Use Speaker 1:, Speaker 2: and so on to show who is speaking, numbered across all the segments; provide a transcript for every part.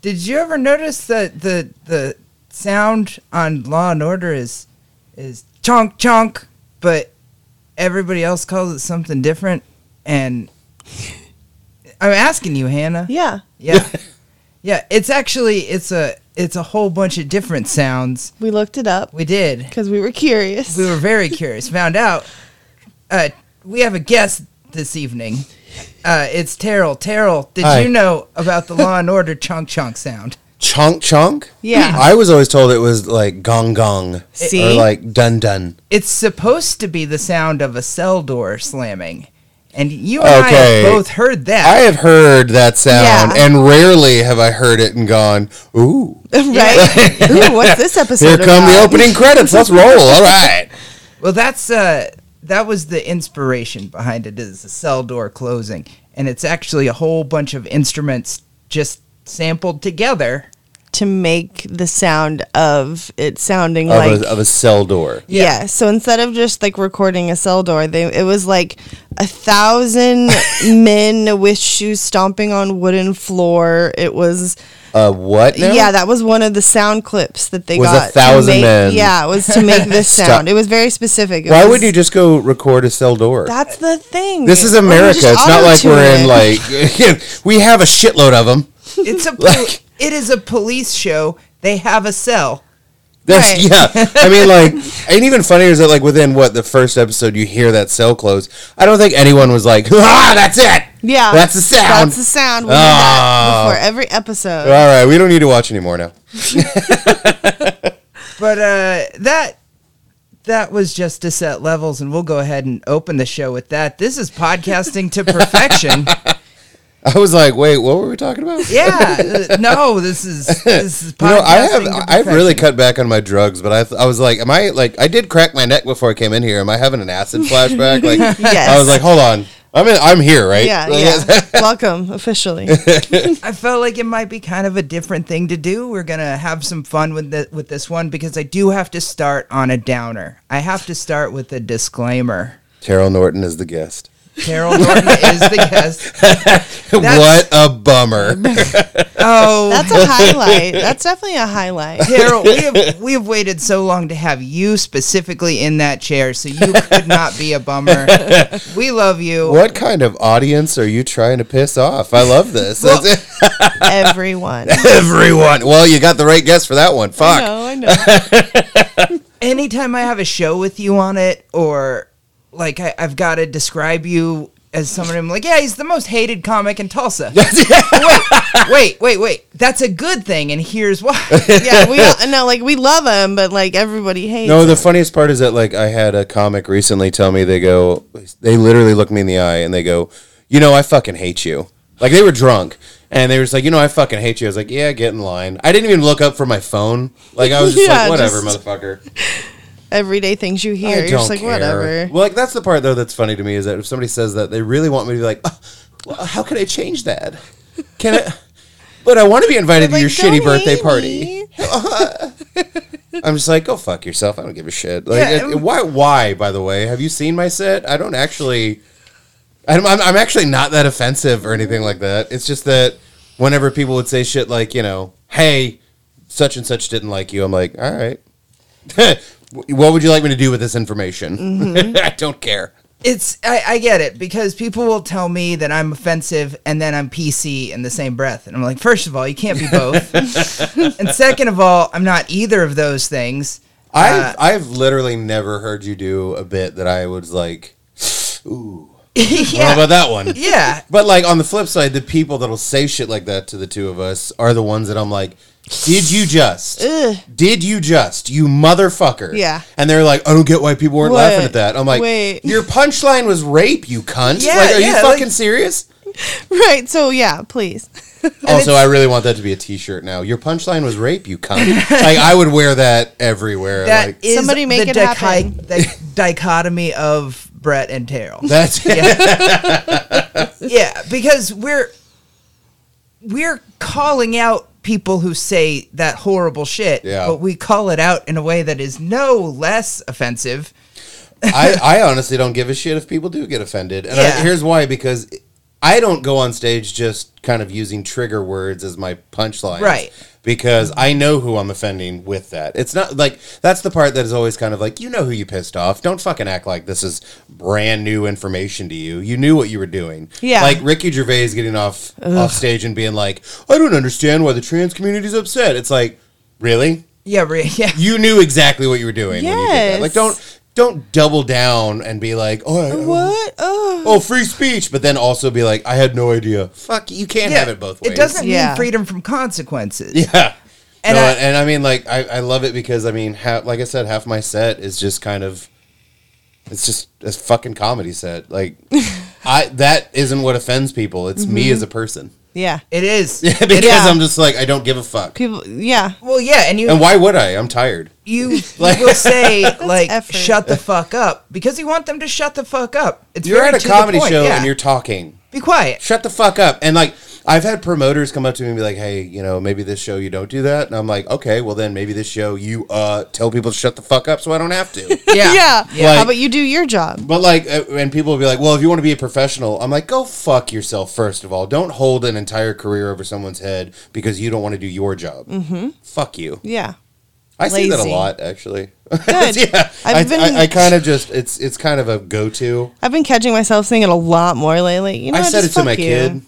Speaker 1: Did you ever notice that the the sound on Law and Order is is chonk chonk, but everybody else calls it something different? And I'm asking you, Hannah.
Speaker 2: Yeah.
Speaker 1: Yeah, yeah. It's actually it's a it's a whole bunch of different sounds.
Speaker 2: We looked it up
Speaker 1: We did.
Speaker 2: because we were curious.
Speaker 1: We were very curious. Found out. Uh, we have a guest this evening. Uh, it's Terrell. Terrell, did
Speaker 3: Hi.
Speaker 1: you know about the Law and Order chonk chonk sound?
Speaker 3: Chonk chonk?
Speaker 2: Yeah.
Speaker 3: I was always told it was like gong gong.
Speaker 2: See?
Speaker 3: Or like dun dun.
Speaker 1: It's supposed to be the sound of a cell door slamming, and you and I
Speaker 3: Okay.
Speaker 1: have both heard
Speaker 3: I
Speaker 1: that.
Speaker 3: have heard that sound
Speaker 2: Yeah.
Speaker 3: and rarely have I heard it and gone, ooh,
Speaker 2: right? Ooh, what's this episode?
Speaker 3: here come the
Speaker 2: about?
Speaker 3: opening credits. Let's roll. All right.
Speaker 1: well, that's uh, that was the inspiration behind it is the cell door closing, and it's actually a whole bunch of instruments just sampled together.
Speaker 2: to make the sound of it sounding
Speaker 3: Of,
Speaker 2: like
Speaker 3: a, of a cell door.
Speaker 2: yeah. So instead of just like recording a cell door, they it was like a thousand men with shoes stomping on wooden floor. It was
Speaker 3: Uh, what now?
Speaker 2: yeah, that was one of the sound clips that they
Speaker 3: Was a
Speaker 2: got. to
Speaker 3: thousand
Speaker 2: make-
Speaker 3: men.
Speaker 2: Yeah, it was to make this
Speaker 3: Stop.
Speaker 2: sound. It was very specific. It
Speaker 3: Why
Speaker 2: was-
Speaker 3: would you just go record a cell door?
Speaker 2: That's the thing.
Speaker 3: this is
Speaker 2: Or we
Speaker 3: America.
Speaker 2: just
Speaker 3: It's not like
Speaker 2: auto-tune
Speaker 3: we're in
Speaker 2: it.
Speaker 3: like we have a shitload of them.
Speaker 1: It's a pol-
Speaker 3: Like-
Speaker 1: it is a police show. They have a cell.
Speaker 3: That's
Speaker 2: Right.
Speaker 3: yeah. I mean, like, and even funnier is that like within what the first episode you hear that cell close. I don't think anyone was like, ah, that's it.
Speaker 2: yeah.
Speaker 3: that's the sound.
Speaker 2: That's the sound. We hear that
Speaker 3: Oh.
Speaker 2: before every episode.
Speaker 3: All right, we don't need to watch anymore now.
Speaker 1: But uh, that that was just to set levels, and we'll go ahead and open the show with that. This is podcasting to perfection.
Speaker 3: I was like, wait, what were we talking about?
Speaker 1: yeah, uh, no, this is this is podcasting.
Speaker 3: You know, I have
Speaker 1: to
Speaker 3: I've
Speaker 1: perfection.
Speaker 3: really cut back on my drugs, but I th- I was like, am I like I did crack my neck before I came in here? Am I having an acid flashback? Like
Speaker 2: Yes.
Speaker 3: I was like, hold on, I'm in, I'm here, right?
Speaker 2: Yeah,
Speaker 3: Like,
Speaker 2: yeah. Welcome officially.
Speaker 1: I felt like it might be kind of a different thing to do. We're gonna have some fun with the, with this one because I do have to start on a downer. I have to start with a disclaimer.
Speaker 3: Terrell Norton is the guest.
Speaker 1: Carol Norton is the guest.
Speaker 3: what a bummer.
Speaker 1: Oh,
Speaker 2: That's a highlight. That's definitely a highlight.
Speaker 1: Carol, we have we have waited so long to have you specifically in that chair, so you could not be a bummer. We love you.
Speaker 3: What kind of audience are you trying to piss off? I love this. That's it.
Speaker 2: Everyone.
Speaker 3: Everyone. Well, you got the right guess for that one. Fuck.
Speaker 2: No, I know.
Speaker 1: Anytime I have a show with you on it, or like I, I've got to describe you as someone, I'm like, yeah, he's the most hated comic in Tulsa. wait, wait, wait, wait. That's a good thing, and here's why.
Speaker 2: Yeah, we all, no, like we love him, but like everybody hates.
Speaker 3: No,
Speaker 2: him.
Speaker 3: the funniest part is that like I had a comic recently tell me they go they literally look me in the eye and they go, "You know, I fucking hate you." Like they were drunk and they were just like, "You know, I fucking hate you." I was like, "Yeah, get in line." I didn't even look up from my phone. Like I was just
Speaker 2: Yeah,
Speaker 3: like, "Whatever,
Speaker 2: just-
Speaker 3: motherfucker."
Speaker 2: everyday things you hear,
Speaker 3: I
Speaker 2: you're
Speaker 3: don't
Speaker 2: just like
Speaker 3: care.
Speaker 2: whatever.
Speaker 3: Well, like that's the part though that's funny to me is that if somebody says that, they really want me to be like, "Oh, well, "How can I change that?" Can I? But I want to be invited to
Speaker 2: Like,
Speaker 3: your
Speaker 2: don't
Speaker 3: shitty birthday
Speaker 2: hate
Speaker 3: party.
Speaker 2: me.
Speaker 3: I'm just like, go fuck yourself. I don't give a shit. Like,
Speaker 1: Yeah,
Speaker 3: it-
Speaker 1: I'm-
Speaker 3: why? Why? By the way, have you seen my set? I don't actually. I'm, I'm, I'm actually not that offensive or anything like that. It's just that whenever people would say shit like, you know, hey, such and such didn't like you, I'm like, all right. what would you like me to do with this information? I don't care.
Speaker 1: It's I, I get it because people will tell me that I'm offensive and then I'm PC in the same breath, and I'm like, first of all, you can't be both, and second of all, I'm not either of those things.
Speaker 3: I've, I've literally never heard you do a bit that I was like, ooh, yeah.
Speaker 1: yeah,
Speaker 3: about that one?
Speaker 1: yeah.
Speaker 3: But like on the flip side, the people that'll say shit like that to the two of us are the ones that I'm like, did you just?
Speaker 2: Ugh.
Speaker 3: did you just? You motherfucker.
Speaker 2: Yeah.
Speaker 3: And they're like, I don't get why people weren't
Speaker 2: What?
Speaker 3: laughing at that. I'm like,
Speaker 2: Wait.
Speaker 3: your punchline was rape, you cunt.
Speaker 1: Yeah,
Speaker 3: like, are
Speaker 1: yeah,
Speaker 3: you fucking
Speaker 1: like-
Speaker 3: serious?
Speaker 2: Right. So yeah, please.
Speaker 3: Also, I really want that to be a T-shirt now. Your punchline was rape, you cunt. like I would wear that everywhere.
Speaker 1: That
Speaker 3: like
Speaker 1: is
Speaker 2: Somebody make
Speaker 1: the
Speaker 2: it happen.
Speaker 1: the dichotomy of Brett and Terrell.
Speaker 3: that's
Speaker 1: yeah, because we're we're calling out people who say that horrible shit,
Speaker 3: Yeah.
Speaker 1: but we call it out in a way that is no less offensive.
Speaker 3: I, I honestly don't give a shit if people do get offended. And
Speaker 1: Yeah.
Speaker 3: I, here's why because I don't go on stage just kind of using trigger words as my punchline.
Speaker 1: Right.
Speaker 3: Because I know who I'm offending with that. It's not like that's the part that is always kind of like, you know who you pissed off. Don't fucking act like this is brand new information to you. You knew what you were doing.
Speaker 2: Yeah.
Speaker 3: Like Ricky Gervais getting off off stage and being like, I don't understand why the trans community's upset. It's like, really?
Speaker 1: Yeah, re- yeah.
Speaker 3: you knew exactly what you were doing. When you did that.
Speaker 2: Yes.
Speaker 3: Like don't don't double down and be like, oh, I-
Speaker 2: What? Oh.
Speaker 3: oh, free speech, but then also be like, I had no idea. Fuck, you can't
Speaker 1: yeah.
Speaker 3: have it both ways.
Speaker 1: It doesn't
Speaker 2: Yeah.
Speaker 1: mean freedom from consequences.
Speaker 3: Yeah.
Speaker 1: And
Speaker 3: No,
Speaker 1: I-
Speaker 3: and I mean, like, I, I love it because I mean, ha- like I said, half my set is just kind of, it's just a fucking comedy set. Like, I that isn't what offends people. It's me
Speaker 1: Mm-hmm.
Speaker 3: as a person
Speaker 2: Yeah.
Speaker 1: It is.
Speaker 3: because
Speaker 2: Yeah.
Speaker 3: I'm just like I don't give a fuck.
Speaker 2: People. Yeah.
Speaker 1: Well, yeah, and you
Speaker 3: And why would I? I'm tired.
Speaker 1: you,
Speaker 3: Like-
Speaker 1: you will say like
Speaker 2: effort.
Speaker 1: shut the fuck up because you want them to shut the fuck up. It's
Speaker 3: You're
Speaker 1: very
Speaker 3: at a
Speaker 1: to the
Speaker 3: comedy
Speaker 1: point,
Speaker 3: show
Speaker 1: yeah.
Speaker 3: and you're talking.
Speaker 1: be quiet.
Speaker 3: shut the fuck up. And like, I've had promoters come up to me and be like, hey, you know, maybe this show you don't do that. And I'm like, okay, well then maybe this show you uh tell people to shut the fuck up so I don't have to.
Speaker 1: Yeah.
Speaker 2: Yeah.
Speaker 3: Yeah.
Speaker 2: How about you do your job?
Speaker 3: but like, uh, and people will be like, well, if you want to be a professional, I'm like, go fuck yourself, first of all. Don't hold an entire career over someone's head because you don't want to do your job. Mm-hmm. Fuck you.
Speaker 2: Yeah.
Speaker 3: I see that a
Speaker 2: Lazy.
Speaker 3: lot, actually.
Speaker 2: Good.
Speaker 3: yeah.
Speaker 2: I've
Speaker 3: I,
Speaker 2: been-
Speaker 3: I, I kind of just, it's, it's kind of a go to.
Speaker 2: I've been catching myself saying it a lot more lately. You know,
Speaker 3: I said it
Speaker 2: just
Speaker 3: to my
Speaker 2: fuck you.
Speaker 3: kid.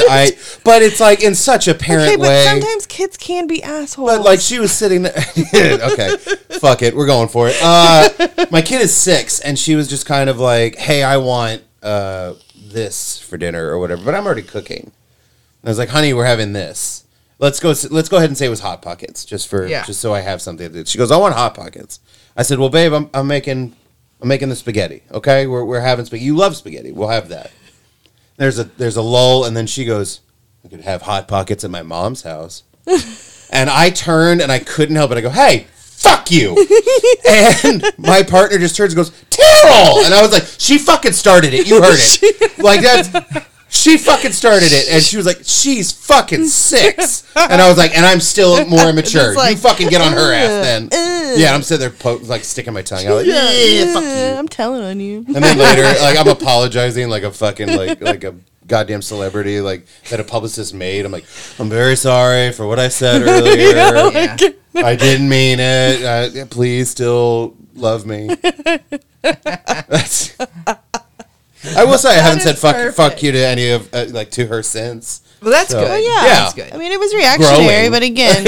Speaker 3: I did. I, but it's like in such a parent
Speaker 2: Okay, but
Speaker 3: way.
Speaker 2: sometimes kids can be assholes.
Speaker 3: But like she was sitting there. okay, fuck it, we're going for it. Uh, my kid is six, and she was just kind of like, "Hey, I want uh, this for dinner or whatever," but I'm already cooking. And I was like, "Honey, we're having this. Let's go. s- Let's go ahead and say it was hot pockets, just for
Speaker 1: Yeah.
Speaker 3: just so I have something." to do." She goes, "I want hot pockets." I said, "Well, babe, I'm, I'm making I'm making the spaghetti. Okay, we're we're having spaghetti. You love spaghetti. We'll have that." There's a there's a lull, and then she goes, "I could have hot pockets at my mom's house." And I turned and I couldn't help it. I go, hey, fuck you. and my partner just turns and goes, Terrell. And I was like, she fucking started it. You heard it. like that. She fucking started it. And she was like, she's fucking six. And I was like, and I'm still more immature.
Speaker 2: like,
Speaker 3: you fucking get on her ass then. yeah, I'm sitting there po- like sticking my tongue out. Like, uh, yeah, fuck you.
Speaker 2: I'm telling on you.
Speaker 3: And then later, like I'm apologizing like a fucking like like a goddamn celebrity like that a publicist made. I'm like, I'm very sorry for what I said earlier.
Speaker 1: Yeah.
Speaker 3: I didn't mean it. Uh, please still love me. That's- I will say I haven't said
Speaker 1: is
Speaker 3: fuck, fuck
Speaker 1: perfect.
Speaker 3: you to any of uh, like to her since.
Speaker 1: Well, that's
Speaker 3: So-
Speaker 1: good.
Speaker 3: Well,
Speaker 2: Yeah.
Speaker 3: Yeah.
Speaker 1: that's good.
Speaker 2: I mean, it was reactionary,
Speaker 3: Growing.
Speaker 2: but again,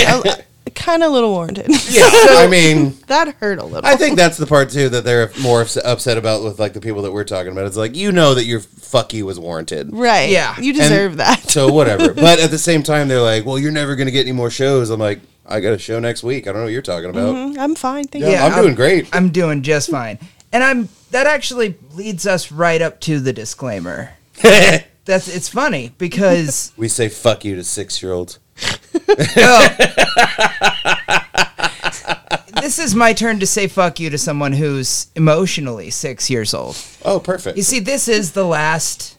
Speaker 2: kind of little warranted.
Speaker 3: Yeah, I mean,
Speaker 2: that hurt a little.
Speaker 3: I think that's the part too that they're more ups- upset about with like the people that we're talking about. It's like you know that your fuck you was warranted.
Speaker 2: right.
Speaker 1: Yeah.
Speaker 2: You deserve
Speaker 3: And
Speaker 2: that.
Speaker 3: So whatever. but at the same time, they're like, "Well, you're never going to get any more shows." I'm like, "I got a show next week. I don't know what you're talking about.
Speaker 1: Mm-hmm.
Speaker 2: I'm fine. Thank
Speaker 3: Yeah,
Speaker 2: you.
Speaker 1: Yeah,
Speaker 3: I'm,
Speaker 1: I'm-
Speaker 3: doing great."
Speaker 1: I'm doing just fine. And I'm that actually leads us right up to the disclaimer. That's it's funny because
Speaker 3: we say "fuck you" to six year olds.
Speaker 1: oh, this is my turn to say fuck you to someone who's emotionally 6 years old.
Speaker 3: Oh, perfect.
Speaker 1: You see this is the last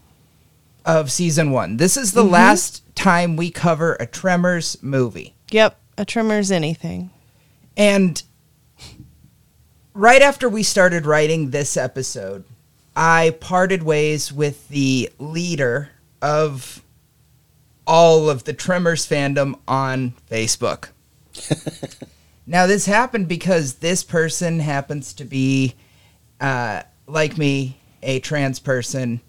Speaker 1: of season 1. This is the last time we cover a Tremors movie.
Speaker 2: Yep. A tremor's anything.
Speaker 1: And right after we started writing this episode, I parted ways with the leader of all of the Tremors fandom on Facebook. now, this happened because this person happens to be, uh, like me, a trans person,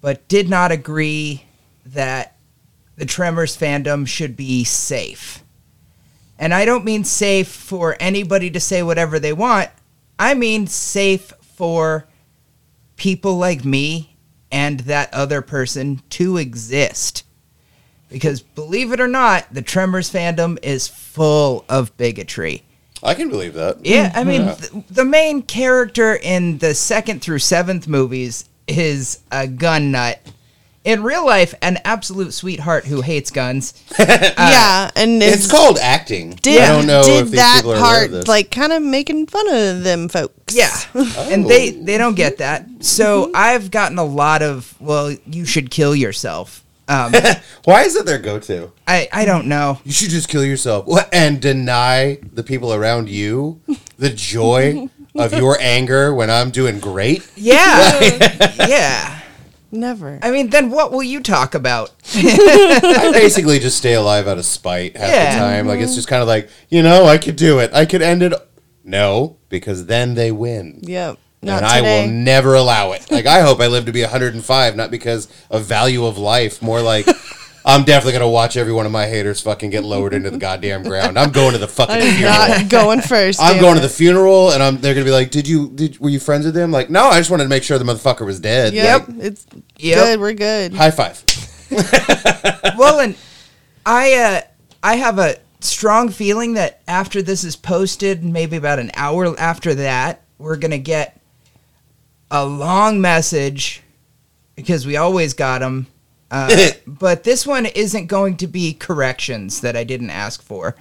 Speaker 1: but did not agree that the Tremors fandom should be safe. And I don't mean safe for anybody to say whatever they want. I mean safe for people like me and that other person to exist. Because believe it or not, the Tremors fandom is full of bigotry.
Speaker 3: I can believe that.
Speaker 1: Yeah, I mean, th- the main character in the second through seventh movies is a gun nut. In real life, an absolute sweetheart who hates guns. Uh,
Speaker 2: yeah. And
Speaker 3: It's
Speaker 2: is-
Speaker 3: called acting.
Speaker 2: Did,
Speaker 3: I don't know
Speaker 2: did
Speaker 3: if these
Speaker 2: that
Speaker 3: people are aware
Speaker 2: part
Speaker 3: of this.
Speaker 2: like kind of making fun of them folks?
Speaker 1: Yeah. And they they don't get that. So I've gotten a lot of well, you should kill yourself. Um,
Speaker 3: Why is it their go to?
Speaker 1: I I don't know.
Speaker 3: You should just kill yourself Wha- and deny the people around you the joy of your anger when I'm doing great.
Speaker 1: Yeah. yeah.
Speaker 2: Never.
Speaker 1: I mean, then what will you talk about?
Speaker 3: I basically just stay alive out of spite half
Speaker 1: Yeah.
Speaker 3: the time. Like it's just kind of like you know I could do it. I could end it. No, because then they win.
Speaker 2: Yep. Not
Speaker 3: and
Speaker 2: today.
Speaker 3: I will never allow it. Like I hope I live to be 105, not because of value of life, more like I'm definitely gonna watch every one of my haters fucking get lowered into the goddamn ground. I'm going to the fucking
Speaker 2: I'm
Speaker 3: funeral.
Speaker 2: not going first.
Speaker 3: I'm
Speaker 2: damn
Speaker 3: going to
Speaker 2: it.
Speaker 3: the funeral, and I'm they're gonna be like, "Did you did were you friends with him?" Like, no, I just wanted to make sure the motherfucker was dead.
Speaker 2: Yep.
Speaker 3: Like,
Speaker 2: It's
Speaker 1: Yep.
Speaker 2: good. We're good.
Speaker 3: high five.
Speaker 1: well, and I uh, I have a strong feeling that after this is posted, maybe about an hour after that, we're gonna get a long message because we always got them. Uh, but this one isn't going to be corrections that I didn't ask for.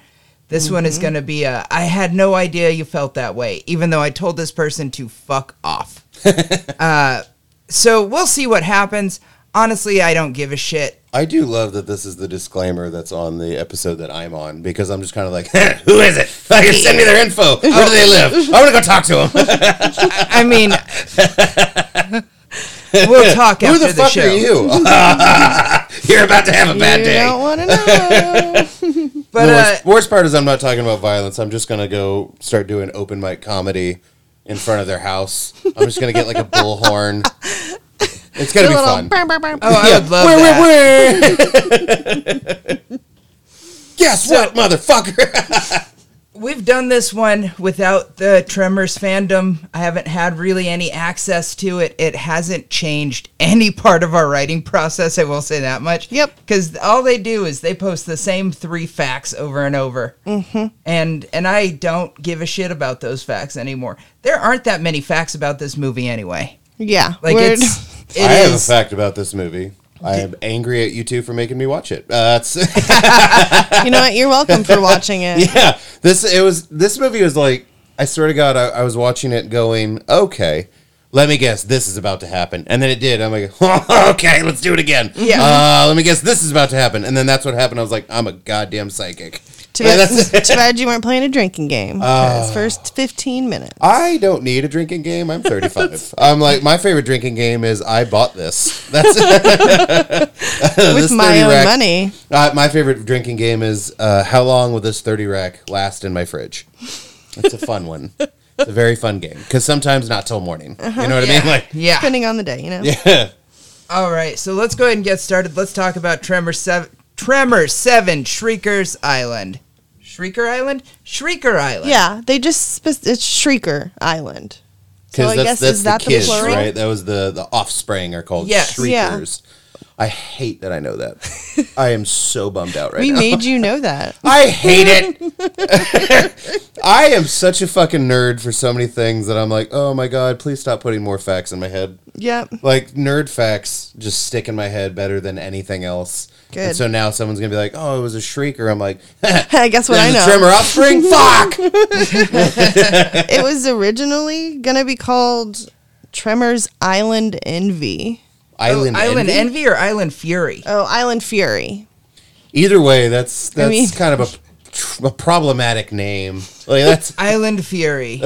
Speaker 1: This one is going to be a, I had no idea you felt that way, even though I told this person to fuck off. uh, so we'll see what happens. Honestly, I don't give a shit.
Speaker 3: I do love that this is the disclaimer that's on the episode that I'm on because I'm just kind of like, who is it? Fucking send me their info. Where do they live? I want to go talk to them.
Speaker 1: I mean, we'll talk
Speaker 3: who
Speaker 1: after
Speaker 3: the
Speaker 1: the,
Speaker 3: fuck
Speaker 1: show.
Speaker 3: are you? You're about to have a bad
Speaker 2: you
Speaker 3: day.
Speaker 2: don't want to know.
Speaker 1: But
Speaker 3: the
Speaker 1: uh,
Speaker 3: worst, worst part is I'm not talking about violence. I'm just gonna go start doing open mic comedy in front of their house. I'm just gonna get like a bullhorn. It's gonna
Speaker 2: A
Speaker 3: be
Speaker 2: little
Speaker 3: fun.
Speaker 2: burr, burr, burr.
Speaker 1: oh, I would love
Speaker 3: Wah, wah,
Speaker 1: that.
Speaker 3: wah. Guess what, motherfucker?
Speaker 1: We've done this one without the Tremors fandom. I haven't had really any access to it. It hasn't changed any part of our writing process. I will say that much.
Speaker 2: Yep.
Speaker 1: Because all they do is they post the same three facts over and over, mm-hmm. and and I don't give a shit about those facts anymore. There aren't that many facts about this movie anyway.
Speaker 2: Yeah.
Speaker 1: Like
Speaker 2: we're-
Speaker 1: it's. it is.
Speaker 3: I have a fact about this movie. I am angry at you two for making me watch it. Uh, it's-
Speaker 2: you know what? You're welcome for watching it.
Speaker 3: yeah, this it was. This movie was like I swear to God, I, I was watching it going, okay, let me guess, this is about to happen, and then it did. I'm like, okay, let's do it again.
Speaker 1: Yeah.
Speaker 3: Uh, let me guess, this is about to happen, and then that's what happened. I was like, I'm a goddamn psychic.
Speaker 2: Too,
Speaker 3: Yeah,
Speaker 2: bad,
Speaker 3: that's- Oh.
Speaker 2: too bad you weren't playing a drinking game. 'cause first 15 minutes.
Speaker 3: I don't need a drinking game. I'm 35. I'm like my favorite drinking game is I bought this. That's
Speaker 2: With
Speaker 3: Oh, this
Speaker 2: my
Speaker 3: 30
Speaker 2: own
Speaker 3: rack-
Speaker 2: money.
Speaker 3: Uh, my favorite drinking game is uh, how long will this 30 rack last in my fridge? It's a fun one. It's a very fun game because sometimes not till morning. You know what I mean? Like,
Speaker 1: yeah.
Speaker 2: Depending on the day, you know?
Speaker 1: All right, so let's go ahead and get started. Let's talk about Tremor Seven, Tremor Seven, Shriekers Island, Shrieker Island, Shrieker Island.
Speaker 2: Yeah, they just spe- it's Shrieker Island. So
Speaker 3: because
Speaker 2: I
Speaker 3: that's,
Speaker 2: guess
Speaker 3: that's
Speaker 2: is
Speaker 3: the
Speaker 2: that the
Speaker 3: kids,
Speaker 2: plural?
Speaker 3: right? That was the the offspring are called
Speaker 1: Yes.
Speaker 2: Yeah.
Speaker 3: shriekers. I hate that I know that. I am so bummed out right
Speaker 2: We
Speaker 3: now.
Speaker 2: made you know that.
Speaker 3: I hate it. I am such a fucking nerd for so many things that I'm like, oh my god, please stop putting more facts in my head.
Speaker 2: Yep.
Speaker 3: Like nerd facts just stick in my head better than anything else.
Speaker 2: Good.
Speaker 3: And so now someone's gonna be like, "Oh, it was a shrieker." I'm like,
Speaker 2: I guess what I know.
Speaker 3: "There's a tremor offspring." Fuck.
Speaker 2: It was originally gonna be called Tremors Island Envy.
Speaker 3: Island.
Speaker 1: Island
Speaker 3: envy? Uh.
Speaker 1: Envy or Island Fury?
Speaker 2: Oh, Island Fury.
Speaker 3: Either way, that's that's
Speaker 2: mean-
Speaker 3: kind of a, a problematic name. Like that's
Speaker 1: Island Fury.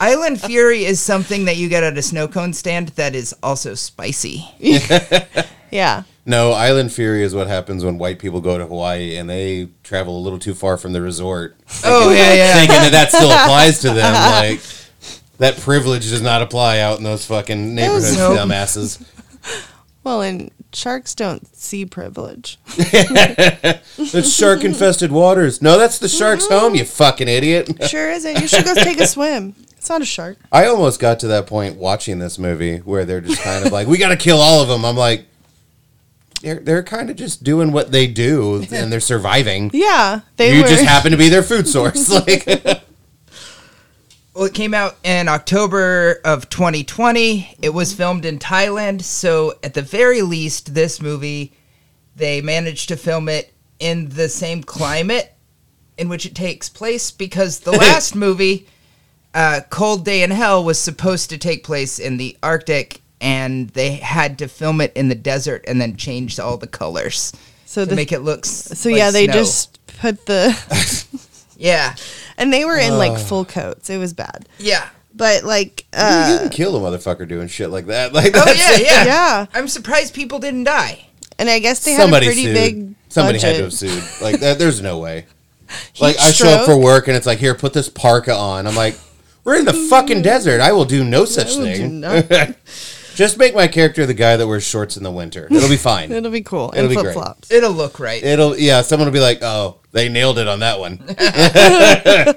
Speaker 1: Island Fury is something that you get at a snow cone stand that is also spicy.
Speaker 2: Yeah.
Speaker 3: no Island Fury is what happens when white people go to Hawaii and they travel a little too far from the resort.
Speaker 1: Oh yeah, yeah.
Speaker 3: thinking that that still applies to them. Like that privilege does not apply out in those fucking neighborhoods,
Speaker 1: Nope.
Speaker 3: dumbasses.
Speaker 2: Well, and sharks don't see privilege.
Speaker 3: It's shark infested waters. No, that's the shark's home. You fucking idiot.
Speaker 2: Sure isn't. You should go take a swim. It's not a shark.
Speaker 3: I almost got to that point watching this movie where they're just kind of like, "We got to kill all of them." I'm like. They're, they're kind of just doing what they do and they're surviving.
Speaker 2: Yeah, they
Speaker 3: you
Speaker 2: were.
Speaker 3: just happen to be their food source. Like
Speaker 1: Well, it came out in October of 2020. It was
Speaker 2: Mm-hmm.
Speaker 1: filmed in Thailand, so at the very least, this movie they managed to film it in the same climate in which it takes place because the last movie, uh, Cold Day in Hell, was supposed to take place in the Arctic, and they had to film it in the desert and then change all the colors
Speaker 2: so
Speaker 1: to
Speaker 2: the-
Speaker 1: make it look.
Speaker 2: so yeah, they just put the
Speaker 1: yeah,
Speaker 2: and they were in like full coats. It was bad.
Speaker 1: yeah.
Speaker 2: But like,
Speaker 3: you,
Speaker 2: uh,
Speaker 3: can kill a motherfucker doing shit like that. Like
Speaker 1: Oh
Speaker 3: that.
Speaker 1: yeah, yeah,
Speaker 2: yeah.
Speaker 1: I'm surprised people didn't die.
Speaker 2: And I guess they
Speaker 3: Somebody
Speaker 2: had a pretty
Speaker 3: sued.
Speaker 2: big.
Speaker 3: Somebody had to have
Speaker 2: budget.
Speaker 3: sued. Like that, there's no way. Like
Speaker 2: Heat
Speaker 3: I show up
Speaker 2: stroke?
Speaker 3: for work and it's like, here, put this parka on. I'm like, we're in the fucking desert. I will do no such
Speaker 2: will do
Speaker 3: thing.
Speaker 2: nothing.
Speaker 3: Just make my character the guy that wears shorts in the winter. It'll be fine.
Speaker 2: It'll be cool.
Speaker 3: It'll
Speaker 2: and
Speaker 3: be great.
Speaker 2: flip flops.
Speaker 1: It'll look right.
Speaker 3: It'll yeah. Someone will be like, oh, they nailed it on that one.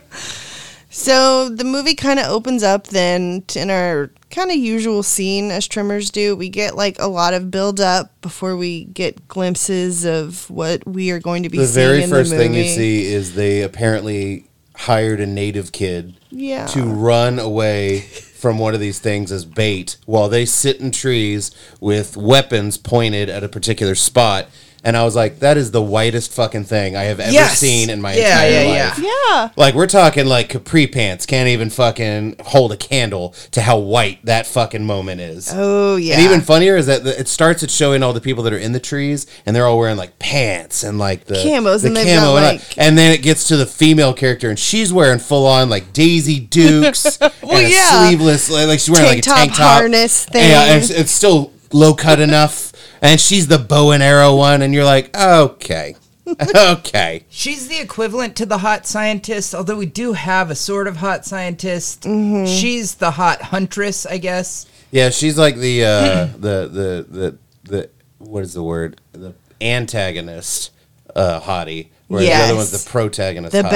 Speaker 2: So the movie kind of opens up then t- in our kind of usual scene as trimmers do. We get like a lot of build up before we get glimpses of what we are going to be
Speaker 3: the
Speaker 2: seeing
Speaker 3: very
Speaker 2: in
Speaker 3: first
Speaker 2: the
Speaker 3: thing you
Speaker 2: movie.
Speaker 3: see is they apparently hired a native kid
Speaker 2: Yeah.
Speaker 3: to run away from one of these things as bait while they sit in trees with weapons pointed at a particular spot and i was like that is the whitest fucking thing i have ever
Speaker 1: Yes.
Speaker 3: seen in my
Speaker 1: Yeah,
Speaker 3: entire
Speaker 1: yeah,
Speaker 3: life
Speaker 1: yeah.
Speaker 2: Yeah.
Speaker 3: like we're talking like capri pants can't even fucking hold a candle to how white that fucking moment is
Speaker 2: Oh yeah.
Speaker 3: and even funnier is that the, it starts at showing all the people that are in the trees, and they're all wearing like pants and like the
Speaker 2: Camos,
Speaker 3: the
Speaker 2: and they've got,
Speaker 3: and, all-
Speaker 2: like-
Speaker 3: and then it gets to the female character, and she's wearing full on like Daisy Dukes, and a
Speaker 2: yeah.
Speaker 3: sleeveless, like like, she's
Speaker 2: Tank
Speaker 3: wearing like a
Speaker 2: top
Speaker 3: tank top
Speaker 2: harness thing.
Speaker 3: Yeah, and it's, it's still low cut enough, and she's the bow and arrow one, and you're like, okay, okay,
Speaker 1: She's the equivalent to the hot scientist, although we do have a sort of hot scientist.
Speaker 3: Mm-hmm.
Speaker 1: She's the hot huntress, I guess.
Speaker 3: yeah, she's like the uh, the the the the what is the word the antagonist uh, hottie. Whereas the other
Speaker 2: Yes.
Speaker 3: one's the protagonist,
Speaker 2: The
Speaker 3: hottie.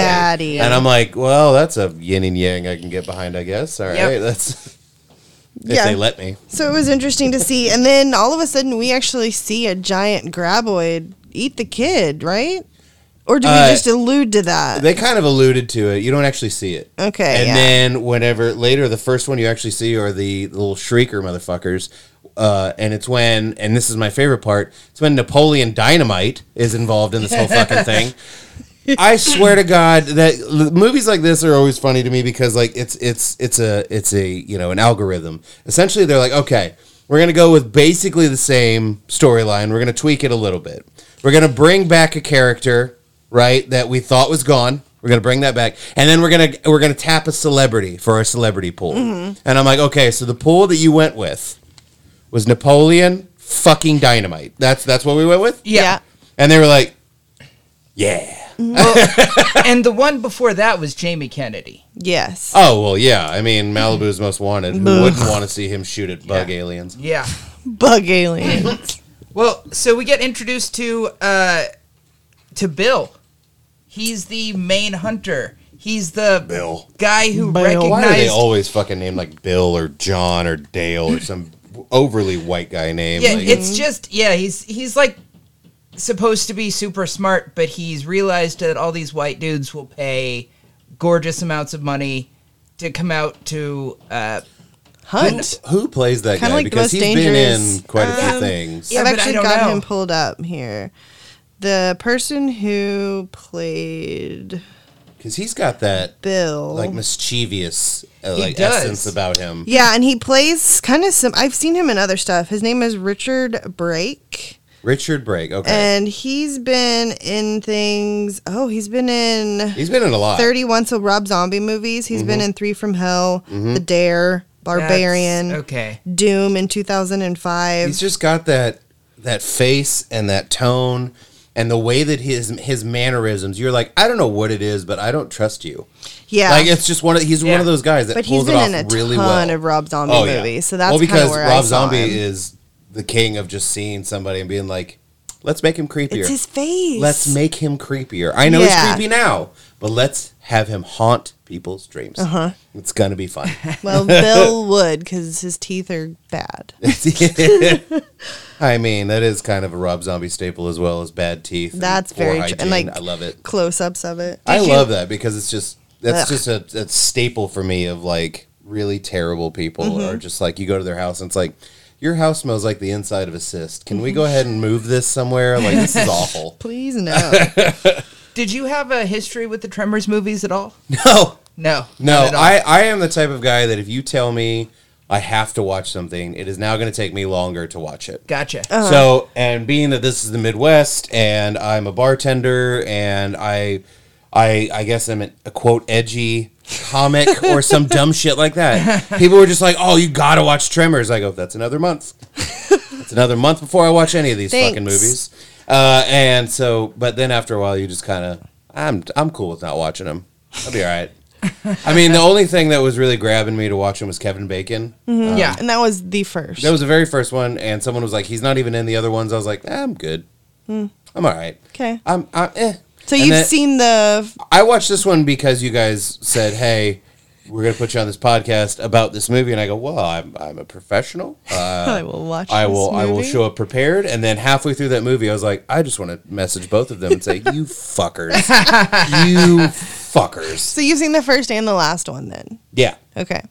Speaker 2: baddie.
Speaker 3: and I'm like, well, that's a yin and yang I can get behind, I guess. All right,
Speaker 1: Yep.
Speaker 3: that's if
Speaker 2: Yeah.
Speaker 3: they let me.
Speaker 2: so it was interesting to see, and then all of a sudden we actually see a giant graboid eat the kid, right? Or do we
Speaker 3: Uh,
Speaker 2: just allude to that?
Speaker 3: They kind of alluded to it. You don't actually see it.
Speaker 2: okay.
Speaker 3: and
Speaker 2: yeah.
Speaker 3: then whenever later the first one you actually see are the little shrieker motherfuckers uh, and it's when and this is my favorite part it's when napoleon dynamite is involved in this whole fucking thing i swear to god that l- movies like this are always funny to me because like it's it's it's a it's a you know an algorithm essentially they're like okay we're gonna go with basically the same storyline we're gonna tweak it a little bit we're gonna bring back a character right that we thought was gone we're gonna bring that back and then we're gonna we're gonna tap a celebrity for our celebrity pool and i'm like okay so the pool that you went with was napoleon fucking dynamite that's that's what we went with
Speaker 2: yeah.
Speaker 3: and they were like yeah
Speaker 1: and the one before that was Jamie Kennedy.
Speaker 2: Yes.
Speaker 3: Oh well, yeah. I mean, Malibu's Most Wanted. Who wouldn't want to see him shoot at bug aliens?
Speaker 1: Yeah.
Speaker 2: Bug alien.
Speaker 1: Well, so we get introduced to uh to Bill. He's the main hunter. He's the
Speaker 3: Bill.
Speaker 1: guy who
Speaker 2: Bill.
Speaker 3: Why are they
Speaker 1: recognized
Speaker 3: always fucking named like Bill or John or Dale or some overly white guy name?
Speaker 1: Yeah,
Speaker 3: like,
Speaker 1: it's just yeah, he's he's like supposed to be super smart, but he's realized that all these white dudes will pay gorgeous amounts of money to come out to uh
Speaker 2: Hunt.
Speaker 3: who plays that
Speaker 2: Kinda
Speaker 3: guy?
Speaker 2: like the
Speaker 3: because
Speaker 2: most
Speaker 3: he's been
Speaker 2: dangerous-
Speaker 3: in quite a few
Speaker 1: Um,
Speaker 3: things.
Speaker 1: yeah.
Speaker 2: I've
Speaker 1: but I
Speaker 2: actually
Speaker 1: don't
Speaker 2: got
Speaker 1: know.
Speaker 2: him pulled up here. The person who played
Speaker 3: Because he's got that
Speaker 2: Bill.
Speaker 3: like mischievous uh,
Speaker 1: He
Speaker 3: like
Speaker 1: does.
Speaker 3: essence about him.
Speaker 2: yeah, and he plays kind of some. I've seen him in other stuff. His name is Richard Brake,
Speaker 3: Richard Brake. Okay,
Speaker 2: and he's been in things. Oh, he's been in
Speaker 3: he's been in a lot.
Speaker 2: 31 so Rob Zombie movies. He's
Speaker 3: Mm-hmm.
Speaker 2: been in Three from Hell, The Dare,
Speaker 1: that's-
Speaker 2: Barbarian,
Speaker 1: Okay.
Speaker 2: Doom in 2005.
Speaker 3: He's just got that that face and that tone and the way that his his mannerisms. You're like, I don't know what it is, but I don't trust you.
Speaker 2: yeah.
Speaker 3: Like it's just one of he's one
Speaker 1: Yeah.
Speaker 3: of those guys that
Speaker 2: but he's
Speaker 3: pulls
Speaker 2: been in
Speaker 3: it
Speaker 2: a
Speaker 3: off really
Speaker 2: ton
Speaker 3: well.
Speaker 2: of Rob Zombie
Speaker 3: Oh, yeah.
Speaker 2: movies, so that's
Speaker 3: well because
Speaker 2: kind of where
Speaker 3: Rob
Speaker 2: I saw
Speaker 3: Zombie
Speaker 2: him.
Speaker 3: is the king of just seeing somebody and being like, let's make him creepier.
Speaker 2: It's his face.
Speaker 3: let's make him creepier. I know
Speaker 2: Yeah.
Speaker 3: he's creepy now, but let's have him haunt people's dreams. Uh-huh. It's gonna be fun.
Speaker 2: well, Bill would because his teeth are bad.
Speaker 3: I mean, that is kind of a Rob Zombie staple as well as bad teeth. and
Speaker 2: That's
Speaker 3: poor
Speaker 2: very tr- and,
Speaker 3: hygiene.
Speaker 2: like,
Speaker 3: I love it.
Speaker 2: Close ups of it.
Speaker 3: I
Speaker 1: you-
Speaker 3: love that because it's just that's
Speaker 2: Ugh.
Speaker 3: just a, a staple for me of like really terrible people
Speaker 1: Mm-hmm.
Speaker 3: or just like you go to their house and it's like your house smells like the inside of a cyst. Can we
Speaker 1: Mm-hmm.
Speaker 3: go ahead and move this somewhere? Like this is awful.
Speaker 2: Please no.
Speaker 1: Did you have a history with the Tremors movies at all?
Speaker 3: No,
Speaker 1: No.
Speaker 3: no.
Speaker 1: not at all.
Speaker 3: I I am the type of guy that if you tell me I have to watch something, it is now going to take me longer to watch it.
Speaker 1: gotcha.
Speaker 2: Um,
Speaker 3: So, and being that this is the Midwest, and I'm a bartender, and I, I I guess I'm an, a quote edgy comic or some dumb shit like that. People were just like, "Oh, you gotta watch Tremors." I go, "That's another month. That's another month before I watch any of these fucking
Speaker 2: Thanks.
Speaker 3: movies." Uh, and so, but then after a while, you just kind of, I'm I'm cool with not watching them. I'll be all right. I mean, the only thing that was really grabbing me to watch him was Kevin Bacon.
Speaker 1: yeah.
Speaker 2: And that was the first.
Speaker 3: That was the very first one, and someone was like, "He's not even in the other ones." I was like, eh, "I'm good. I'm all right.
Speaker 2: Hmm. okay.
Speaker 3: I'm, I'm eh."
Speaker 2: So
Speaker 3: And
Speaker 2: you've
Speaker 3: then-
Speaker 2: seen the
Speaker 3: I watched this one because you guys said, "Hey, we're gonna put you on this podcast about this movie," and I go, "Well, I'm I'm a professional. Uh,
Speaker 2: I will watch.
Speaker 3: I
Speaker 2: this
Speaker 3: will I will
Speaker 2: movie.
Speaker 3: show up prepared." And then halfway through that movie, I was like, "I just want to message both of them and say, you fuckers, you fuckers,
Speaker 2: So you've seen the first and the last one, then?
Speaker 3: yeah."
Speaker 2: Okay.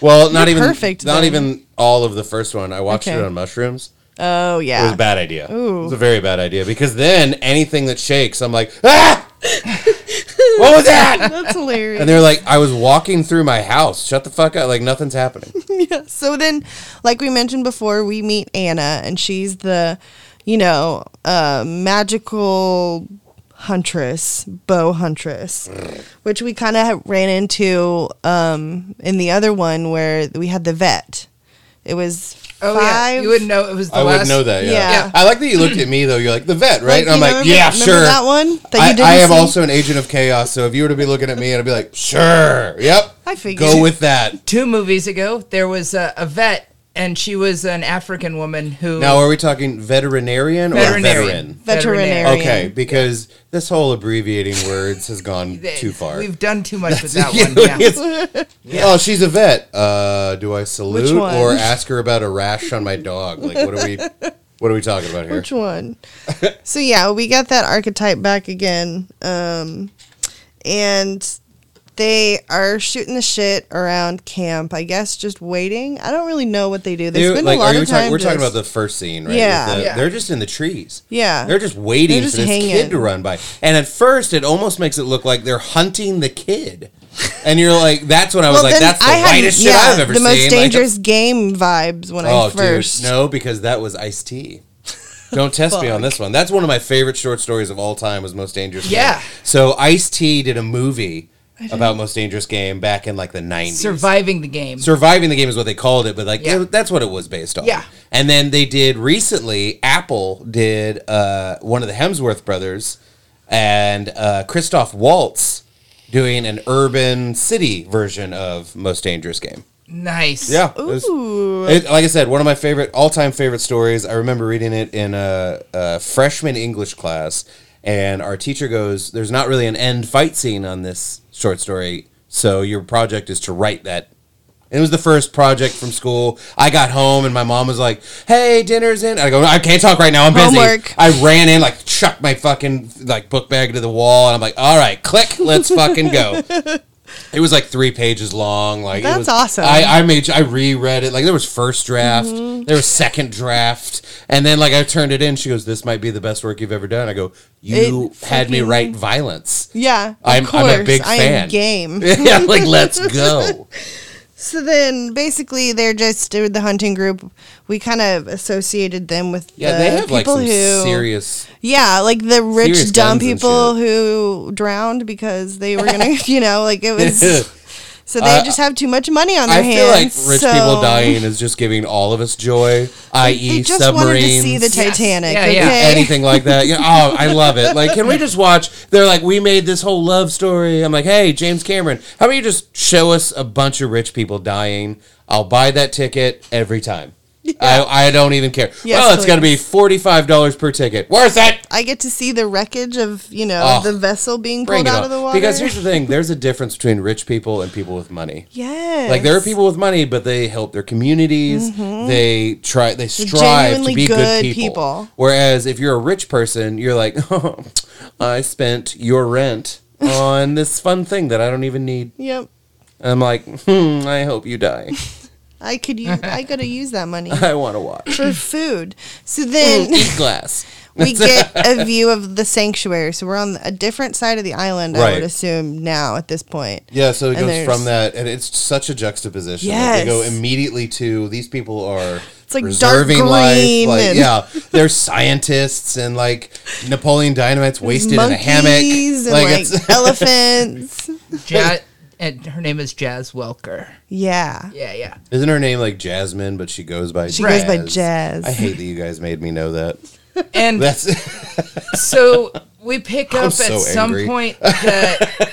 Speaker 3: Well, not even
Speaker 2: perfect,
Speaker 3: Not
Speaker 2: then.
Speaker 3: even all of the first one. I watched it
Speaker 2: Okay.
Speaker 3: on mushrooms.
Speaker 2: Oh
Speaker 3: It was a
Speaker 2: yeah.
Speaker 3: bad idea. It
Speaker 2: Ooh.
Speaker 3: was a very bad idea because then anything that shakes, I'm like, ah! what was that?
Speaker 2: That's hilarious.
Speaker 3: And they're like, I was walking through my house. Shut the fuck up. Like nothing's happening.
Speaker 2: yeah. So then, like we mentioned before, we meet Anna, and she's the, you know, uh, magical huntress, bow huntress, which we kind of ran into um, in the other one where we had the vet. It was
Speaker 1: Oh
Speaker 2: five.
Speaker 1: yeah, you would know it was the
Speaker 3: I
Speaker 1: last.
Speaker 3: would know that. Yeah.
Speaker 2: Yeah.
Speaker 3: I like that you looked at me though. You're like the vet, right?
Speaker 2: Like,
Speaker 3: and I'm
Speaker 2: you
Speaker 3: like,
Speaker 2: remember-
Speaker 3: yeah,
Speaker 2: remember
Speaker 3: sure.
Speaker 2: That one that you
Speaker 3: I,
Speaker 2: didn't
Speaker 3: I am
Speaker 2: see?
Speaker 3: also an agent of chaos. So if you were to be looking at me, I'd be like, sure, yep,
Speaker 2: I figured.
Speaker 3: go with that.
Speaker 1: Two movies ago, there was a, a vet, and she was an African woman who.
Speaker 3: Now, are we talking veterinarian or
Speaker 1: Veterinarian.
Speaker 3: veteran?
Speaker 2: veterinarian.
Speaker 3: Okay, because this whole abbreviating words has gone Oh, too far.
Speaker 1: We've done too much with that one. Yeah.
Speaker 3: Oh, she's a vet. Uh, do I salute
Speaker 2: Which one?
Speaker 3: or ask her about a rash on my dog? Like, what are we, what are we talking about here?
Speaker 2: Which one? so yeah, we got that archetype back again. Um, and they are shooting the shit around camp. I guess just waiting. I don't really know what they do. They
Speaker 3: Dude,
Speaker 2: spend
Speaker 3: like,
Speaker 2: a lot
Speaker 3: are
Speaker 2: of
Speaker 3: we
Speaker 2: time.
Speaker 3: talking, we're talking
Speaker 2: just-
Speaker 3: about the first scene, right?
Speaker 2: Yeah.
Speaker 3: With the-
Speaker 1: Yeah.
Speaker 3: They're just in the trees.
Speaker 2: yeah.
Speaker 3: They're just waiting
Speaker 2: They're just
Speaker 3: for this
Speaker 2: hanging.
Speaker 3: kid to run by. And at first, it almost makes it look like they're hunting the kid. And you're like, that's when I was like,
Speaker 2: then
Speaker 3: that's the
Speaker 2: had-
Speaker 3: whitest shit I've ever
Speaker 2: the
Speaker 3: seen.
Speaker 2: most
Speaker 3: Like, Oh,
Speaker 2: dangerous game vibes when
Speaker 1: Oh,
Speaker 2: I first.
Speaker 3: no, because that was Ice T. Don't test me on this one. That's one of my favorite short stories of all time. Was Most Dangerous. Game.
Speaker 1: Yeah.
Speaker 3: So Ice T did a movie about Most Dangerous Game back in like the nineties.
Speaker 1: Surviving the game.
Speaker 3: Surviving the game is what they called it, but like
Speaker 1: Yeah.
Speaker 3: it- that's what it was based on.
Speaker 1: Yeah.
Speaker 3: And then they did recently. Apple did uh, one of the Hemsworth brothers and uh, Christoph Waltz doing an urban city version of Most Dangerous Game.
Speaker 1: nice.
Speaker 3: Yeah. it was-
Speaker 2: Ooh.
Speaker 3: it- like I said, one of my favorite, all time favorite stories. I remember reading it in a, a freshman English class, and our teacher goes, There's not really an end fight scene on this short story, so your project is to write that. And It was the first project from school. I got home and my mom was like, "Hey, dinner's in." I go, "I can't talk right now. I'm busy."
Speaker 2: Homework.
Speaker 3: I ran in, like, chucked my fucking like book bag to the wall, and I'm like, "All right, click, let's fucking go." It was like three pages long. Like it
Speaker 2: That's
Speaker 3: was-
Speaker 2: awesome. Mm-hmm.
Speaker 3: I, I made I reread it. Like there was first draft, there was second draft, and then like I turned it in. She goes, "This might be the best work you've ever done." I go, "You
Speaker 2: It
Speaker 3: had me
Speaker 2: fucking-
Speaker 3: write violence."
Speaker 2: yeah, of
Speaker 3: I'm- I'm a
Speaker 2: course,
Speaker 3: big
Speaker 2: I
Speaker 3: fan.
Speaker 2: am game.
Speaker 3: yeah, like let's go.
Speaker 2: So then, basically, they're just with the hunting group. We kind of associated them with
Speaker 3: Yeah,
Speaker 2: the
Speaker 3: they have like
Speaker 2: people
Speaker 3: some
Speaker 2: who
Speaker 3: serious.
Speaker 2: Yeah, like the
Speaker 3: Serious
Speaker 2: rich dumb
Speaker 3: guns and
Speaker 2: people who drowned because they were gonna, you know, like it was. So they
Speaker 3: Uh,
Speaker 2: just have too much money on their
Speaker 3: I feel like
Speaker 2: hands.
Speaker 3: rich
Speaker 2: so
Speaker 3: people dying is just giving all of us joy, e i.e.,
Speaker 2: They just wanted to
Speaker 3: submarines.
Speaker 2: see the Titanic.
Speaker 1: Yeah,
Speaker 2: okay?
Speaker 1: yeah.
Speaker 3: anything like that. Yeah. Oh, I love it. Like, can we just watch? They're like, we made this whole love story. I'm like, hey, James Cameron, how about you just show us a bunch of rich people dying? I'll buy that ticket every time. I, I don't even care.
Speaker 2: Yes,
Speaker 3: well, it's going to be
Speaker 2: please.
Speaker 3: $45 per ticket. Worth it.
Speaker 2: I get to see the wreckage of you know
Speaker 3: Oh,
Speaker 2: the vessel being
Speaker 3: Bring
Speaker 2: pulled
Speaker 3: it
Speaker 2: out
Speaker 3: on.
Speaker 2: of the water.
Speaker 3: Because here's the thing there's a difference between rich people and people with money.
Speaker 2: yes, Mm-hmm.
Speaker 3: Like there are people with money, but they help their communities. They try, they strive to
Speaker 2: genuinely
Speaker 3: be good,
Speaker 2: good
Speaker 3: people.
Speaker 2: people.
Speaker 3: Whereas if you're a rich person, you're like, oh, I spent your rent on this fun thing that I don't even need.
Speaker 2: Yep,
Speaker 3: And I'm like, hmm, I hope you die.
Speaker 2: I could use. I gotta use that money
Speaker 3: I want to watch.
Speaker 2: for food. So then
Speaker 3: Eat glass.
Speaker 2: we get a view of the sanctuary. So we're on a different side of the island. I
Speaker 3: Right.
Speaker 2: would assume now at this point.
Speaker 3: Yeah, so it
Speaker 2: And
Speaker 3: goes
Speaker 2: there's-
Speaker 3: from that, and it's such a juxtaposition. Like, they go
Speaker 2: Yes.
Speaker 3: immediately to these people are
Speaker 2: It's like
Speaker 3: preserving
Speaker 2: dark
Speaker 3: life.
Speaker 2: green.
Speaker 3: Like,
Speaker 2: and
Speaker 3: yeah, they're scientists and like Napoleon Dynamite's wasted in a hammock.
Speaker 2: monkeys and,
Speaker 3: like,
Speaker 2: like,
Speaker 3: it's,
Speaker 2: elephants.
Speaker 1: Ja- and her name is Jazz Welker.
Speaker 2: Yeah.
Speaker 1: Yeah, yeah.
Speaker 3: isn't her name like Jasmine, but she goes by
Speaker 2: She
Speaker 1: Right.
Speaker 2: goes by Jazz.
Speaker 3: I hate that you guys made me know that.
Speaker 1: And
Speaker 3: That's
Speaker 1: so we pick up at
Speaker 3: so
Speaker 1: some
Speaker 3: angry.
Speaker 1: point that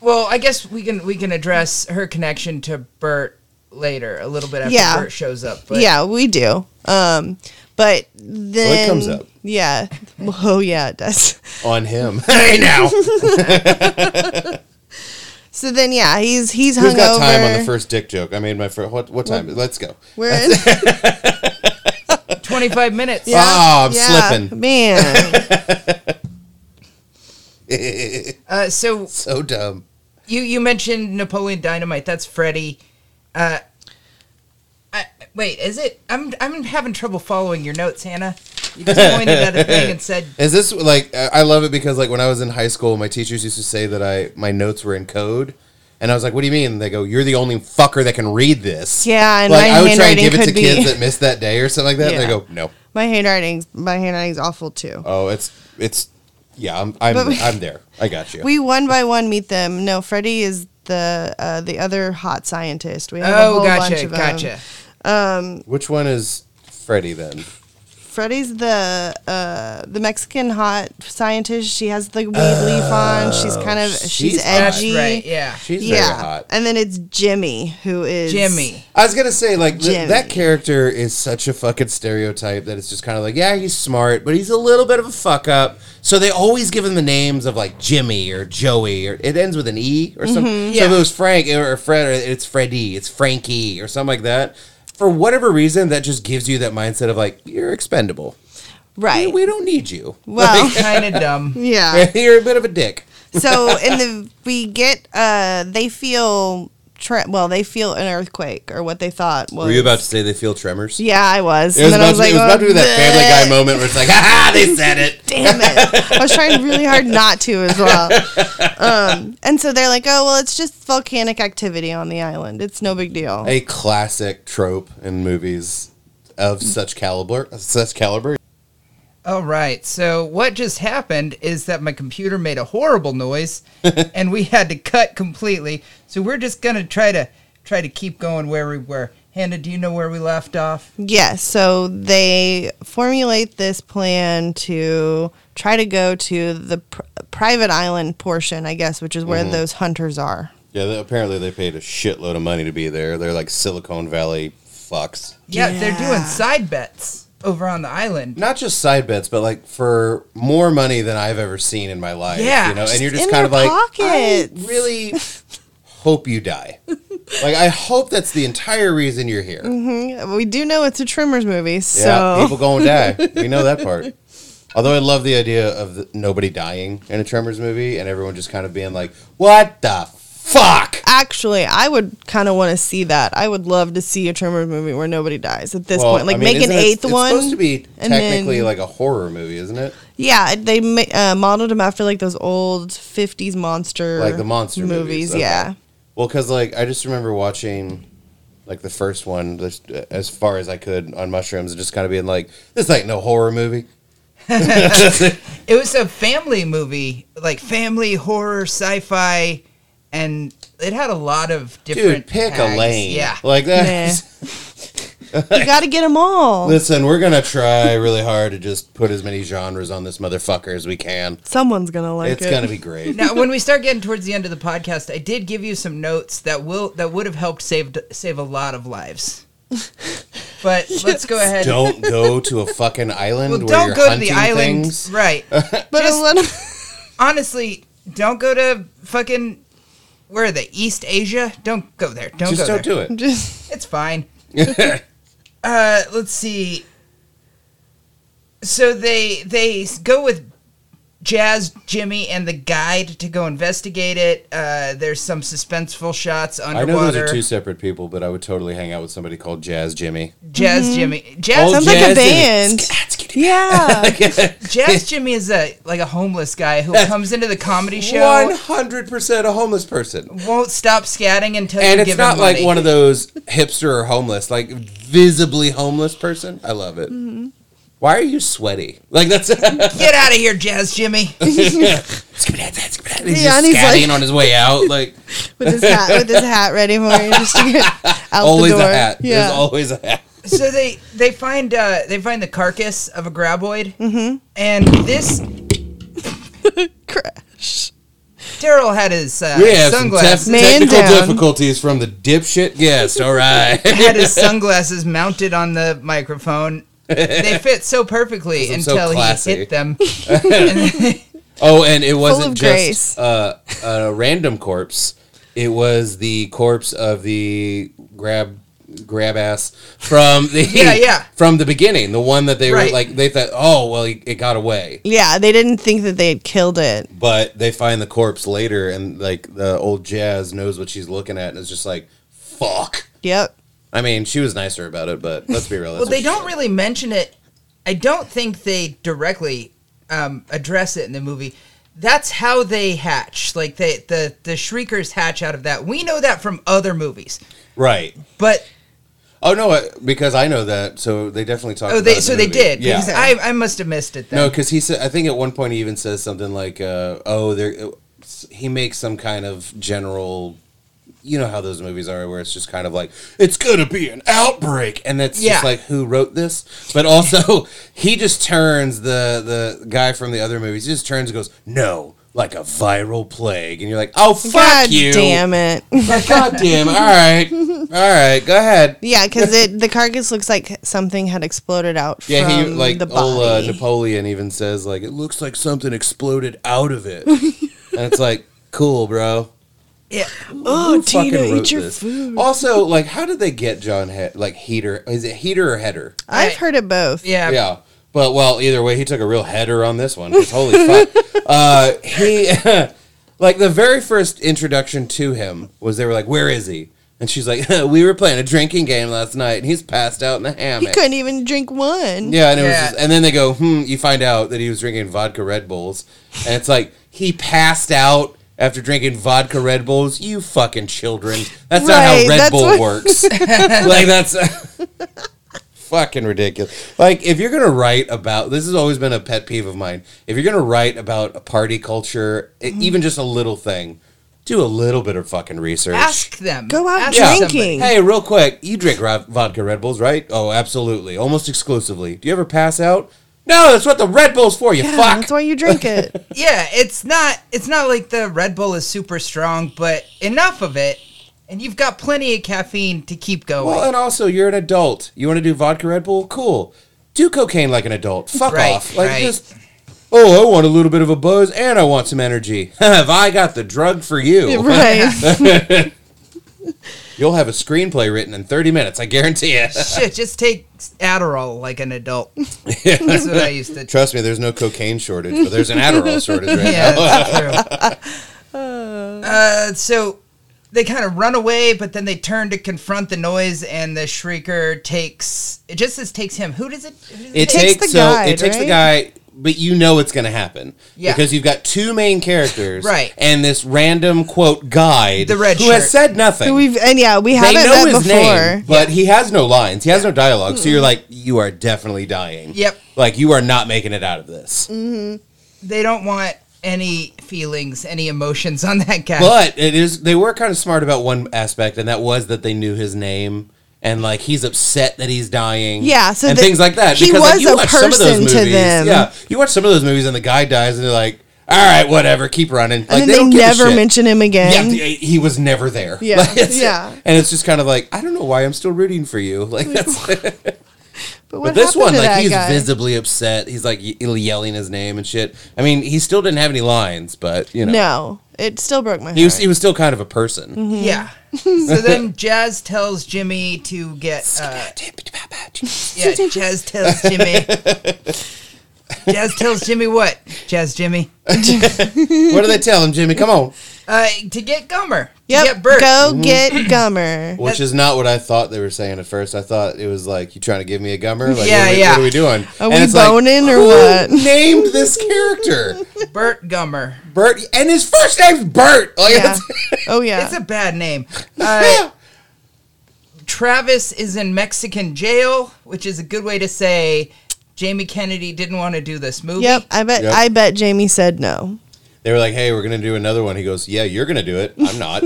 Speaker 1: well i guess we can we can address her connection to bert later a little bit after
Speaker 2: Yeah.
Speaker 1: bert shows up but
Speaker 2: yeah, we do. Um, but then
Speaker 3: comes up.
Speaker 2: Yeah. Oh yeah, it does.
Speaker 3: on him. hey now, who's
Speaker 2: So then yeah, he's he's hungover.
Speaker 3: got time on the first dick joke? I made my first. What what time? Let's go.
Speaker 2: We're in.
Speaker 1: 25 minutes
Speaker 2: Yeah,
Speaker 3: Oh, I'm
Speaker 2: yeah,
Speaker 3: slipping.
Speaker 2: man.
Speaker 1: uh, so
Speaker 3: so dumb.
Speaker 1: you you mentioned napoleon dynamite that's freddy uh I, wait is it i'm i'm having trouble following your notes hannah you just pointed at a thing and said
Speaker 3: Is this like I I love it because like when I was in high school, my teachers used to say that I my notes were in code, and I was like, "What do you mean?" And they go, "You're the only fucker that can read this."
Speaker 2: Yeah, and
Speaker 3: like
Speaker 2: my
Speaker 3: I would try and
Speaker 2: handwriting
Speaker 3: give it
Speaker 2: could
Speaker 3: to
Speaker 2: be.
Speaker 3: kids that missed that day or something like that. And they
Speaker 2: Yeah.
Speaker 3: go, "No,
Speaker 2: my handwriting's my handwriting's awful too.
Speaker 3: oh, it's it's yeah, I'm I'm,
Speaker 2: But we-
Speaker 3: I'm there. I got you."
Speaker 2: We one by one meet them. No, Freddie is the uh, the other hot scientist. We have a
Speaker 1: oh
Speaker 2: whole bunch
Speaker 1: gotcha
Speaker 2: of
Speaker 1: gotcha
Speaker 2: them.
Speaker 3: Which one is Freddy then?
Speaker 2: Freddie's the uh, the Mexican hot scientist. She has the weed leaf on. She's kind of she's,
Speaker 3: Oh, she's hot.
Speaker 1: that's
Speaker 2: edgy.
Speaker 1: right yeah
Speaker 3: She's very
Speaker 2: yeah,
Speaker 3: hot.
Speaker 2: and then it's Jimmy who is
Speaker 1: jimmy
Speaker 3: I was gonna say like th-
Speaker 2: Jimmy.
Speaker 3: that character is such a fucking stereotype that it's just kind of like yeah he's smart but he's a little bit of a fuck up so they always give him the names of like Jimmy or Joey or it ends with an E or
Speaker 2: Mm-hmm.
Speaker 3: something so if
Speaker 1: Yeah.
Speaker 3: it was Frank or Fred or it's Freddy it's Frankie or something like that for whatever reason that just gives you that mindset of like you're expendable
Speaker 2: right.
Speaker 3: we don't need you
Speaker 2: Well,
Speaker 1: kind of dumb
Speaker 2: yeah.
Speaker 3: Like, you're a bit of a dick
Speaker 2: so in the we get uh they feel tra- well they feel an earthquake or what they thought was
Speaker 3: were you about to say they feel tremors
Speaker 2: yeah i was
Speaker 3: it was,
Speaker 2: and then i was
Speaker 3: about to,
Speaker 2: like
Speaker 3: it was about to be that Family
Speaker 2: "Bleh."
Speaker 3: Guy moment where it's like, ha ha, they said it.
Speaker 2: damn it i was trying really hard not to as well um and so they're like oh well it's just volcanic activity on the island it's no big deal
Speaker 3: a classic trope in movies of such caliber. Such caliber.
Speaker 1: All right. So what just happened is that my computer made a horrible noise, and we had to cut completely. So we're just gonna try to try to keep going where we were. Hannah, do you know where we left off?
Speaker 2: Yes, so they formulate this plan to try to go to the pr- private island portion, I guess, which is where
Speaker 3: Mm-hmm.
Speaker 2: those hunters are.
Speaker 3: Yeah, they, apparently they paid a shitload of money to be there. They're like Silicon Valley fucks.
Speaker 1: Yeah, they're doing
Speaker 2: Yeah.
Speaker 1: side bets over on the island.
Speaker 3: Not just side bets, but like for more money than I've ever seen in my life.
Speaker 1: Yeah.
Speaker 3: you know, and you're
Speaker 2: Just
Speaker 3: just
Speaker 2: in
Speaker 3: kind of
Speaker 2: their
Speaker 3: like, I
Speaker 2: pockets."
Speaker 3: really hope you die. Like, I hope that's the entire reason you're here.
Speaker 2: We do know it's a Tremors movie,
Speaker 3: Yeah,
Speaker 2: so
Speaker 3: people gonna die. We know that part. Although I love the idea of the, nobody dying in a Tremors movie and everyone just kind of being like, "What the fuck?"
Speaker 2: actually, I would kind of want to see that. I would love to see a Tremors movie where nobody dies at this
Speaker 3: Well,
Speaker 2: point. Like,
Speaker 3: I mean,
Speaker 2: make an
Speaker 3: isn't it-
Speaker 2: eighth
Speaker 3: it's
Speaker 2: one.
Speaker 3: supposed to be
Speaker 2: and
Speaker 3: technically
Speaker 2: then-
Speaker 3: like a horror movie, isn't it?
Speaker 2: yeah, they ma- uh, modeled him after like those old 50s monster
Speaker 3: Like the monster movies, okay.
Speaker 2: Yeah.
Speaker 3: Well, because like I just remember watching like the first one just, uh, as far as I could on mushrooms and just kind of being like, "This ain't no horror movie."
Speaker 1: It was a family movie, like family horror, sci-fi, and it had a lot of different.
Speaker 3: Dude, pick a
Speaker 1: tags.
Speaker 3: lane.
Speaker 1: Yeah.
Speaker 3: like that.
Speaker 2: Nah. You got to get them all.
Speaker 3: Listen, we're gonna try really hard to just put as many genres on this motherfucker as we can.
Speaker 2: Someone's gonna like
Speaker 3: it's
Speaker 2: it.
Speaker 3: gonna be great.
Speaker 1: now, when we start getting towards the end of the podcast, I did give you some notes that will that would have helped save save a lot of lives. But let's go ahead.
Speaker 3: don't go to a fucking island
Speaker 1: well,
Speaker 3: where
Speaker 1: don't
Speaker 3: you're
Speaker 1: go to
Speaker 3: hunting
Speaker 1: the island,
Speaker 3: things.
Speaker 1: right?
Speaker 2: But
Speaker 1: Just-
Speaker 2: a little,
Speaker 1: Honestly, don't go to fucking where are they? East Asia? Don't go there. Don't
Speaker 3: Just
Speaker 1: go
Speaker 3: don't
Speaker 1: there.
Speaker 3: do it.
Speaker 2: just
Speaker 1: It's fine. uh, let's see. So they they s- go with Jazz, Jimmy, and the guide to go investigate it. Uh, there's some suspenseful shots
Speaker 3: I know those
Speaker 1: underwater.
Speaker 3: are two separate people, but I would totally hang out with somebody called Jazz Jimmy.
Speaker 1: Jazz, um, Jimmy, Jazz.
Speaker 2: Sounds like a
Speaker 3: Jazz and-
Speaker 2: band. Yeah.
Speaker 1: Jazz Jimmy is a like a homeless guy who comes into the comedy show,
Speaker 3: One hundred percent a homeless person.
Speaker 1: won't stop scatting until
Speaker 3: and
Speaker 1: you
Speaker 3: it's
Speaker 1: give
Speaker 3: not
Speaker 1: him
Speaker 3: like
Speaker 1: money.
Speaker 3: one of those hipster or homeless, like visibly homeless person. I love it.
Speaker 1: Mm-hmm.
Speaker 3: Why are you sweaty? Like that's
Speaker 1: Get out of here, Jazz Jimmy.
Speaker 3: Skibbity-dad-dad-skibbity-dad. he's
Speaker 2: Yeah,
Speaker 3: just
Speaker 2: and he's
Speaker 3: scatting
Speaker 2: like-
Speaker 3: on his way out. Like
Speaker 2: with his hat with his hat ready for him just to get out
Speaker 3: always
Speaker 2: the door.
Speaker 3: a hat.
Speaker 2: Yeah.
Speaker 3: There's always a hat.
Speaker 1: so they they find uh they find the carcass of a graboid, mm-hmm. and this
Speaker 2: Crash.
Speaker 1: Daryl had his uh,
Speaker 3: We have some
Speaker 1: sunglasses.
Speaker 3: tef-
Speaker 2: Man
Speaker 3: technical
Speaker 2: down.
Speaker 3: difficulties from the dipshit guest. All right.
Speaker 1: had his sunglasses mounted on the microphone. They fit so perfectly
Speaker 3: I'm so
Speaker 1: until he
Speaker 3: classy.
Speaker 1: hit them. And then-
Speaker 3: Oh, and it wasn't
Speaker 2: of grace.
Speaker 3: just uh, a random corpse. It was the corpse of the grab grab ass from the
Speaker 1: Yeah, yeah.
Speaker 3: from the beginning. The one that they
Speaker 1: Right.
Speaker 3: were like they thought, oh well, he- it got away.
Speaker 2: Yeah, they didn't think that they had killed it.
Speaker 3: But they find the corpse later, and like the old Jazz knows what she's looking at, and is just like, fuck.
Speaker 2: Yep.
Speaker 3: I mean, she was nicer about it, but let's be real.
Speaker 1: well, they don't really mention it. I don't think they directly um, address it in the movie. That's how they hatch. Like they the the shriekers hatch out of that. We know that from other movies,
Speaker 3: right.
Speaker 1: but
Speaker 3: Oh no, uh, because I know that, so they definitely talked.
Speaker 1: oh,
Speaker 3: about it
Speaker 1: they
Speaker 3: in
Speaker 1: so
Speaker 3: the
Speaker 1: they
Speaker 3: movie.
Speaker 1: did.
Speaker 3: Yeah,
Speaker 1: because I I must have missed it. Then.
Speaker 3: No, because he said. I think at one point he even says something like, uh, "Oh, there." He makes some kind of general. You know how those movies are, where it's just kind of like it's gonna be an outbreak, and that's
Speaker 1: Yeah.
Speaker 3: just like who wrote this. But also, he just turns the the guy from the other movies. He just turns and goes, "No." Like a viral plague, and you're like, "Oh fuck
Speaker 2: God
Speaker 3: you,
Speaker 2: damn it.
Speaker 3: God damn! All right, all right, go ahead."
Speaker 2: Yeah, because it the carcass looks like something had exploded out
Speaker 3: Yeah,
Speaker 2: from
Speaker 3: he like
Speaker 2: the
Speaker 3: old uh,
Speaker 2: body.
Speaker 3: Napoleon even says like it looks like something exploded out of it, and it's like cool, bro.
Speaker 1: Yeah.
Speaker 2: oh,
Speaker 3: Fucking
Speaker 2: Tina,
Speaker 3: wrote
Speaker 2: eat your
Speaker 3: this.
Speaker 2: food.
Speaker 3: Also, like, how did they get John he- like heater? Is it heater or header?
Speaker 2: I've heard it both.
Speaker 1: Yeah.
Speaker 3: Yeah, but well, either way, he took a real header on this one. 'cause Holy fuck! Uh, he like the very first introduction to him was they were like, "Where is he?" And she's like, "We were playing a drinking game last night, and he's passed out in the
Speaker 2: He
Speaker 3: hammock."
Speaker 2: couldn't even drink one.
Speaker 3: Yeah, and it
Speaker 1: Yeah.
Speaker 3: was, just, and then they go, hmm. You find out that he was drinking vodka Red Bulls, and it's like he passed out after drinking vodka Red Bulls. You fucking children! That's not
Speaker 2: Right,
Speaker 3: how Red
Speaker 2: that's
Speaker 3: Bull
Speaker 2: what-
Speaker 3: works. like that's fucking ridiculous. Like if you're gonna write about this has always been a pet peeve of mine. If you're gonna write about a party culture, e- even just a little thing, do a little bit of fucking research.
Speaker 1: Ask them.
Speaker 2: Go out
Speaker 1: Ask
Speaker 3: Yeah.
Speaker 2: drinking.
Speaker 3: Hey, real quick, you drink ro- vodka Red Bulls, right? Oh, absolutely, almost exclusively. Do you ever pass out? No, that's what the Red Bulls for. You
Speaker 2: Yeah,
Speaker 3: fuck.
Speaker 2: That's why you drink it.
Speaker 1: Yeah, it's not it's not like the Red Bull is super strong, but enough of it, and you've got plenty of caffeine to keep going.
Speaker 3: well, and also you're an adult. You want to do vodka Red Bull? Cool. Do cocaine like an adult. Fuck
Speaker 1: Right,
Speaker 3: off. Like
Speaker 1: right.
Speaker 3: just. Oh, I want a little bit of a buzz, and I want some energy. have I got the drug for you?
Speaker 2: right.
Speaker 3: You'll have a screenplay written in 30 minutes. I guarantee it.
Speaker 1: Shit, just take Adderall like an adult. That's what I used to.
Speaker 3: Trust me, there's no cocaine shortage, but there's an Adderall shortage right
Speaker 1: Yeah,
Speaker 3: now.
Speaker 1: that's true. Uh, so they kind of run away, but then they turn to confront the noise, and the shrieker takes. It just says takes him. Who does it? Who does take?
Speaker 3: it takes,
Speaker 2: the
Speaker 3: so
Speaker 2: guide,
Speaker 3: it takes the guy but you know it's going to happen
Speaker 1: Yeah.
Speaker 3: because you've got two main characters
Speaker 1: Right.
Speaker 3: and this random quote guide
Speaker 1: The red
Speaker 3: who
Speaker 1: shirt.
Speaker 3: has said nothing
Speaker 2: We've and yeah, we
Speaker 3: they
Speaker 2: haven't
Speaker 3: know
Speaker 2: met
Speaker 3: his
Speaker 2: before.
Speaker 3: name but he has no lines he has no dialogue so you're like you are definitely dying
Speaker 1: Yep.
Speaker 3: like you are not making it out of this
Speaker 1: They don't want any feelings, any emotions on that guy.
Speaker 3: but it is they were kind of smart about one aspect and that was that they knew his name and like he's upset that he's dying
Speaker 2: Yeah, so
Speaker 3: and
Speaker 2: the-
Speaker 3: things like that
Speaker 2: he was a person to them.
Speaker 3: yeah you watch some of those movies and the guy dies and they're like all right whatever keep running like
Speaker 2: and then they,
Speaker 3: don't give a
Speaker 2: never
Speaker 3: shit.
Speaker 2: mention him
Speaker 3: yeah,
Speaker 2: again.
Speaker 3: th- he was never there.
Speaker 2: Yeah,
Speaker 3: Like, it's-
Speaker 2: yeah.
Speaker 3: And it's just kind of like I don't know why I'm still rooting for you. Like that's,
Speaker 2: what
Speaker 3: but this
Speaker 2: happened
Speaker 3: one,
Speaker 2: to
Speaker 3: like
Speaker 2: that
Speaker 3: he's
Speaker 2: guy?
Speaker 3: visibly upset. He's like ye- yelling his name and shit. I mean, he still didn't have any lines, but you know,
Speaker 2: No, Mm-hmm. it still broke my heart.
Speaker 3: he was he was still kind of a person.
Speaker 1: Yeah. so then Jazz tells Jimmy
Speaker 3: Uh,
Speaker 1: to get. Uh, yeah, Jazz tells Jimmy Jazz tells Jimmy what? Jazz Jimmy.
Speaker 3: What do they tell him, Jimmy? Come on.
Speaker 1: Uh, to get Gummer.
Speaker 2: Yep.
Speaker 1: To get Bert.
Speaker 3: Mm-hmm.
Speaker 2: Go get Gummer.
Speaker 3: Which is not what I thought they were saying at first. I thought it was like, you trying to give me a gummer? Like,
Speaker 1: Yeah,
Speaker 3: what are we,
Speaker 1: yeah.
Speaker 3: What are we doing?
Speaker 2: Are we boning or
Speaker 3: who
Speaker 2: what?
Speaker 3: named this character?
Speaker 1: Bert Gummer.
Speaker 3: Bert. And his first name's Bert. Like,
Speaker 2: Yeah.
Speaker 3: it's-
Speaker 2: Oh yeah.
Speaker 1: It's a bad name. Uh, Travis is in Mexican jail, which is a good way to say Jamie Kennedy didn't want to do this movie.
Speaker 2: yep. I bet.
Speaker 3: Yep.
Speaker 2: I bet Jamie said no.
Speaker 3: They were like, hey, we're going to do another one. He goes, yeah, you're going to do it. I'm not.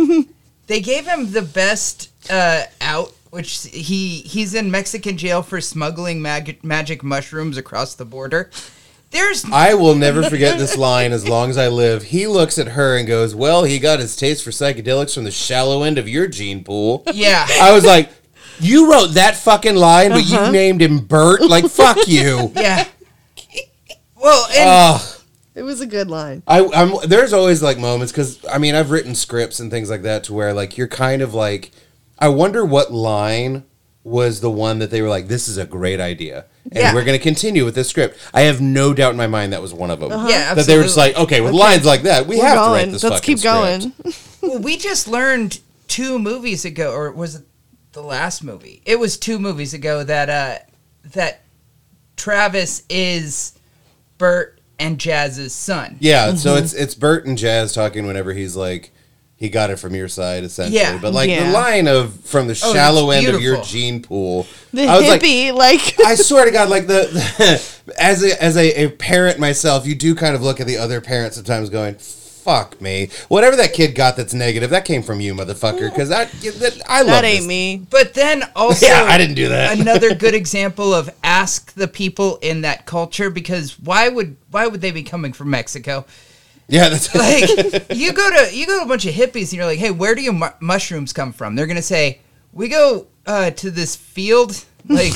Speaker 1: They gave him the best uh, out, which he he's in Mexican jail for smuggling mag- magic mushrooms across the border. There's
Speaker 3: I will never forget this line as long as I live. He looks at her and goes, well, he got his taste for psychedelics from the shallow end of your gene pool.
Speaker 1: yeah.
Speaker 3: I was like, you wrote that fucking line, but
Speaker 2: Uh-huh.
Speaker 3: you named him Bert? Like, fuck you.
Speaker 1: Yeah. Well, and
Speaker 3: Ugh.
Speaker 2: It was a good line.
Speaker 3: I, I'm there's always like moments because I mean I've written scripts and things like that to where like you're kind of like I wonder what line was the one that they were like this is a great idea and
Speaker 1: Yeah.
Speaker 3: we're going to continue with this script. I have no doubt in my mind that was one of them.
Speaker 1: Yeah,
Speaker 3: Uh, that they were just
Speaker 1: absolutely.
Speaker 3: like okay with lines like that we
Speaker 2: Uh-huh. We're
Speaker 3: have to
Speaker 2: going.
Speaker 3: write this.
Speaker 2: Let's
Speaker 3: fucking
Speaker 2: keep going.
Speaker 3: script.
Speaker 1: well, we just learned two movies ago, or was it the last movie? It was two movies ago that uh, that Travis is Bert and Jazz's son.
Speaker 3: Yeah, so it's it's Bert and Jazz talking whenever he's like. He got it from your side, essentially.
Speaker 1: Yeah.
Speaker 3: But like
Speaker 2: Yeah.
Speaker 3: the line of from the
Speaker 1: Oh,
Speaker 3: shallow
Speaker 1: it's
Speaker 3: end of your
Speaker 1: beautiful.
Speaker 3: gene pool.
Speaker 2: The
Speaker 3: I was like,
Speaker 2: hippie, like,
Speaker 3: I swear to God, like the as a, as a, a parent myself, you do kind of look at the other parent sometimes, going, "Fuck me, whatever that kid got that's negative, that came from you, motherfucker." Because I that, I love
Speaker 2: that ain't
Speaker 3: this.
Speaker 2: me.
Speaker 1: But then also,
Speaker 3: Yeah, I didn't do that.
Speaker 1: another good example of ask the people in that culture because why would why would they be coming from Mexico?
Speaker 3: Yeah, that's
Speaker 1: Like you go to you go to a bunch of hippies and you're like, hey, where do your mu- mushrooms come from? They're gonna say we go uh, to this field like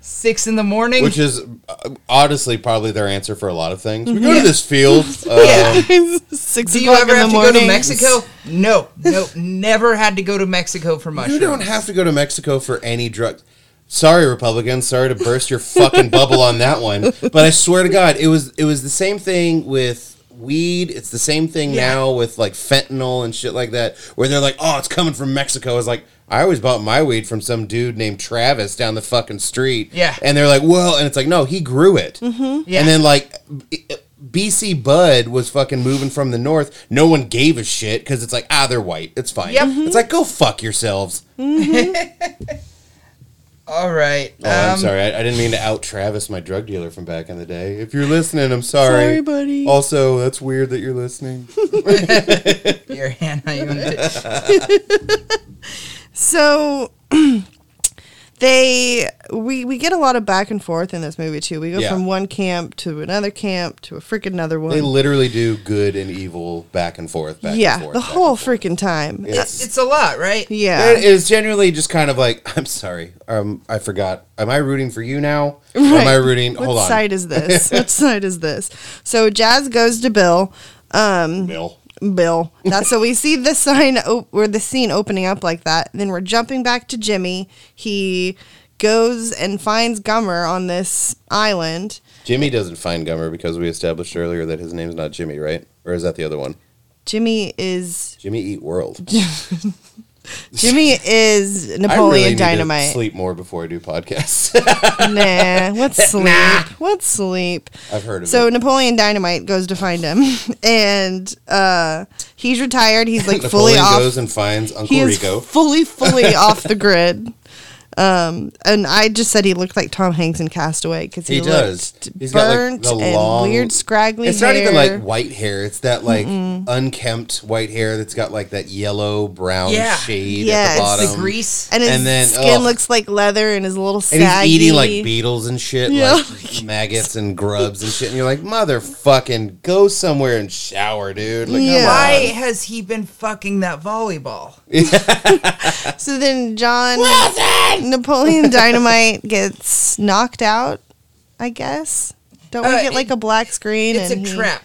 Speaker 1: six in the morning.
Speaker 3: which is uh, honestly probably their answer for a lot of things. We go to this field. Uh,
Speaker 1: yeah.
Speaker 2: Six
Speaker 1: Do you
Speaker 2: o'clock
Speaker 1: ever
Speaker 2: in the
Speaker 1: have to
Speaker 2: morning.
Speaker 1: go to Mexico? No, no, never had to go to Mexico for mushrooms.
Speaker 3: You don't have to go to Mexico for any drug. Sorry, Republicans. Sorry to burst your fucking bubble on that one. But I swear to God, it was it was the same thing with weed. It's the same thing
Speaker 1: Yeah.
Speaker 3: now with like fentanyl and shit like that, where they're like, "Oh, it's coming from Mexico." I was like, I always bought my weed from some dude named Travis down the fucking street.
Speaker 1: Yeah. Mm-hmm.
Speaker 3: and they're like, "Well," and it's like, "No, he grew it."
Speaker 1: Yeah.
Speaker 3: And then like. BC Bud was fucking moving from the north. No one gave a shit because it's like, ah, they're white. It's fine.
Speaker 1: Yep.
Speaker 3: It's like, go fuck yourselves.
Speaker 1: All right. um,
Speaker 3: Oh,
Speaker 2: Um,
Speaker 3: I'm sorry. I, I didn't mean to out Travis, my drug dealer from back in the day. If you're listening, I'm sorry.
Speaker 2: Sorry,
Speaker 3: Oh,
Speaker 2: buddy.
Speaker 3: Also, that's weird that you're listening.
Speaker 1: Your hand, I even did-
Speaker 2: So they we we get a lot of back and forth in this movie too. We go
Speaker 3: Yeah.
Speaker 2: from one camp to another camp to a freaking another one.
Speaker 3: they literally do good and evil back and forth, back
Speaker 2: yeah,
Speaker 3: and forth.
Speaker 2: the
Speaker 3: back
Speaker 2: whole
Speaker 3: and forth.
Speaker 2: freaking time.
Speaker 3: It's,
Speaker 1: It's a lot, right?
Speaker 2: yeah.
Speaker 3: it is generally just kind of like, I'm sorry. Um, I forgot. Am I rooting for you now? Or Am I
Speaker 2: Right.
Speaker 3: rooting?
Speaker 2: What
Speaker 3: hold on.
Speaker 2: side is this? what side is this? So Jazz goes to Bill.
Speaker 3: Bill.
Speaker 2: Bill. That's so we see the sign o- or the scene opening up like that. Then we're jumping back to Jimmy. He goes and finds Gummer on this island.
Speaker 3: Jimmy doesn't find Gummer because we established earlier that his name's not Jimmy, right? Or is that the other one?
Speaker 2: Jimmy is
Speaker 3: Jimmy Eat World.
Speaker 2: Jimmy is
Speaker 3: I
Speaker 2: Napoleon
Speaker 3: really need to
Speaker 2: Dynamite.
Speaker 3: sleep more before I do podcasts.
Speaker 2: nah, what's sleep? What's sleep?
Speaker 3: I've heard of
Speaker 2: So
Speaker 3: it.
Speaker 2: Napoleon Dynamite goes to find him, and uh, he's retired. He's like fully
Speaker 3: Napoleon
Speaker 2: off.
Speaker 3: goes and finds Uncle
Speaker 2: he is
Speaker 3: Rico.
Speaker 2: fully, fully off the grid. Um, and I just said he looked like Tom Hanks in Castaway because he,
Speaker 3: He does.
Speaker 2: looked
Speaker 3: He's got, like,
Speaker 2: burnt
Speaker 3: the
Speaker 2: and
Speaker 3: long-
Speaker 2: weird, scraggly.
Speaker 3: It's
Speaker 2: hair.
Speaker 3: not even like white hair. It's that like unkempt white hair that's got like that yellow brown
Speaker 1: Yeah.
Speaker 3: shade
Speaker 2: Yeah,
Speaker 3: at
Speaker 2: it's
Speaker 3: the
Speaker 2: the
Speaker 3: bottom.
Speaker 1: The grease.
Speaker 2: and his
Speaker 3: and then,
Speaker 2: skin
Speaker 3: ugh.
Speaker 2: looks like leather, and is a little
Speaker 3: and
Speaker 2: saggy.
Speaker 3: he's eating like beetles and shit,
Speaker 2: Yeah.
Speaker 3: like maggots and grubs and shit. And you're like, motherfucking, go somewhere and shower, dude. Like, come
Speaker 2: Yeah.
Speaker 1: Why
Speaker 3: on.
Speaker 1: has he been fucking that volleyball?
Speaker 2: So then John Napoleon Dynamite gets knocked out, I guess. Don't we
Speaker 1: Uh,
Speaker 2: get like a black screen?
Speaker 1: It's a
Speaker 2: and he-
Speaker 1: trap.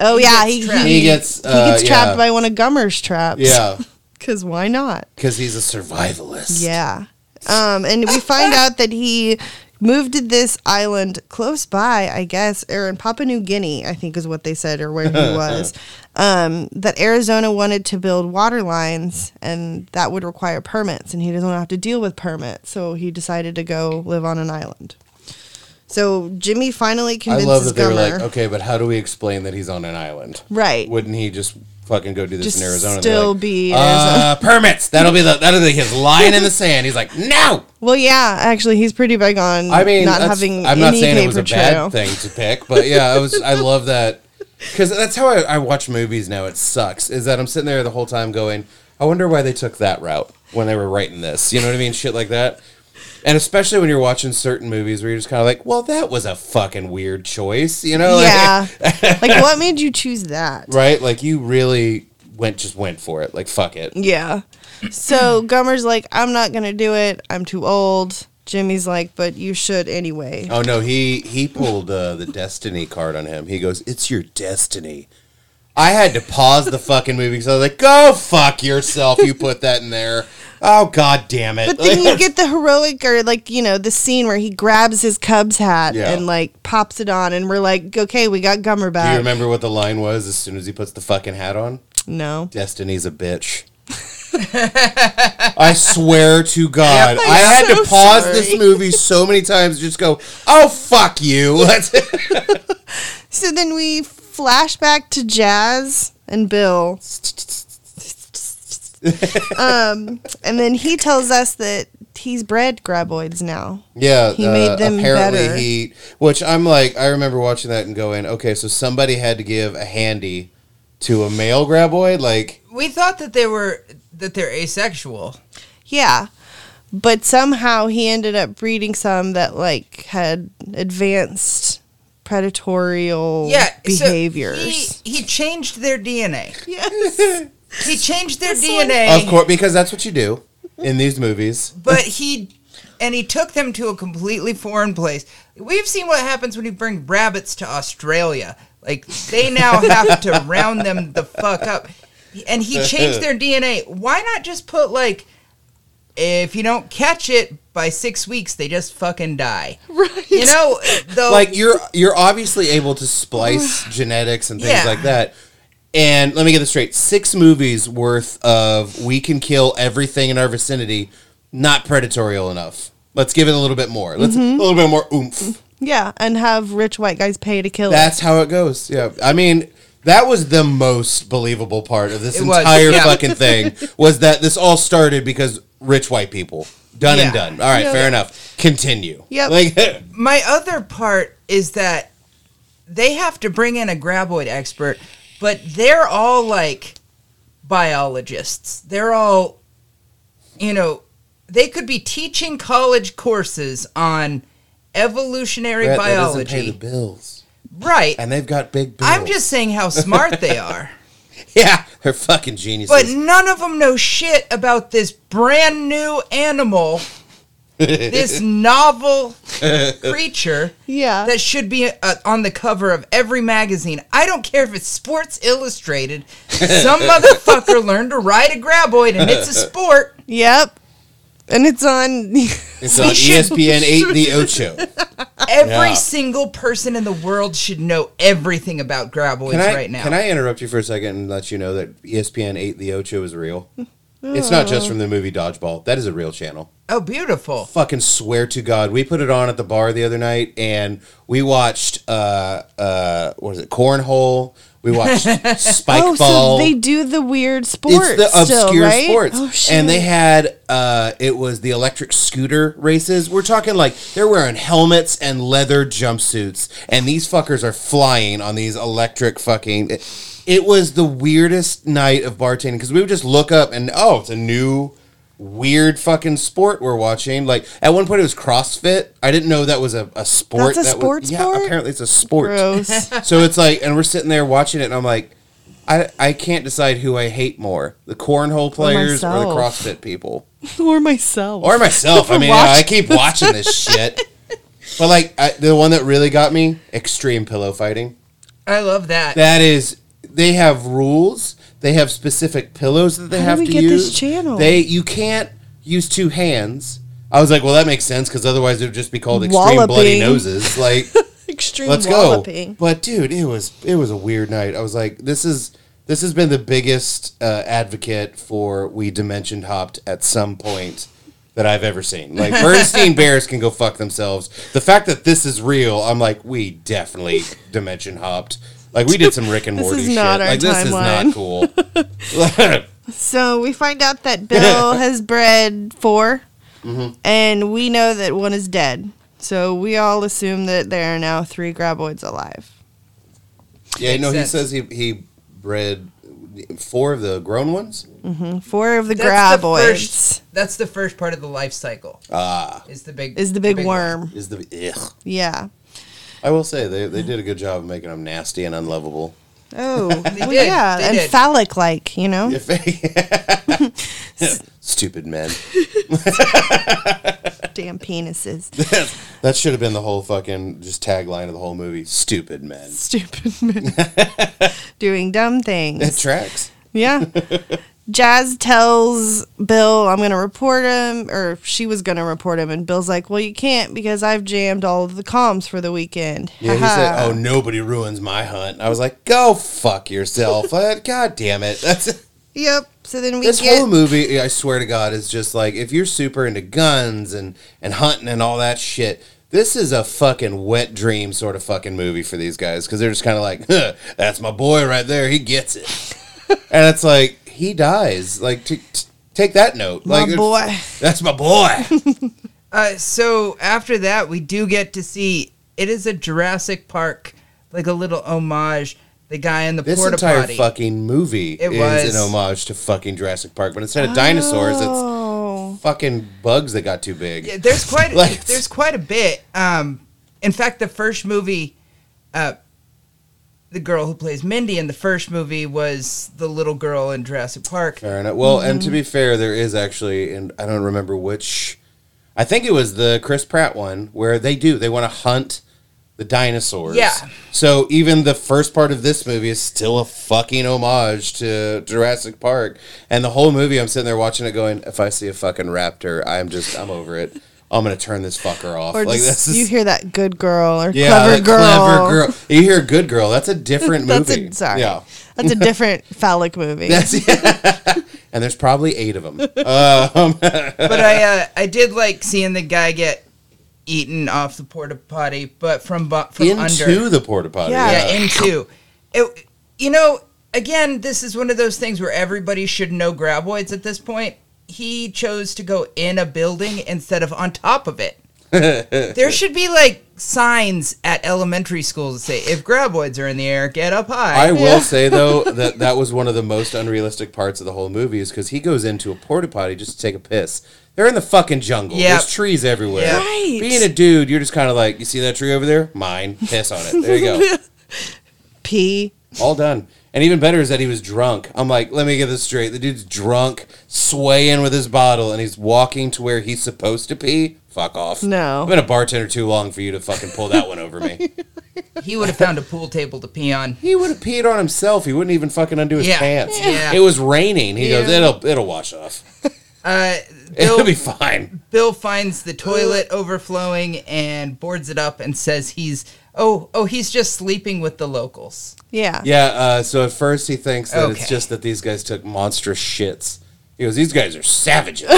Speaker 2: Oh
Speaker 1: He
Speaker 2: yeah,
Speaker 1: gets
Speaker 2: he,
Speaker 1: trapped.
Speaker 2: he,
Speaker 3: He gets,
Speaker 2: he
Speaker 3: uh,
Speaker 2: gets trapped
Speaker 3: yeah.
Speaker 2: by one of Gummer's traps.
Speaker 3: Yeah,
Speaker 2: because why not?
Speaker 3: because he's a survivalist.
Speaker 2: Yeah. Um, and we find out that he moved to this island close by, I guess, or in Papua New Guinea, I think is what they said, or where he was, um, that Arizona wanted to build water lines and that would require permits, and he doesn't want to have to deal with permits. So he decided to go live on an island. So Jimmy finally
Speaker 3: I
Speaker 2: convinces
Speaker 3: love that they were
Speaker 2: Gummer.
Speaker 3: like, "Oh." okay, but how do we explain that he's on an island?
Speaker 2: Right.
Speaker 3: Wouldn't he just fucking go do this
Speaker 2: Just
Speaker 3: in Arizona? They're
Speaker 2: still
Speaker 3: like,
Speaker 2: be
Speaker 3: uh, permits. That'll be the that'll be his line in the sand. He's like, no.
Speaker 2: Well, yeah, actually, he's pretty big on
Speaker 3: I mean,
Speaker 2: not
Speaker 3: that's-
Speaker 2: having
Speaker 3: I'm
Speaker 2: any
Speaker 3: not saying
Speaker 2: paper
Speaker 3: it was a
Speaker 2: trail.
Speaker 3: bad thing to pick, but yeah, I was. I love that because that's how I, I watch movies now. It sucks is that I'm sitting there the whole time going, I wonder why they took that route when they were writing this. You know what I mean? Shit like that. And especially when you're watching certain movies where you're just kind of like, well, that was a fucking weird choice, you know? Like-
Speaker 2: Yeah. like, what made you choose that?
Speaker 3: right? Like you really went just went for it. Like fuck it.
Speaker 2: Yeah. So Gummer's like, I'm not going to do it. I'm too old. Jimmy's like, but you should anyway.
Speaker 3: Oh no, he he pulled uh, the destiny card on him. He goes, "It's your destiny." I had to pause the fucking movie because I was like, "Go fuck yourself! You put that in there." Oh god damn it!
Speaker 2: But then you get the heroic or like, you know, the scene where he grabs his Cubs hat
Speaker 3: Yeah.
Speaker 2: and like pops it on and we're like, okay, we got Gummer
Speaker 3: Do
Speaker 2: back.
Speaker 3: you remember what the line was as soon as he puts the fucking hat on?
Speaker 2: no.
Speaker 3: Destiny's a bitch. I swear to God, I had
Speaker 2: so
Speaker 3: to pause
Speaker 2: sorry.
Speaker 3: this movie so many times to just go, "Oh fuck you!"
Speaker 2: So then we flash back to Jazz and Bill. um, and then he tells us that he's bred graboids now.
Speaker 3: Yeah, uh,
Speaker 2: He made them
Speaker 3: apparently
Speaker 2: better.
Speaker 3: he, which I'm like, I remember watching that and going, okay, so somebody had to give a handy to a male graboid, like
Speaker 1: We thought that they were that they're asexual.
Speaker 2: Yeah. But somehow he ended up breeding some that like had advanced predatorial
Speaker 1: Yeah, so
Speaker 2: behaviors.
Speaker 1: he, he changed their DNA.
Speaker 2: yes.
Speaker 1: He changed their
Speaker 2: This one-
Speaker 1: DNA,
Speaker 3: of course, because that's what you do in these movies.
Speaker 1: but he and he took them to a completely foreign place. We've seen what happens when you bring rabbits to Australia. Like they now have to round them the fuck up. And he changed their DNA. Why not just put like if you don't catch it by 6 weeks they just fucking die.
Speaker 2: Right.
Speaker 1: You know,
Speaker 2: Oh.
Speaker 1: though
Speaker 3: Like you're you're obviously able to splice genetics and things
Speaker 1: Yeah.
Speaker 3: like that. And let me get this straight: six movies worth of we can kill everything in our vicinity, not predatorial enough. Let's give it a little bit more. Let's
Speaker 2: Mm-hmm.
Speaker 3: a little bit more oomph.
Speaker 2: Yeah, and have rich white guys pay to kill it.
Speaker 3: That's how it goes. Yeah. I mean, that was the most believable part of this
Speaker 1: It was,
Speaker 3: entire
Speaker 1: yeah.
Speaker 3: fucking thing was that this all started because rich white people. Done and
Speaker 1: Yeah.
Speaker 3: done. All right,
Speaker 2: Yeah.
Speaker 3: fair enough. Continue.
Speaker 2: Yep.
Speaker 3: Like
Speaker 1: my other part is that they have to bring in a graboid expert, but they're all like biologists. They're all, you know, they could be teaching college courses on evolutionary
Speaker 3: Brett, that doesn't pay
Speaker 1: biology.
Speaker 3: the bills.
Speaker 1: right.
Speaker 3: And they've got big bills.
Speaker 1: I'm just saying how smart they are.
Speaker 3: Yeah. They're fucking geniuses.
Speaker 1: But none of them know shit about this brand new animal, this novel creature.
Speaker 2: Yeah.
Speaker 1: that should be uh, on the cover of every magazine. I don't care if it's Sports Illustrated. Some motherfucker learned to ride a graboid, and it's a sport.
Speaker 2: yep. And it's on
Speaker 3: it's on E
Speaker 1: we should-
Speaker 3: ESPN eight the Ocho.
Speaker 1: Every
Speaker 3: Yeah.
Speaker 1: single person in the world should know everything about graboids
Speaker 3: Can I,
Speaker 1: right now.
Speaker 3: can I interrupt you for a second and let you know that E ESPN eight the Ocho is real? It's not just from the movie Dodgeball. That is a real channel.
Speaker 1: oh, beautiful.
Speaker 3: fucking swear to God, we put it on at the bar the other night, and we watched uh uh what is it, cornhole? We watched spike
Speaker 2: Oh,
Speaker 3: ball.
Speaker 2: so they do the weird sports.
Speaker 3: it's the obscure
Speaker 2: still, right?
Speaker 3: sports,
Speaker 2: Oh, shit.
Speaker 3: and they had uh, it was the electric scooter races. We're talking like they're wearing helmets and leather jumpsuits, and these fuckers are flying on these electric fucking. It, it was the weirdest night of bartending because we would just look up and oh, it's a new weird fucking sport we're watching. Like at one point it was CrossFit. I didn't know that was a, a sport.
Speaker 2: That's a
Speaker 3: that was-
Speaker 2: sports
Speaker 3: Yeah,
Speaker 2: sport?
Speaker 3: apparently it's a sport.
Speaker 2: gross.
Speaker 3: So it's like, and we're sitting there watching it, and I'm like, I, I can't decide who I hate more the cornhole players or, the
Speaker 2: myself.
Speaker 3: CrossFit people.
Speaker 2: or myself.
Speaker 3: Or myself. I mean,
Speaker 2: Watch-
Speaker 3: I keep watching this shit. But like, I, the one that really got me extreme pillow fighting.
Speaker 1: I love that.
Speaker 3: That is, they have rules. They have specific pillows that they
Speaker 2: How do
Speaker 3: have
Speaker 2: we
Speaker 3: to
Speaker 2: get this
Speaker 3: use.
Speaker 2: channel?
Speaker 3: They you can't use two hands. I was like, well, that makes sense because otherwise it would just be called extreme bloody
Speaker 2: Walloping.
Speaker 3: noses. Like,
Speaker 2: Extreme
Speaker 3: let's
Speaker 2: walloping.
Speaker 3: go. But dude, it was it was a weird night. I was like, this is this has been the biggest uh, advocate for we dimension hopped at some point that I've ever seen. Like Bernstein Bears can go fuck themselves. The fact that this is real, I'm like, we definitely dimension hopped. Like we did some Rick and
Speaker 2: This
Speaker 3: Morty
Speaker 2: is
Speaker 3: shit.
Speaker 2: not our
Speaker 3: like this is not
Speaker 2: timeline.
Speaker 3: cool.
Speaker 2: So we find out that Bill has bred 4 and we know that one is dead. So we all assume that there are now three graboids alive.
Speaker 3: yeah, no, he
Speaker 1: sense.
Speaker 3: says he he bred four of the grown ones.
Speaker 2: Four of the
Speaker 1: That's the
Speaker 2: graboids
Speaker 1: first- That's the first part of the life cycle.
Speaker 3: Ah,
Speaker 1: Is the big
Speaker 2: is the big, worm.
Speaker 3: is the ugh.
Speaker 2: Yeah.
Speaker 3: I will say they, they did a good job of making them nasty and unlovable.
Speaker 2: Oh, well,
Speaker 1: did,
Speaker 2: yeah,
Speaker 1: they
Speaker 2: and
Speaker 1: did.
Speaker 2: phallic-like, you know.
Speaker 3: If Stupid men.
Speaker 2: Damn penises.
Speaker 3: That should have been the whole fucking just tagline of the whole movie. Stupid men.
Speaker 2: Stupid men doing dumb
Speaker 3: It
Speaker 2: things.
Speaker 3: tracks.
Speaker 2: Yeah. Jazz tells Bill, I'm going to report him, or she was going to report him. And Bill's like, Well, you can't because I've jammed all of the comms for the weekend.
Speaker 3: Yeah, he
Speaker 2: Ha
Speaker 3: said,
Speaker 2: ha.
Speaker 3: "Oh, nobody ruins my hunt." I was like, "Go fuck yourself!" Uh, God damn it! That's
Speaker 2: Yep. So then we
Speaker 3: this
Speaker 2: get.
Speaker 3: whole movie. I swear to God, is just like if you're super into guns and and hunting and all that shit. This is a fucking wet dream sort of fucking movie for these guys because they're just kind of like, huh, "That's my boy right there. He gets it," and it's like he dies. Like, t- t- take that note.
Speaker 2: My
Speaker 3: like,
Speaker 2: boy.
Speaker 3: That's my boy.
Speaker 1: Uh, so after that, we do get to see it is a Jurassic Park, like a little homage. The guy in the
Speaker 3: This
Speaker 1: porta
Speaker 3: entire
Speaker 1: potty.
Speaker 3: fucking movie
Speaker 1: It
Speaker 3: is
Speaker 1: was.
Speaker 3: an homage to fucking Jurassic Park, but instead of dinosaurs, it's
Speaker 2: Oh.
Speaker 3: fucking bugs that got too big.
Speaker 1: Yeah, there's quite
Speaker 3: Like, it's-
Speaker 1: there's quite a bit. Um, in fact, the first movie, uh, the girl who plays Mindy in the first movie was the little girl in Jurassic Park.
Speaker 3: Fair enough. Well, and
Speaker 1: Mm-hmm.
Speaker 3: to be fair, there is actually, and I don't remember which. I think it was the Chris Pratt one where they do they want to hunt the dinosaurs.
Speaker 1: Yeah.
Speaker 3: So even the first part of this movie is still a fucking homage to Jurassic Park, and the whole movie I'm sitting there watching it, going, if I see a fucking raptor, I'm just I'm over it. I'm gonna turn this fucker off.
Speaker 2: Or
Speaker 3: like
Speaker 2: just,
Speaker 3: this is
Speaker 2: you hear that good girl or
Speaker 3: Yeah,
Speaker 2: clever,
Speaker 3: that
Speaker 2: girl.
Speaker 3: clever girl. You hear "Good Girl." That's a different
Speaker 2: That's
Speaker 3: movie.
Speaker 2: a, sorry.
Speaker 3: Yeah,
Speaker 2: That's a different phallic movie.
Speaker 3: that's and there's probably eight of them.
Speaker 1: But I uh, I did like seeing the guy get eaten off the porta potty, but from bu- from
Speaker 3: Into
Speaker 1: under
Speaker 3: the porta potty.
Speaker 2: Yeah.
Speaker 1: yeah into it. You know, again, this is one of those things where everybody should know graboids at this point. He chose to go in a building instead of on top of it. there should be like signs at elementary schools that say, "If graboids are in the air, get up high."
Speaker 3: I will say though that that was one of the most unrealistic parts of the whole movie is because he goes into a porta potty just to take a piss. They're in the fucking jungle.
Speaker 1: Yep.
Speaker 3: There's trees everywhere.
Speaker 1: Yep.
Speaker 2: Right.
Speaker 3: Being a dude, you're just kind of like, you see that tree over there? Mine. Piss on it. There you go.
Speaker 2: P.
Speaker 3: All done. And even better is that he was drunk. I'm like, let me get this straight. The dude's drunk, swaying with his bottle, and he's walking to where he's supposed to pee. Fuck off.
Speaker 2: No.
Speaker 3: I've been a bartender too long for you to fucking pull that one over me.
Speaker 1: he would have found a pool table to pee on.
Speaker 3: he would have peed on himself. He wouldn't even fucking undo his
Speaker 1: Yeah.
Speaker 3: pants.
Speaker 1: Yeah.
Speaker 3: It was raining. He goes,
Speaker 2: Yeah.
Speaker 3: it'll it'll wash off.
Speaker 1: Uh,
Speaker 3: It'll
Speaker 1: Bill,
Speaker 3: be fine.
Speaker 1: Bill finds the toilet overflowing and boards it up and says he's oh oh he's just sleeping with the locals.
Speaker 2: Yeah.
Speaker 3: Yeah. Uh, so at first he thinks that
Speaker 1: Okay.
Speaker 3: it's just that these guys took monstrous shits. He goes, these guys are savages.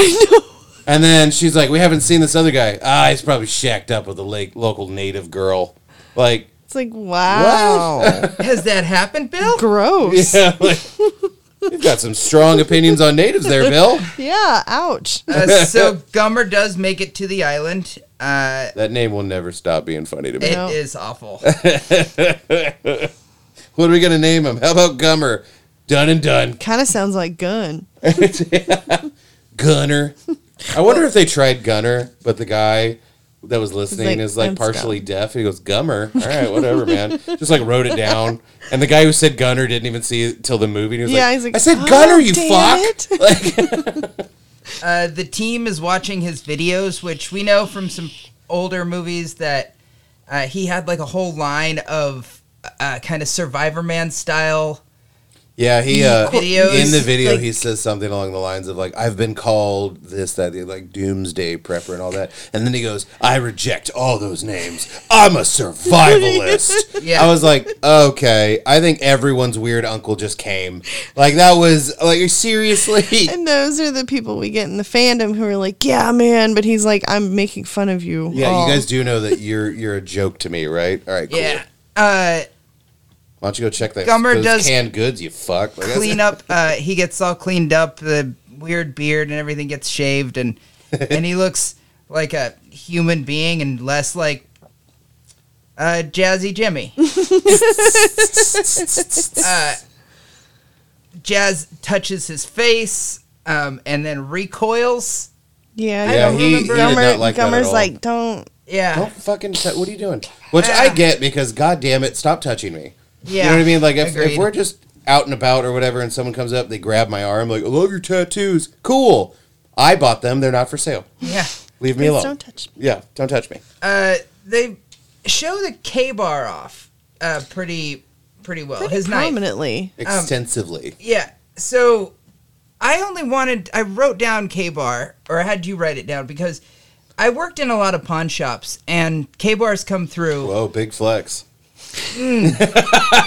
Speaker 3: And then she's like, "We haven't seen this other guy. Ah, he's probably shacked up with a lake, local native girl." Like,
Speaker 2: It's like, wow.
Speaker 1: Has that happened, Bill?
Speaker 2: Gross.
Speaker 3: yeah, like, you've got some strong opinions on natives there, Bill.
Speaker 2: yeah. Ouch.
Speaker 1: Uh, so Gummer does make it to the island. Uh,
Speaker 3: That name will never stop being funny to
Speaker 1: it
Speaker 3: me.
Speaker 1: is
Speaker 2: No.
Speaker 1: awful.
Speaker 3: What are we gonna name him? How about Gummer? Done and done.
Speaker 2: Kind of sounds like gun.
Speaker 3: Gunner. I wonder if they tried Gunner, but the guy that was listening
Speaker 2: like,
Speaker 3: is like
Speaker 2: "That's
Speaker 3: partially deaf. He goes, Gummer. All right, whatever, man. Just like wrote it down. And the guy who said Gunner didn't even see it till the movie. And he was
Speaker 2: Yeah,
Speaker 3: like,
Speaker 2: he's like,
Speaker 3: I said
Speaker 2: "Oh,
Speaker 3: Gunner, you
Speaker 2: damn
Speaker 3: fuck.
Speaker 2: it.
Speaker 3: Like,
Speaker 1: Uh, the team is watching his videos, which we know from some older movies that uh, he had like a whole line of uh, kind of Survivor Man style
Speaker 3: Yeah, he uh,
Speaker 1: Videos,
Speaker 3: in the video
Speaker 2: like-
Speaker 3: he says something along the lines of like I've been called this that the other," like doomsday prepper and all that, and then he goes I reject all those names. I'm a survivalist.
Speaker 1: Yeah.
Speaker 3: I was like, okay, I think everyone's weird uncle just came. Like that was like seriously.
Speaker 2: And those are the people we get in the fandom who are like, yeah, man, but he's like, I'm making fun of you.
Speaker 3: Yeah,
Speaker 2: all."
Speaker 3: you guys do know that you're you're a joke to me, right? All right, cool.
Speaker 1: oh. Yeah. Uh,
Speaker 3: Why don't you go check that?
Speaker 1: Gummer
Speaker 3: those
Speaker 1: does
Speaker 3: canned goods. You fuck. Like, that's-
Speaker 1: clean up. Uh, he gets all cleaned up. The weird beard and everything gets shaved, and and he looks like a human being and less like uh, Jazzy Jimmy. uh, Jazz touches his face um, and then recoils.
Speaker 2: Yeah,
Speaker 3: Yeah,
Speaker 2: don't
Speaker 3: he- he
Speaker 2: remember.
Speaker 3: did not like that at
Speaker 2: Gummer's
Speaker 3: all.
Speaker 2: like, don't.
Speaker 1: Yeah.
Speaker 3: Don't fucking. T- what are you doing? Which I
Speaker 1: Yeah.
Speaker 3: get because, god damn it, stop touching me.
Speaker 1: Yeah.
Speaker 3: You know what I mean? Like if, if
Speaker 1: Agreed.
Speaker 3: we're just out and about or whatever, and someone comes up, they grab my arm, like I love your tattoos. Cool. I bought them. They're not for sale.
Speaker 1: Yeah.
Speaker 3: Leave me
Speaker 2: Please
Speaker 3: alone.
Speaker 2: don't touch me.
Speaker 3: Yeah, don't touch me.
Speaker 1: Uh, they show the K bar off uh, pretty pretty well.
Speaker 2: Pretty
Speaker 1: his knife.
Speaker 2: prominently.
Speaker 1: Um,
Speaker 3: Extensively.
Speaker 1: Yeah. So I only wanted I wrote down K bar or I had you write it down because I worked in a lot of pawn shops and K bars come through.
Speaker 3: Whoa, big flex.
Speaker 1: No.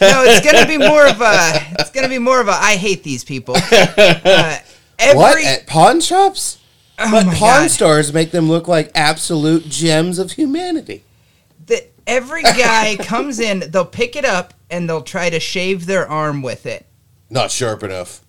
Speaker 1: No, it's going to be more of a it's going to be more of a I hate these people. Uh, every
Speaker 3: what at pawn shops?
Speaker 1: Oh
Speaker 3: but
Speaker 1: my
Speaker 3: pawn
Speaker 1: God.
Speaker 3: stars make them look like absolute gems of humanity.
Speaker 1: the, every guy comes in, they'll pick it up and they'll try to shave their arm with it.
Speaker 3: Not sharp enough.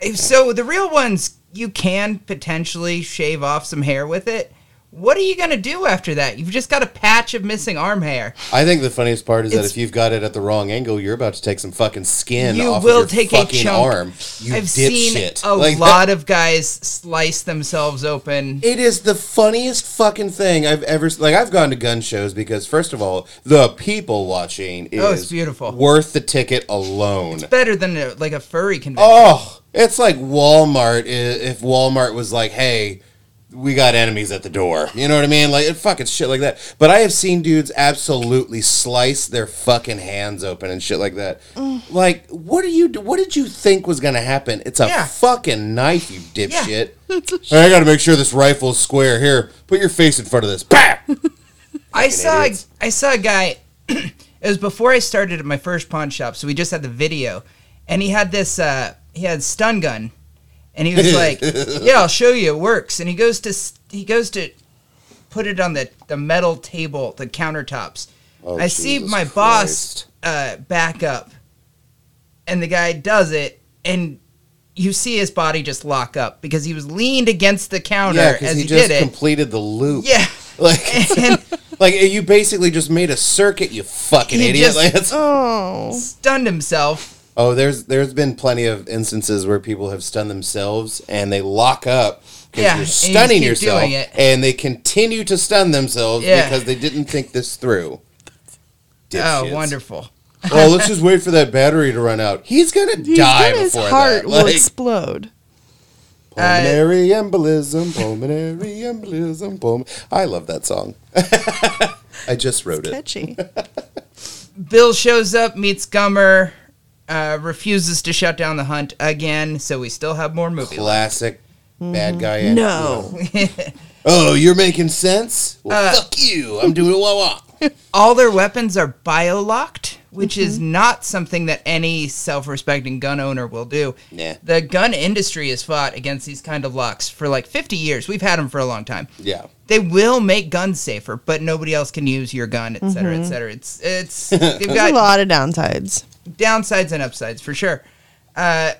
Speaker 1: If- So the real ones you can potentially shave off some hair with it. What are you going to do after that? You've just got a patch of missing arm hair.
Speaker 3: I think the funniest part is that
Speaker 1: It's-
Speaker 3: if you've got it at the wrong angle, you're about to take some fucking skin.
Speaker 1: You
Speaker 3: off
Speaker 1: will
Speaker 3: of your
Speaker 1: take a
Speaker 3: fucking
Speaker 1: chunk.
Speaker 3: arm. You
Speaker 1: I've seen
Speaker 3: dipshit.
Speaker 1: a
Speaker 3: Like,
Speaker 1: lot of guys slice themselves open.
Speaker 3: It is the funniest fucking thing I've ever like. I've gone to gun shows because first of all, the people watching is
Speaker 1: Oh, it's beautiful.
Speaker 3: worth the ticket alone.
Speaker 1: Better than a, like a furry convention.
Speaker 3: Oh, it's like Walmart. i- If Walmart was like, "Hey, we got enemies at the door," you know what I mean? Like, it fucking shit like that. But I have seen dudes absolutely slice their fucking hands open and shit like that.
Speaker 1: Mm.
Speaker 3: Like, what are you? What did you think was gonna happen? It's a
Speaker 1: Yeah.
Speaker 3: fucking knife, you dipshit. Hey, I gotta make sure this rifle's square. Here, put your face in front of this. Bam!
Speaker 1: I saw
Speaker 3: idiots.
Speaker 1: I saw a guy. it was before I started at my first pawn shop, so we just had the video, and he had this. Uh, he had stun gun, and he was like, "Yeah, I'll show you. It works." And he goes to s- he goes to put it on the the metal table, the countertops.
Speaker 3: Oh,
Speaker 1: I see
Speaker 3: Jesus
Speaker 1: my
Speaker 3: Christ.
Speaker 1: boss uh, back up, and the guy does it, and you see his body just lock up because he was leaned against the counter
Speaker 3: Yeah,
Speaker 1: as
Speaker 3: because
Speaker 1: he,
Speaker 3: he
Speaker 1: did
Speaker 3: just
Speaker 1: it.
Speaker 3: completed the loop.
Speaker 1: yeah,
Speaker 3: like,
Speaker 1: and
Speaker 3: like you basically just made a circuit. You fucking
Speaker 1: He
Speaker 3: idiot.
Speaker 1: just-
Speaker 3: Like, that's-
Speaker 2: Oh.
Speaker 1: stunned himself.
Speaker 3: Oh, there's there's been plenty of instances where people have stunned themselves and they lock up because
Speaker 1: Yeah,
Speaker 3: you're
Speaker 1: and you
Speaker 3: stunning
Speaker 1: keep
Speaker 3: yourself,
Speaker 1: doing it.
Speaker 3: and they continue to stun themselves
Speaker 1: Yeah.
Speaker 3: because they didn't think this through.
Speaker 1: Oh,
Speaker 3: Dipshits.
Speaker 1: wonderful.
Speaker 3: well, let's just wait for that battery to run out. He's gonna
Speaker 2: He's
Speaker 3: die
Speaker 2: gonna- his
Speaker 3: before
Speaker 2: heart
Speaker 3: that.
Speaker 2: will
Speaker 3: Like,
Speaker 2: explode.
Speaker 1: uh,
Speaker 3: pulmonary embolism, pulmonary embolism, pulm. I love that song. I just wrote it.
Speaker 2: Catchy.
Speaker 1: Bill shows up, meets Gummer, uh, refuses to shut down the hunt again, so we still have more movie. left.
Speaker 3: Classic bad guy.
Speaker 1: Mm-hmm.
Speaker 3: and-
Speaker 2: no.
Speaker 3: Oh, you're making sense.
Speaker 1: Uh,
Speaker 3: Well, fuck you. I'm doing wah wah.
Speaker 1: All their weapons are biolocked, which is
Speaker 2: Mm-hmm.
Speaker 1: not something that any self-respecting gun owner will do.
Speaker 3: Nah.
Speaker 1: The gun industry has fought against these kind of locks for like 50 years. We've had them for a long time.
Speaker 3: Yeah.
Speaker 1: They will make guns safer, but nobody else can use your gun, et cetera, et cetera. It's it's they've
Speaker 2: Mm-hmm. There's a
Speaker 1: got
Speaker 2: lot of downsides.
Speaker 1: downsides and upsides for sure. Uh,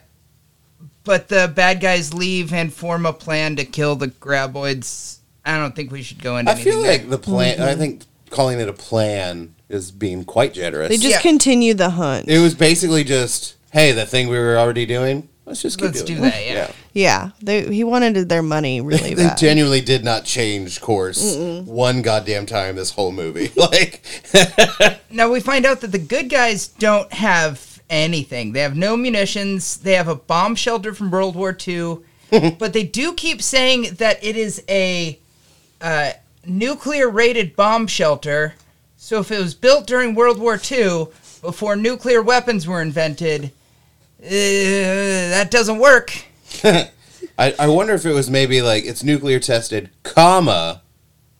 Speaker 1: but the bad guys leave and form a plan to kill the graboids. I don't think we should go into
Speaker 3: I
Speaker 1: anything.
Speaker 3: feel
Speaker 1: there.
Speaker 3: like the plan.
Speaker 1: Mm-hmm.
Speaker 3: I think calling it a plan is being quite generous.
Speaker 2: They just
Speaker 1: Yeah.
Speaker 2: continue the hunt.
Speaker 3: it was basically just, hey, the thing we were already doing. Let's just keep
Speaker 1: Let's
Speaker 3: doing
Speaker 1: do
Speaker 3: it."
Speaker 1: that, yeah.
Speaker 2: yeah. They, he wanted their money really
Speaker 3: They
Speaker 2: bad.
Speaker 3: genuinely did not change course one goddamn time this whole movie. Like,
Speaker 1: Now we find out that the good guys don't have anything. They have no munitions. They have a bomb shelter from World War II, but they do keep saying that it is a uh, nuclear rated bomb shelter. So if it was built during World War II, before nuclear weapons were invented. Uh, that doesn't work.
Speaker 3: I, I wonder if it was maybe like it's nuclear tested, comma,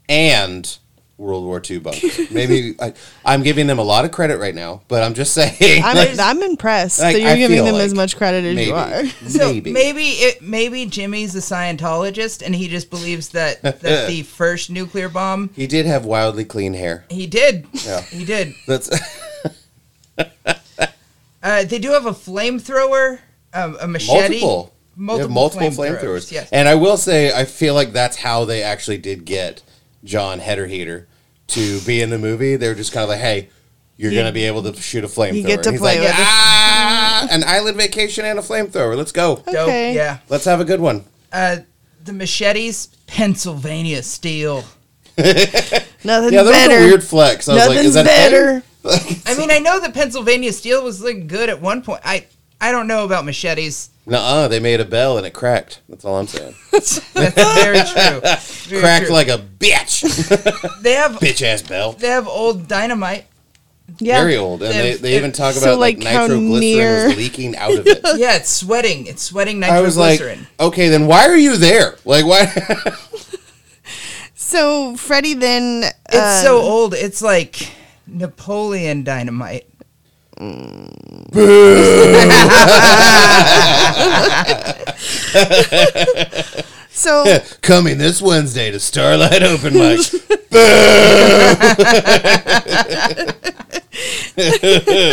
Speaker 3: and World War II bunker. Maybe I, I'm giving them a lot of credit right now, but I'm just saying.
Speaker 2: I'm,
Speaker 3: like,
Speaker 2: I'm impressed
Speaker 3: like,
Speaker 2: that you're
Speaker 3: I
Speaker 2: giving
Speaker 3: feel
Speaker 2: them
Speaker 3: like
Speaker 2: as much credit as you are.
Speaker 3: maybe,
Speaker 1: So maybe,
Speaker 3: maybe.
Speaker 1: it maybe Jimmy's a Scientologist and he just believes that that the first nuclear bomb
Speaker 3: He did have wildly clean hair.
Speaker 1: he did.
Speaker 3: Yeah.
Speaker 1: He did.
Speaker 3: That's
Speaker 1: Uh, they do have a flamethrower, um, a machete.
Speaker 3: multiple. They have multiple flamethrowers.
Speaker 1: Yes.
Speaker 3: And I will say, I feel like that's how they actually did get John Header Heater to be in the movie. They were just kind of like, hey, you're going to be able to shoot a flamethrower.
Speaker 2: get to
Speaker 3: And he's
Speaker 2: play
Speaker 3: like,
Speaker 2: with it.
Speaker 3: ah, an island vacation and a flamethrower. Let's go.
Speaker 1: Dope.
Speaker 2: Okay.
Speaker 1: Yeah.
Speaker 3: Let's have a good one.
Speaker 1: Uh, the machetes, Pennsylvania steel.
Speaker 2: Nothing
Speaker 3: Yeah, that
Speaker 2: better.
Speaker 3: was a weird flex. I was like,
Speaker 2: Nothing's
Speaker 3: is that
Speaker 2: better.
Speaker 3: better? Like,
Speaker 1: I mean, I know that Pennsylvania steel was like good at one point. I I don't know about machetes.
Speaker 3: Nuh-uh, they made a bell and it cracked. That's all I'm saying.
Speaker 1: That's very true. Very
Speaker 3: cracked
Speaker 1: true.
Speaker 3: like a bitch.
Speaker 1: they have
Speaker 3: bitch ass bell.
Speaker 1: they have old dynamite.
Speaker 2: Yeah.
Speaker 3: Very old. And they,
Speaker 1: If-
Speaker 3: they even
Speaker 1: if-
Speaker 3: talk
Speaker 2: so,
Speaker 3: about like,
Speaker 2: like, how
Speaker 3: nitroglycerin
Speaker 2: near-
Speaker 3: was leaking out of it.
Speaker 1: Yeah, it's sweating. It's sweating
Speaker 3: I was like,
Speaker 1: nitroglycerin.
Speaker 3: okay, then why are you there? Like, why? so
Speaker 2: So Freddie then.
Speaker 1: it's
Speaker 2: um,
Speaker 1: so old. It's like Napoleon dynamite.
Speaker 2: so
Speaker 3: coming this Wednesday to Starlight Open Mic.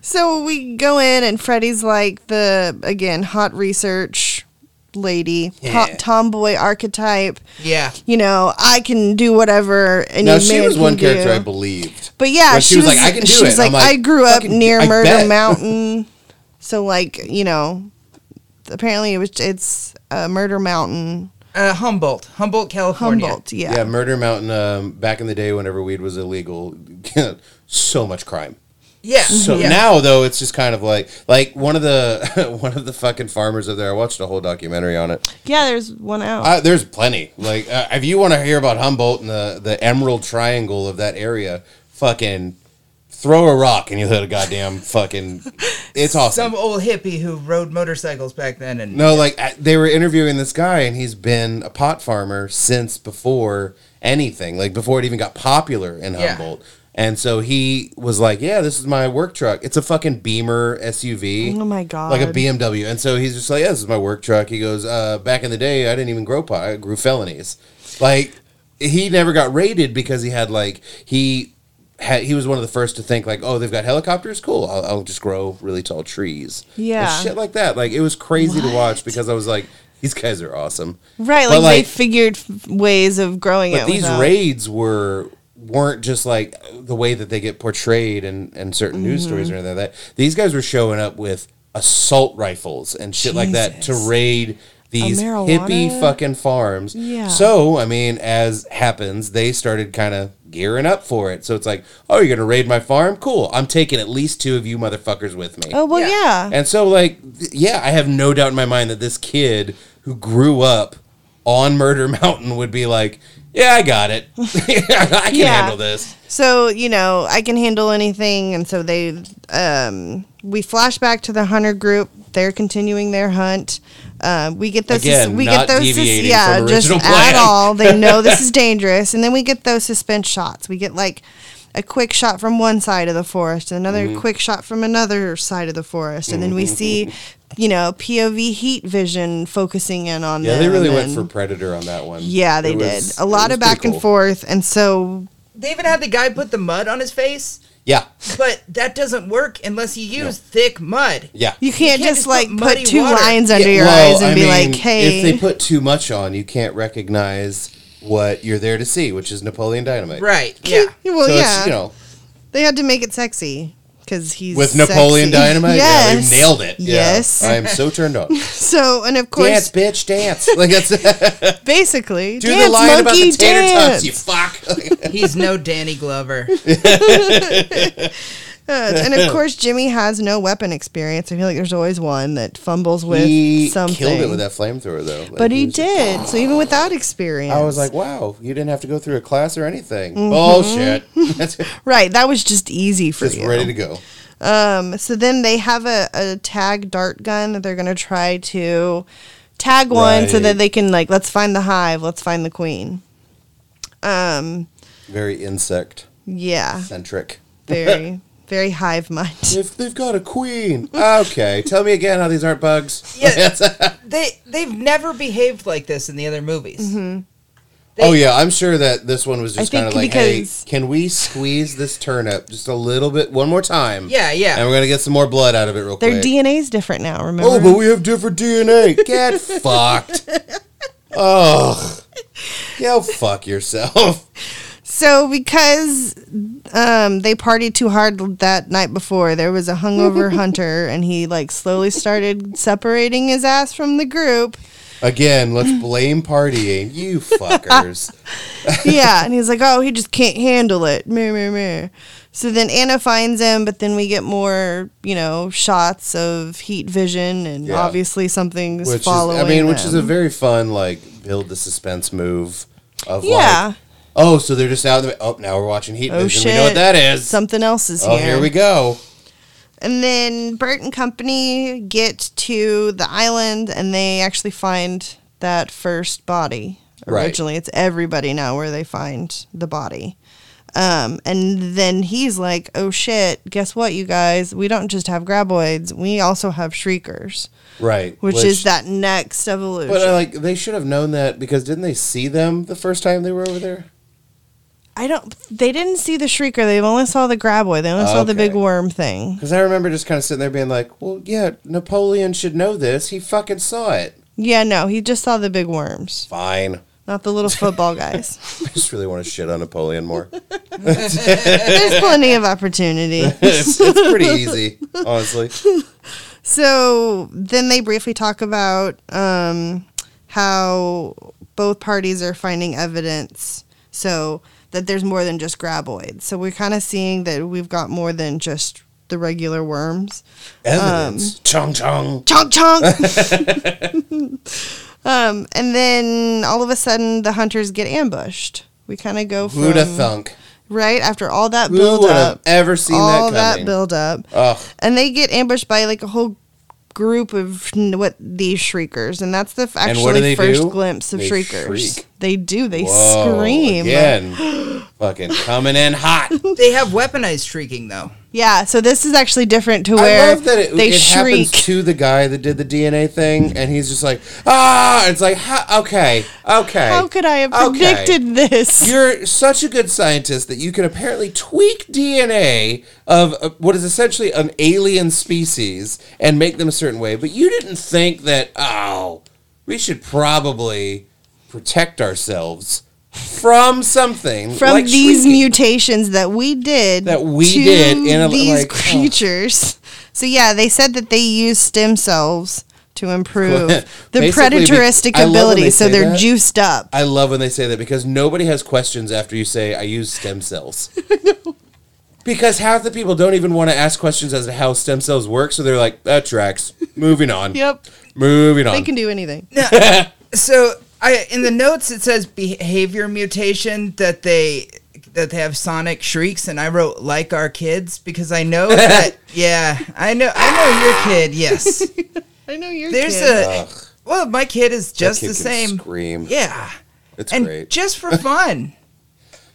Speaker 2: So we go in, and Freddy's like the again hot research lady,
Speaker 3: Yeah.
Speaker 2: hot tomboy archetype.
Speaker 1: Yeah.
Speaker 2: You know, I can do whatever any
Speaker 3: now
Speaker 2: man
Speaker 3: she was
Speaker 2: can
Speaker 3: one character
Speaker 2: do.
Speaker 3: I believed.
Speaker 2: but yeah,
Speaker 3: Well,
Speaker 2: she, was, like, I can do
Speaker 3: it.
Speaker 2: she was
Speaker 3: I'm
Speaker 2: like,
Speaker 3: like,
Speaker 2: I grew up
Speaker 3: fucking-
Speaker 2: near
Speaker 3: I
Speaker 2: Murder
Speaker 3: bet."
Speaker 2: Mountain, so like you know, apparently it was it's uh, Murder Mountain,
Speaker 1: Uh, Humboldt, Humboldt, California.
Speaker 2: Humboldt.
Speaker 3: Yeah,
Speaker 2: Yeah.
Speaker 3: Murder Mountain. Um, back in the day, whenever weed was illegal, so much crime.
Speaker 1: Yeah.
Speaker 3: So
Speaker 1: Mm-hmm. yeah.
Speaker 3: now though, it's just kind of like like one of the one of the fucking farmers up there. I watched a whole documentary on it.
Speaker 2: yeah, there's one out.
Speaker 3: Uh, there's plenty. Like uh, if you want to hear about Humboldt and the the Emerald Triangle of that area, fucking throw a rock and you'll hit a goddamn fucking. It's awesome.
Speaker 1: some old hippie who rode motorcycles back then, and
Speaker 3: No, like I- they were interviewing this guy, and he's been a pot farmer since before anything, like before it even got popular in
Speaker 1: Yeah.
Speaker 3: Humboldt. And so he was like, "Yeah, this is my work truck. It's a fucking Beamer SUV.
Speaker 2: Oh my god,
Speaker 3: Like a BMW. And so he's just like, yeah, this is my work truck. He goes, uh, back in the day, I didn't even grow pot. I grew felonies. Like, he never got raided because he had, like, he. Had, he was one of the first to think like, oh, they've got helicopters. Cool, I'll, I'll just grow really tall trees. And
Speaker 2: Yeah.
Speaker 3: shit like that. Like it was crazy to watch because I was like, these guys are awesome.
Speaker 2: Right,
Speaker 3: But,
Speaker 2: like, they
Speaker 3: like-
Speaker 2: figured f- ways of growing it.
Speaker 3: But these
Speaker 2: without-
Speaker 3: raids were weren't just like the way that they get portrayed in, in certain
Speaker 2: Mm-hmm.
Speaker 3: news stories or anything like that. These guys were showing up with assault rifles and shit like that to
Speaker 2: Jesus.
Speaker 3: raid these hippie
Speaker 2: marijuana?
Speaker 3: fucking farms.
Speaker 2: Yeah.
Speaker 3: So I mean, as happens, they started kind of gearing up for it. So it's like, oh, you're gonna raid my farm? Cool. I'm taking at least two of you motherfuckers with me.
Speaker 2: Oh well,
Speaker 1: Yeah.
Speaker 2: yeah.
Speaker 3: And so, like, th- yeah, I have no doubt in my mind that this kid who grew up on Murder Mountain would be like, yeah, I got it. I can
Speaker 2: Yeah.
Speaker 3: handle this.
Speaker 2: So you know, I can handle anything, and so they um, we flash back to the hunter group. They're continuing their hunt. Uh, we get those.
Speaker 3: Again,
Speaker 2: we
Speaker 3: not
Speaker 2: get those.
Speaker 3: deviating
Speaker 2: yeah,
Speaker 3: from
Speaker 2: just
Speaker 3: original
Speaker 2: at
Speaker 3: plan.
Speaker 2: all. They know this is dangerous, and then we get those suspense shots. We get like a quick shot from one side of the forest, and another
Speaker 3: Mm-hmm.
Speaker 2: quick shot from another side of the forest, and then we see, you know, POV heat vision focusing in on
Speaker 3: Yeah,
Speaker 2: them.
Speaker 3: they really went
Speaker 2: and-
Speaker 3: for Predator on that one.
Speaker 2: Yeah, they
Speaker 3: It
Speaker 2: did
Speaker 3: was-
Speaker 2: a
Speaker 3: it
Speaker 2: lot
Speaker 3: was
Speaker 2: of back
Speaker 3: pretty
Speaker 2: and
Speaker 3: cool.
Speaker 2: forth, and so
Speaker 1: they even had the guy put the mud on his face,
Speaker 3: Yeah,
Speaker 1: but that doesn't work unless you use thick mud.
Speaker 3: yeah.
Speaker 2: You can't,
Speaker 1: can't
Speaker 2: just,
Speaker 1: just
Speaker 2: like
Speaker 1: put
Speaker 2: put,
Speaker 1: muddy
Speaker 2: two
Speaker 1: water.
Speaker 2: lines under
Speaker 3: Yeah,
Speaker 2: your
Speaker 3: well,
Speaker 2: eyes and
Speaker 3: I
Speaker 2: be
Speaker 3: mean,
Speaker 2: like, hey.
Speaker 3: If they put too much on, you can't recognize what you're there to see, which is Napoleon Dynamite.
Speaker 1: Right. Yeah.
Speaker 2: well,
Speaker 3: so
Speaker 2: Oh, yeah.
Speaker 3: it's, you know,
Speaker 2: they had to make it sexy because he's.
Speaker 3: with Napoleon
Speaker 2: sexy.
Speaker 3: Dynamite, yeah, you
Speaker 2: yes.
Speaker 3: nailed it. Yeah.
Speaker 2: Yes.
Speaker 3: I am so turned on.
Speaker 2: So, and of
Speaker 3: dance,
Speaker 2: course,
Speaker 3: bitch, dance. Like that's
Speaker 2: basically,
Speaker 3: Do
Speaker 2: dance,
Speaker 3: the line about
Speaker 2: monkey,
Speaker 3: the tater tots,
Speaker 2: dance.
Speaker 3: you fuck.
Speaker 1: He's no Danny Glover.
Speaker 2: Uh, and of course, Jimmy has no weapon experience. I feel like there's always one that fumbles with
Speaker 3: he
Speaker 2: something.
Speaker 3: killed it with that flamethrower though. Like,
Speaker 2: but he
Speaker 3: was just-
Speaker 2: did. So even without experience,
Speaker 3: I was like, wow, you didn't have to go through a class or anything.
Speaker 2: Mm-hmm.
Speaker 3: Bullshit. That's
Speaker 2: right, that was just easy for
Speaker 3: just
Speaker 2: you.
Speaker 3: ready to go.
Speaker 2: Um, so then they have a, a tag dart gun that they're gonna try to tag one so
Speaker 3: Right.
Speaker 2: that they can like let's find the hive, let's find the queen. Um,
Speaker 3: Very insect
Speaker 2: yeah,
Speaker 3: centric.
Speaker 2: very very hive mind.
Speaker 3: If they've got a queen, okay. Tell me again how these aren't bugs.
Speaker 1: Yeah. they they've never behaved like this in the other movies.
Speaker 3: oh yeah, I'm sure that this one was
Speaker 2: I
Speaker 3: just
Speaker 2: think
Speaker 3: kind of like,
Speaker 2: because-
Speaker 3: hey, can we squeeze this turnip just a little bit one more time?
Speaker 1: Yeah, yeah.
Speaker 3: And we're gonna get some more blood out of it real
Speaker 2: Their
Speaker 3: quick.
Speaker 2: DNA's different now. Remember?
Speaker 3: oh, but we have different DNA. Get fucked. Oh, go fuck yourself.
Speaker 2: So because um, they partied too hard that night before, there was a hungover hunter, and he like slowly started separating his ass from the group.
Speaker 3: Again, let's blame partying. You fuckers.
Speaker 2: yeah, and he's like, "Oh, he just can't handle it." Meh, meh, meh. So then Anna finds him, but then we get more, you know, shots of heat vision, and
Speaker 3: Yeah.
Speaker 2: obviously something's
Speaker 3: which is,
Speaker 2: following.
Speaker 3: I mean, which is a
Speaker 2: them.
Speaker 3: very fun like build the suspense move of
Speaker 2: yeah.
Speaker 3: like, oh, so they're just out. In the, oh, now we're watching Heat
Speaker 2: oh
Speaker 3: Vision.
Speaker 2: shit!
Speaker 3: We know what that is.
Speaker 2: Something else is
Speaker 3: oh,
Speaker 2: here.
Speaker 3: here we go.
Speaker 2: And then Bert and company get to the island, and they actually find that first body.
Speaker 3: Right.
Speaker 2: Originally, it's everybody now where they find the body. Um, and then he's like, "Oh shit! Guess what, you guys? We don't just have graboids; we also have shriekers,
Speaker 3: Right,
Speaker 2: which, is that next evolution."
Speaker 3: But uh, like, they should have known that because didn't they see them the first time they were over there?
Speaker 2: I don't. They didn't see the shrieker; they only saw the graboid. They only saw the
Speaker 3: Okay.
Speaker 2: big worm thing.
Speaker 3: Because I remember just kind of sitting there being like, well, yeah, Napoleon should know this. He fucking saw it.
Speaker 2: Yeah, no, he just saw the big worms,
Speaker 3: Fine.
Speaker 2: not the little football guys.
Speaker 3: I just really want to shit on Napoleon more.
Speaker 2: There's plenty of opportunity.
Speaker 3: it's, it's pretty easy, honestly.
Speaker 2: Um, So then they briefly talk about um, how both parties are finding evidence so that there's more than just graboids. So we're kind of seeing that we've got more than just the regular worms.
Speaker 3: Evidence. chong chong.
Speaker 2: Chonk chonk! um, and then all of a sudden the hunters get ambushed. We kind of go
Speaker 3: Who'da
Speaker 2: from
Speaker 3: thunk?
Speaker 2: right after all that
Speaker 3: Who
Speaker 2: build
Speaker 3: would have
Speaker 2: up,
Speaker 3: ever seen
Speaker 2: all
Speaker 3: that
Speaker 2: that
Speaker 3: coming?
Speaker 2: build up,
Speaker 3: Ugh.
Speaker 2: and they get ambushed by like a whole group of n- what these shriekers, and that's the f-
Speaker 3: And
Speaker 2: actually
Speaker 3: what do they
Speaker 2: first
Speaker 3: do?
Speaker 2: glimpse of
Speaker 3: They
Speaker 2: shriekers.
Speaker 3: shriek.
Speaker 2: They do. They
Speaker 3: Whoa,
Speaker 2: scream.
Speaker 3: again. fucking coming in hot.
Speaker 1: They have weaponized shrieking though.
Speaker 2: Yeah. So this is actually different to where
Speaker 3: I love that it,
Speaker 2: they
Speaker 3: it
Speaker 2: shriek.
Speaker 3: happens to the guy that did the DNA thing, and he's just like, ah, it's like, ha- okay, okay.
Speaker 2: How could I have
Speaker 3: Okay.
Speaker 2: predicted this?
Speaker 3: You're such a good scientist that you can apparently tweak DNA of uh, what is essentially an alien species and make them a certain way, but you didn't think that, oh, we should probably protect ourselves from something
Speaker 2: from
Speaker 3: like
Speaker 2: these
Speaker 3: shrieking.
Speaker 2: mutations that we did
Speaker 3: That we did in a-
Speaker 2: these
Speaker 3: like, oh.
Speaker 2: creatures. So yeah, they said that they use stem cells to improve the
Speaker 3: Basically, be-
Speaker 2: predatoristic
Speaker 3: I love when they
Speaker 2: ability. So
Speaker 3: say
Speaker 2: they're
Speaker 3: that.
Speaker 2: juiced up.
Speaker 3: I love when they say that because nobody has questions after you say I use stem cells. Because half the people don't even want to ask questions as to how stem cells work, so they're like, "That tracks." Moving on.
Speaker 2: Yep,
Speaker 3: Moving on.
Speaker 2: they can do anything.
Speaker 1: So I in the notes it says behavior mutation that they that they have sonic shrieks and I wrote like our kids because I know that yeah, I know I know your kid, yes.
Speaker 2: I know you're.
Speaker 1: There's
Speaker 2: kid.
Speaker 1: a well, my kid is just the same.
Speaker 3: Scream.
Speaker 1: Yeah.
Speaker 3: It's
Speaker 1: and
Speaker 3: great,
Speaker 1: just for fun.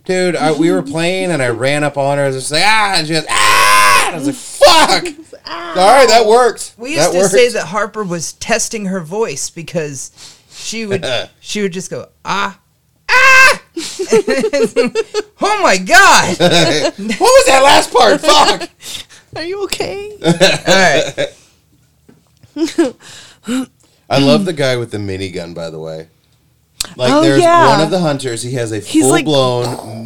Speaker 3: dude. I, we were playing, and I ran up on her. I was just like, "Ah!" And she goes, "Ah!" And I was like, "Fuck!" All right, that worked.
Speaker 1: "Ah." We used
Speaker 3: that
Speaker 1: to
Speaker 3: worked.
Speaker 1: say that Harper was testing her voice because she would she would just go ah ah. oh my god!
Speaker 3: what was that last part? Fuck.
Speaker 2: Are you okay?
Speaker 1: All right,
Speaker 3: I love the guy with the minigun, by the way. Like
Speaker 2: Oh,
Speaker 3: there's
Speaker 2: yeah.
Speaker 3: one of the hunters, he has a
Speaker 2: He's
Speaker 3: full
Speaker 2: like-
Speaker 3: blown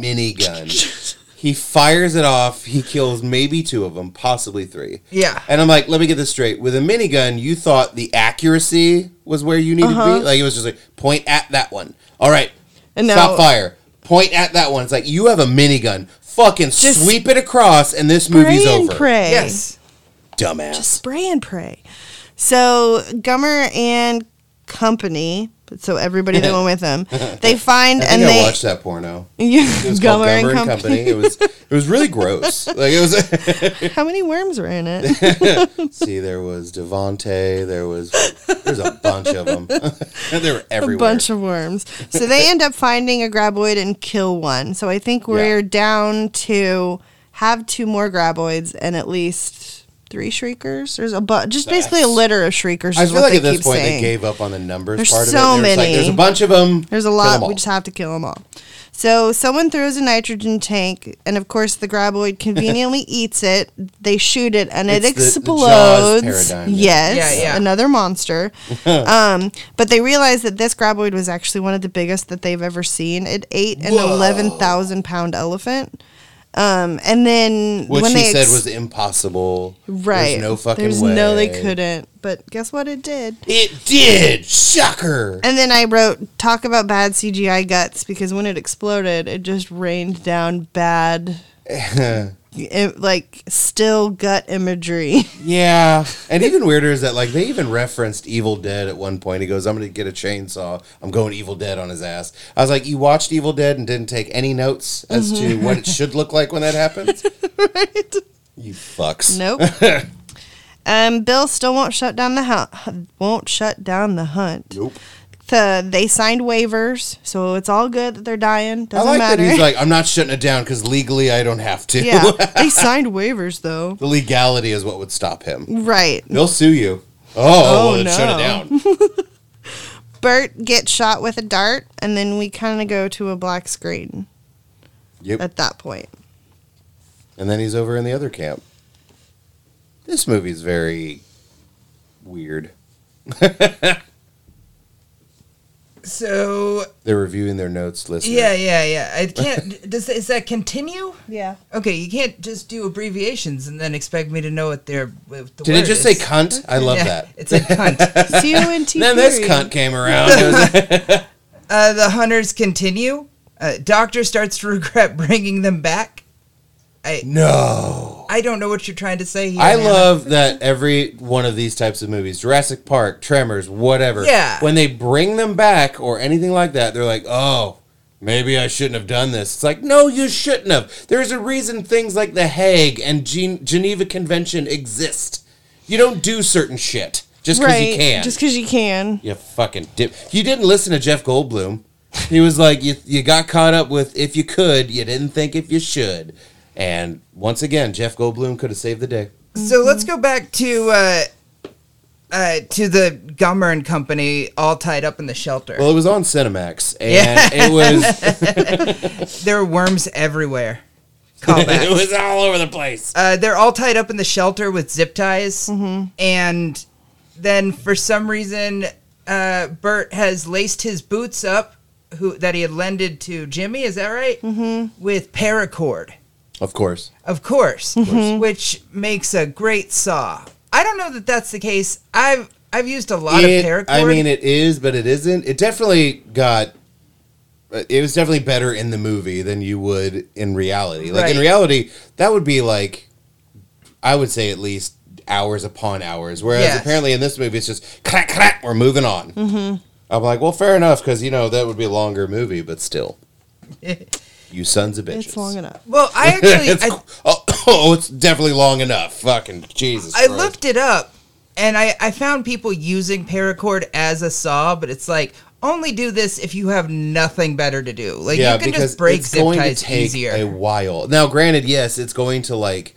Speaker 3: minigun. He fires it off, he kills maybe two of them, possibly three.
Speaker 1: Yeah.
Speaker 3: And I'm like, let me get this straight. With a minigun, you thought the accuracy was where you needed to be. Like it was just like point at that one. All right.
Speaker 2: Uh-huh. And now-
Speaker 3: Stop fire. Point at that one. It's like you have a minigun. fucking
Speaker 2: Just
Speaker 3: sweep it across, and this
Speaker 2: Spray
Speaker 3: movie's
Speaker 2: and
Speaker 3: over.
Speaker 2: pray.
Speaker 1: Yes.
Speaker 3: Dumbass.
Speaker 2: Spray and pray. So Gummer and company. So everybody that went with them, they find
Speaker 3: I think
Speaker 2: and
Speaker 3: I
Speaker 2: they
Speaker 3: watched that porno.
Speaker 2: Yeah,
Speaker 3: It was called
Speaker 2: Gummer and
Speaker 3: Gummer and
Speaker 2: Company.
Speaker 3: Company. It was it was really gross. Like it was.
Speaker 2: How many worms were in it?
Speaker 3: See, there was Devante. There was there's a bunch of them. they were everywhere.
Speaker 2: A bunch of worms. So they end up finding a graboid and kill one. So I think we're down to have two more graboids and at least three shriekers. There's a bu- just basically a
Speaker 3: That's-
Speaker 2: litter of shriekers.
Speaker 3: I
Speaker 2: is
Speaker 3: feel
Speaker 2: what
Speaker 3: like at
Speaker 2: they
Speaker 3: this
Speaker 2: keep
Speaker 3: point
Speaker 2: saying.
Speaker 3: they gave up on the numbers
Speaker 2: There's
Speaker 3: part of
Speaker 2: so
Speaker 3: it.
Speaker 2: many.
Speaker 3: There's Like, there's a bunch of them.
Speaker 2: There's a lot. We just have to kill them all. So someone throws a nitrogen tank, and of course the graboid conveniently eats it. They shoot it, and it
Speaker 3: It's the- the Jaws
Speaker 2: explodes.
Speaker 3: paradigm, yeah.
Speaker 2: yes,
Speaker 1: Yeah, yeah.
Speaker 2: another monster. um, but they realize that this graboid was actually one of the biggest that they've ever seen. It ate an
Speaker 3: Whoa.
Speaker 2: eleven thousand pound elephant. Um, and then
Speaker 3: What
Speaker 2: when
Speaker 3: she
Speaker 2: they
Speaker 3: said
Speaker 2: ex-
Speaker 3: was impossible.
Speaker 2: right,
Speaker 3: There's no fucking
Speaker 2: There's
Speaker 3: way.
Speaker 2: no, they couldn't. But guess what? It did.
Speaker 3: It did. Shocker.
Speaker 2: And then I wrote, talk about bad CGI guts because when it exploded, it just rained down bad, it, like still gut imagery.
Speaker 3: Yeah. And even weirder is that like they even referenced Evil Dead at one point. He goes, I'm gonna get a chainsaw. I'm going Evil Dead on his ass. I was like, You watched Evil Dead and didn't take any notes as
Speaker 2: Mm-hmm.
Speaker 3: to what it should look like when that happens? You fucks.
Speaker 2: nope. um, Bill still won't shut down the hunt. Won't shut down the hunt.
Speaker 3: Nope.
Speaker 2: The, they signed waivers, so it's all good that they're dying.
Speaker 3: I
Speaker 2: Doesn't
Speaker 3: like
Speaker 2: matter.
Speaker 3: that he's like, I'm not shutting it down because legally I don't have to.
Speaker 2: yeah, they signed waivers though.
Speaker 3: the legality is what would stop him.
Speaker 2: Right.
Speaker 3: They'll sue you. Oh,
Speaker 2: Oh,
Speaker 3: well, then shut it
Speaker 2: no.
Speaker 3: down.
Speaker 2: Bert gets shot with a dart, and then we kind of go to a black screen
Speaker 3: Yep.
Speaker 2: at that point.
Speaker 3: And then he's over in the other camp. This movie's very weird.
Speaker 1: So
Speaker 3: They're reviewing their notes, listening.
Speaker 1: yeah, yeah, yeah. I can't. does is that continue?
Speaker 2: Yeah.
Speaker 1: Okay, you can't just do abbreviations and then expect me to know what they're. What the
Speaker 3: Did
Speaker 1: word
Speaker 3: it just say
Speaker 1: is.
Speaker 3: cunt? I love
Speaker 1: Yeah,
Speaker 3: that.
Speaker 1: It's a cunt.
Speaker 2: C O N T.
Speaker 3: Then this cunt came around. It was-
Speaker 1: uh, the hunters continue. Uh, doctor starts to regret bringing them back. I
Speaker 3: no.
Speaker 1: I don't know what you're trying to say here.
Speaker 3: I
Speaker 1: man.
Speaker 3: love that every one of these types of movies, Jurassic Park, Tremors, whatever.
Speaker 1: Yeah.
Speaker 3: When they bring them back or anything like that, they're like, oh, maybe I shouldn't have done this. It's like, no, you shouldn't have. There's a reason things like The Hague and Gen- Geneva Convention exist. You don't do certain shit just because
Speaker 2: Right.
Speaker 3: you can.
Speaker 2: Just because you can.
Speaker 3: You fucking dip. You didn't listen to Jeff Goldblum. He was like, you, you got caught up with if you could, you didn't think if you should. And once again, Jeff Goldblum could have saved the day.
Speaker 1: So let's go back to uh, uh, to the Gummer and Company, all tied up in the shelter.
Speaker 3: Well, it was on Cinemax, and it was
Speaker 1: there are worms everywhere.
Speaker 3: it
Speaker 1: Callback.
Speaker 3: was all over the place.
Speaker 1: uh, they're all tied up in the shelter with zip ties,
Speaker 3: Mm-hmm.
Speaker 1: and then for some reason, uh, Bert has laced his boots up, who that he had lended to Jimmy. Is that right? Mm-hmm. With paracord.
Speaker 3: Of course,
Speaker 1: Of course, Mm-hmm. which makes a great saw. I don't know that that's the case. I've I've used a lot
Speaker 3: It-
Speaker 1: of paracord.
Speaker 3: I mean, it is, but it isn't. It definitely got. It was definitely better in the movie than you would in reality. Like in
Speaker 1: Right.
Speaker 3: reality, that would be like, I would say at least hours upon hours. Whereas
Speaker 1: Yes. Mm-hmm.
Speaker 3: apparently in this movie, it's just clack clack. We're moving on. I'm like, well, fair enough, because you know that would be a longer movie, but still, you sons of bitches.
Speaker 2: It's long enough.
Speaker 1: well, I actually
Speaker 3: It's-
Speaker 1: I,
Speaker 3: oh, oh, it's definitely long enough. Fucking Jesus.
Speaker 1: I
Speaker 3: Christ.
Speaker 1: looked it up, and I I found people using paracord as a saw, but it's like only do this if you have nothing better to do. Like you can just break
Speaker 3: it's
Speaker 1: zip
Speaker 3: going
Speaker 1: ties
Speaker 3: to take
Speaker 1: easier.
Speaker 3: a while. Now, granted, yes, it's going to like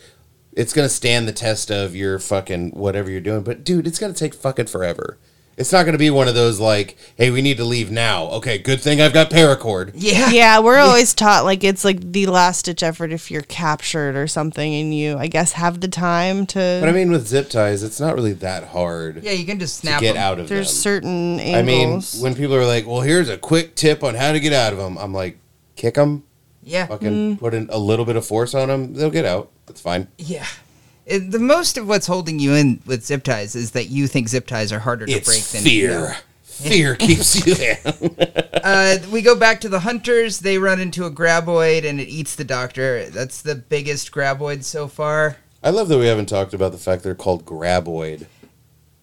Speaker 3: it's going to stand the test of your fucking whatever you're doing, but dude, it's going to take fucking forever. It's not going to be one of those like, hey, we need to leave now. Okay, good thing I've got paracord.
Speaker 1: yeah.
Speaker 2: Yeah, we're always taught like it's like the last ditch effort if you're captured or something and you, I guess, have the time to.
Speaker 3: But I mean, with zip ties, it's not really that hard
Speaker 1: Yeah, you can just
Speaker 3: to
Speaker 1: snap
Speaker 3: get
Speaker 1: them.
Speaker 3: out of
Speaker 2: there's
Speaker 3: them.
Speaker 2: certain
Speaker 3: I mean,
Speaker 2: angles.
Speaker 3: when people are like, well, here's a quick tip on how to get out of them, I'm like, kick them,
Speaker 1: Yeah,
Speaker 3: fucking put in a little bit of force on them, they'll get out. That's fine.
Speaker 1: yeah. It- the most of what's holding you in with zip ties is that you think zip ties are harder to break
Speaker 3: It's
Speaker 1: than
Speaker 3: fear. Fear keeps you down.
Speaker 1: Uh, we go back to the hunters. They run into a graboid and it eats the doctor. That's the biggest graboid so far.
Speaker 3: I love that we haven't talked about the fact they're called graboid.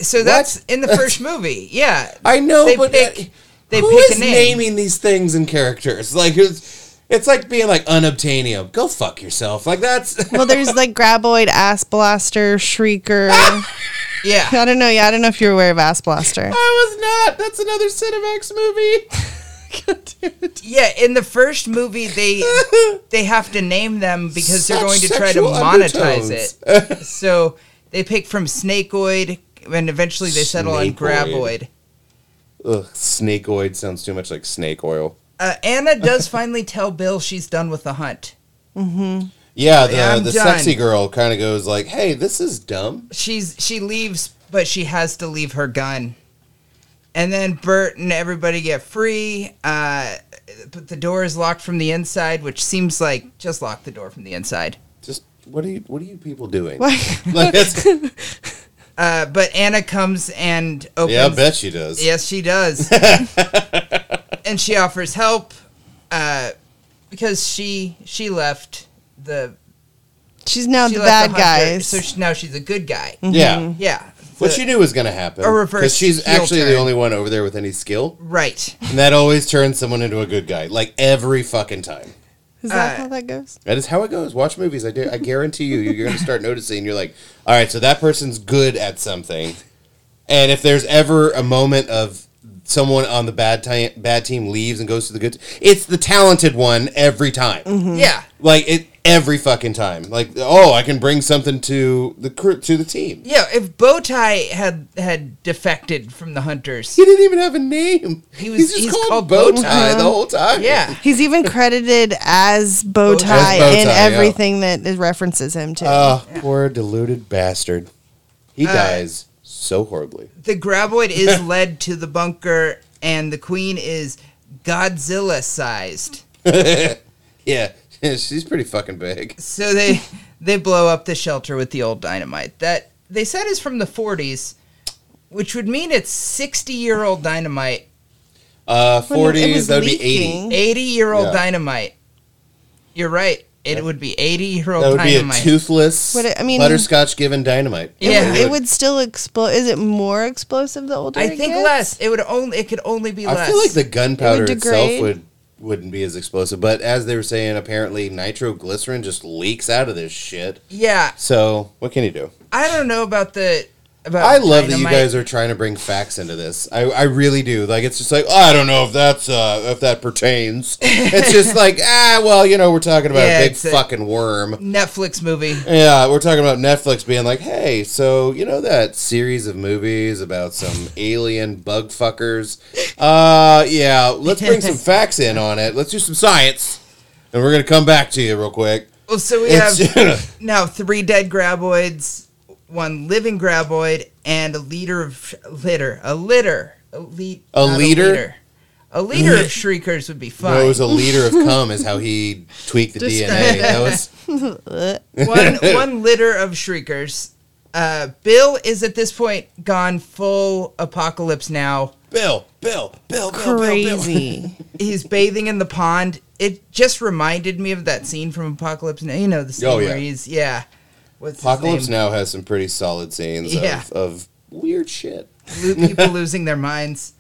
Speaker 1: So that's in the first movie. Yeah.
Speaker 3: I know,
Speaker 1: They
Speaker 3: but
Speaker 1: pick-
Speaker 3: uh,
Speaker 1: they
Speaker 3: who
Speaker 1: pick a
Speaker 3: is
Speaker 1: name.
Speaker 3: naming these things and characters? Like it's, it's like being like unobtainium. Go fuck yourself. Like that's
Speaker 2: Well, there's like Graboid, Ass Blaster, Shrieker.
Speaker 1: Yeah.
Speaker 2: I don't know. Yeah, I don't know if you're aware of Ass Blaster.
Speaker 3: I was not. That's another Cinemax movie. God damn it.
Speaker 1: Yeah, in the first movie they they have to name them because they're
Speaker 3: Such
Speaker 1: going to try to
Speaker 3: sexual
Speaker 1: monetize
Speaker 3: undertones.
Speaker 1: it. so they pick from Snakeoid and eventually they settle on Graboid.
Speaker 3: Snakeoid. Ugh, snakeoid sounds too much like snake oil.
Speaker 1: Uh, Anna does finally tell Bill she's done with the hunt.
Speaker 3: Yeah, the,
Speaker 1: I'm
Speaker 3: the
Speaker 1: done.
Speaker 3: sexy girl kind of goes like, "Hey, this is dumb."
Speaker 1: She's she leaves, but she has to leave her gun. And then Bert and everybody get free. Uh, but the door is locked from the inside, which seems like just lock the door from the inside.
Speaker 3: Just what are you? What are you people doing?
Speaker 2: Like,
Speaker 3: Like, that's-
Speaker 1: Uh, but Anna comes and opens.
Speaker 3: yeah, I bet she does.
Speaker 1: Yes, she does. and she offers help uh, because she she left the
Speaker 2: she's now
Speaker 1: she
Speaker 2: the
Speaker 1: left
Speaker 2: bad
Speaker 1: the hunter,
Speaker 2: guys. Mm-hmm.
Speaker 1: so she, now she's a good guy.
Speaker 3: Yeah.
Speaker 1: Yeah,
Speaker 3: What
Speaker 1: The-
Speaker 3: she knew was going to happen.
Speaker 1: A reverse
Speaker 3: she's
Speaker 1: heel
Speaker 3: actually the
Speaker 1: turn.
Speaker 3: only one over there with any skill.
Speaker 1: right.
Speaker 3: And that always turns someone into a good guy. Like every fucking time.
Speaker 2: Is that
Speaker 1: uh,
Speaker 2: how that goes?
Speaker 3: That is how it goes. Watch movies. I, dare, I guarantee you, you're going to start noticing. You're like, all right, so that person's good at something. And if there's ever a moment of someone on the bad, ti- bad team leaves and goes to the good, it's the talented one every time.
Speaker 2: Mm-hmm.
Speaker 1: Yeah,
Speaker 3: Like it every fucking time. Like, oh, I can bring something to the crew, to the team.
Speaker 1: yeah. If Bowtie had had defected from the hunters,
Speaker 3: He didn't even have a name.
Speaker 1: He
Speaker 3: He
Speaker 1: was-
Speaker 3: was just
Speaker 1: he's
Speaker 3: called,
Speaker 1: called
Speaker 3: Bowtie
Speaker 1: Bowtie.
Speaker 3: the whole time.
Speaker 1: yeah,
Speaker 2: He's even credited as Bowtie
Speaker 3: As Bowtie,
Speaker 2: in
Speaker 3: yeah.
Speaker 2: everything that it references him to.
Speaker 3: Oh, poor deluded bastard. He
Speaker 2: Uh.
Speaker 3: dies so horribly.
Speaker 1: the graboid is led to the bunker, and the queen is Godzilla sized.
Speaker 3: Yeah, she's pretty fucking big.
Speaker 1: So they they blow up the shelter with the old dynamite that they said is from the 40s, which would mean it's 60 year old dynamite,
Speaker 3: Uh,
Speaker 2: When it
Speaker 3: forties.
Speaker 2: was
Speaker 3: That'd
Speaker 2: leaking.
Speaker 3: be
Speaker 1: 80 year
Speaker 3: Yeah.
Speaker 1: old dynamite. You're right. It would be 80 year
Speaker 3: eighty. That
Speaker 1: old
Speaker 3: would be a
Speaker 1: dynamite.
Speaker 3: toothless
Speaker 2: Would it- I mean-
Speaker 3: butterscotch given dynamite.
Speaker 2: It
Speaker 1: Yeah.
Speaker 2: would- it would still explode. Is it more explosive the older
Speaker 1: I
Speaker 2: it
Speaker 1: think
Speaker 2: gets?
Speaker 1: less. It would only it could only be
Speaker 3: I
Speaker 1: less.
Speaker 3: feel like the gunpowder
Speaker 2: It would
Speaker 3: itself
Speaker 2: degrade.
Speaker 3: would wouldn't be as explosive, but as they were saying, apparently nitroglycerin just leaks out of this shit.
Speaker 1: yeah,
Speaker 3: So what can you do?
Speaker 1: I don't know about the about
Speaker 3: I love that you
Speaker 1: dynamite.
Speaker 3: guys are trying to bring facts into this. I, I really do. Like it's just like oh, I don't know if that's uh, if that pertains. It's just like ah well you know we're talking about
Speaker 1: Yeah,
Speaker 3: a big
Speaker 1: it's a-
Speaker 3: fucking worm.
Speaker 1: Netflix movie.
Speaker 3: Yeah, we're talking about Netflix being like, hey, so you know that series of movies about some alien bug fuckers? Uh, yeah, let's bring some facts in on it. Let's do some science, and we're gonna come back to you real quick.
Speaker 1: Well, so we
Speaker 3: It's-
Speaker 1: have now three dead graboids, one living graboid, and a liter of litter. A litter. A, le-
Speaker 3: A
Speaker 1: not
Speaker 3: leader?
Speaker 1: A liter. A liter of shriekers would be
Speaker 3: No, it
Speaker 1: fine.
Speaker 3: was a liter of cum is how he tweaked the DNA. That was
Speaker 1: one one litter of shriekers. Uh, Bill is at this point gone full apocalypse now.
Speaker 3: Bill, Bill, Bill, Bill, Bill, Bill.
Speaker 2: Crazy.
Speaker 1: He's bathing in the pond. It just reminded me of that scene from Apocalypse Now. You know the scene
Speaker 3: Oh, yeah.
Speaker 1: where he's yeah. What's
Speaker 3: Apocalypse
Speaker 1: his name?
Speaker 3: Now has some pretty solid scenes
Speaker 1: Yeah.
Speaker 3: of, of weird shit.
Speaker 1: Lo- people losing their minds.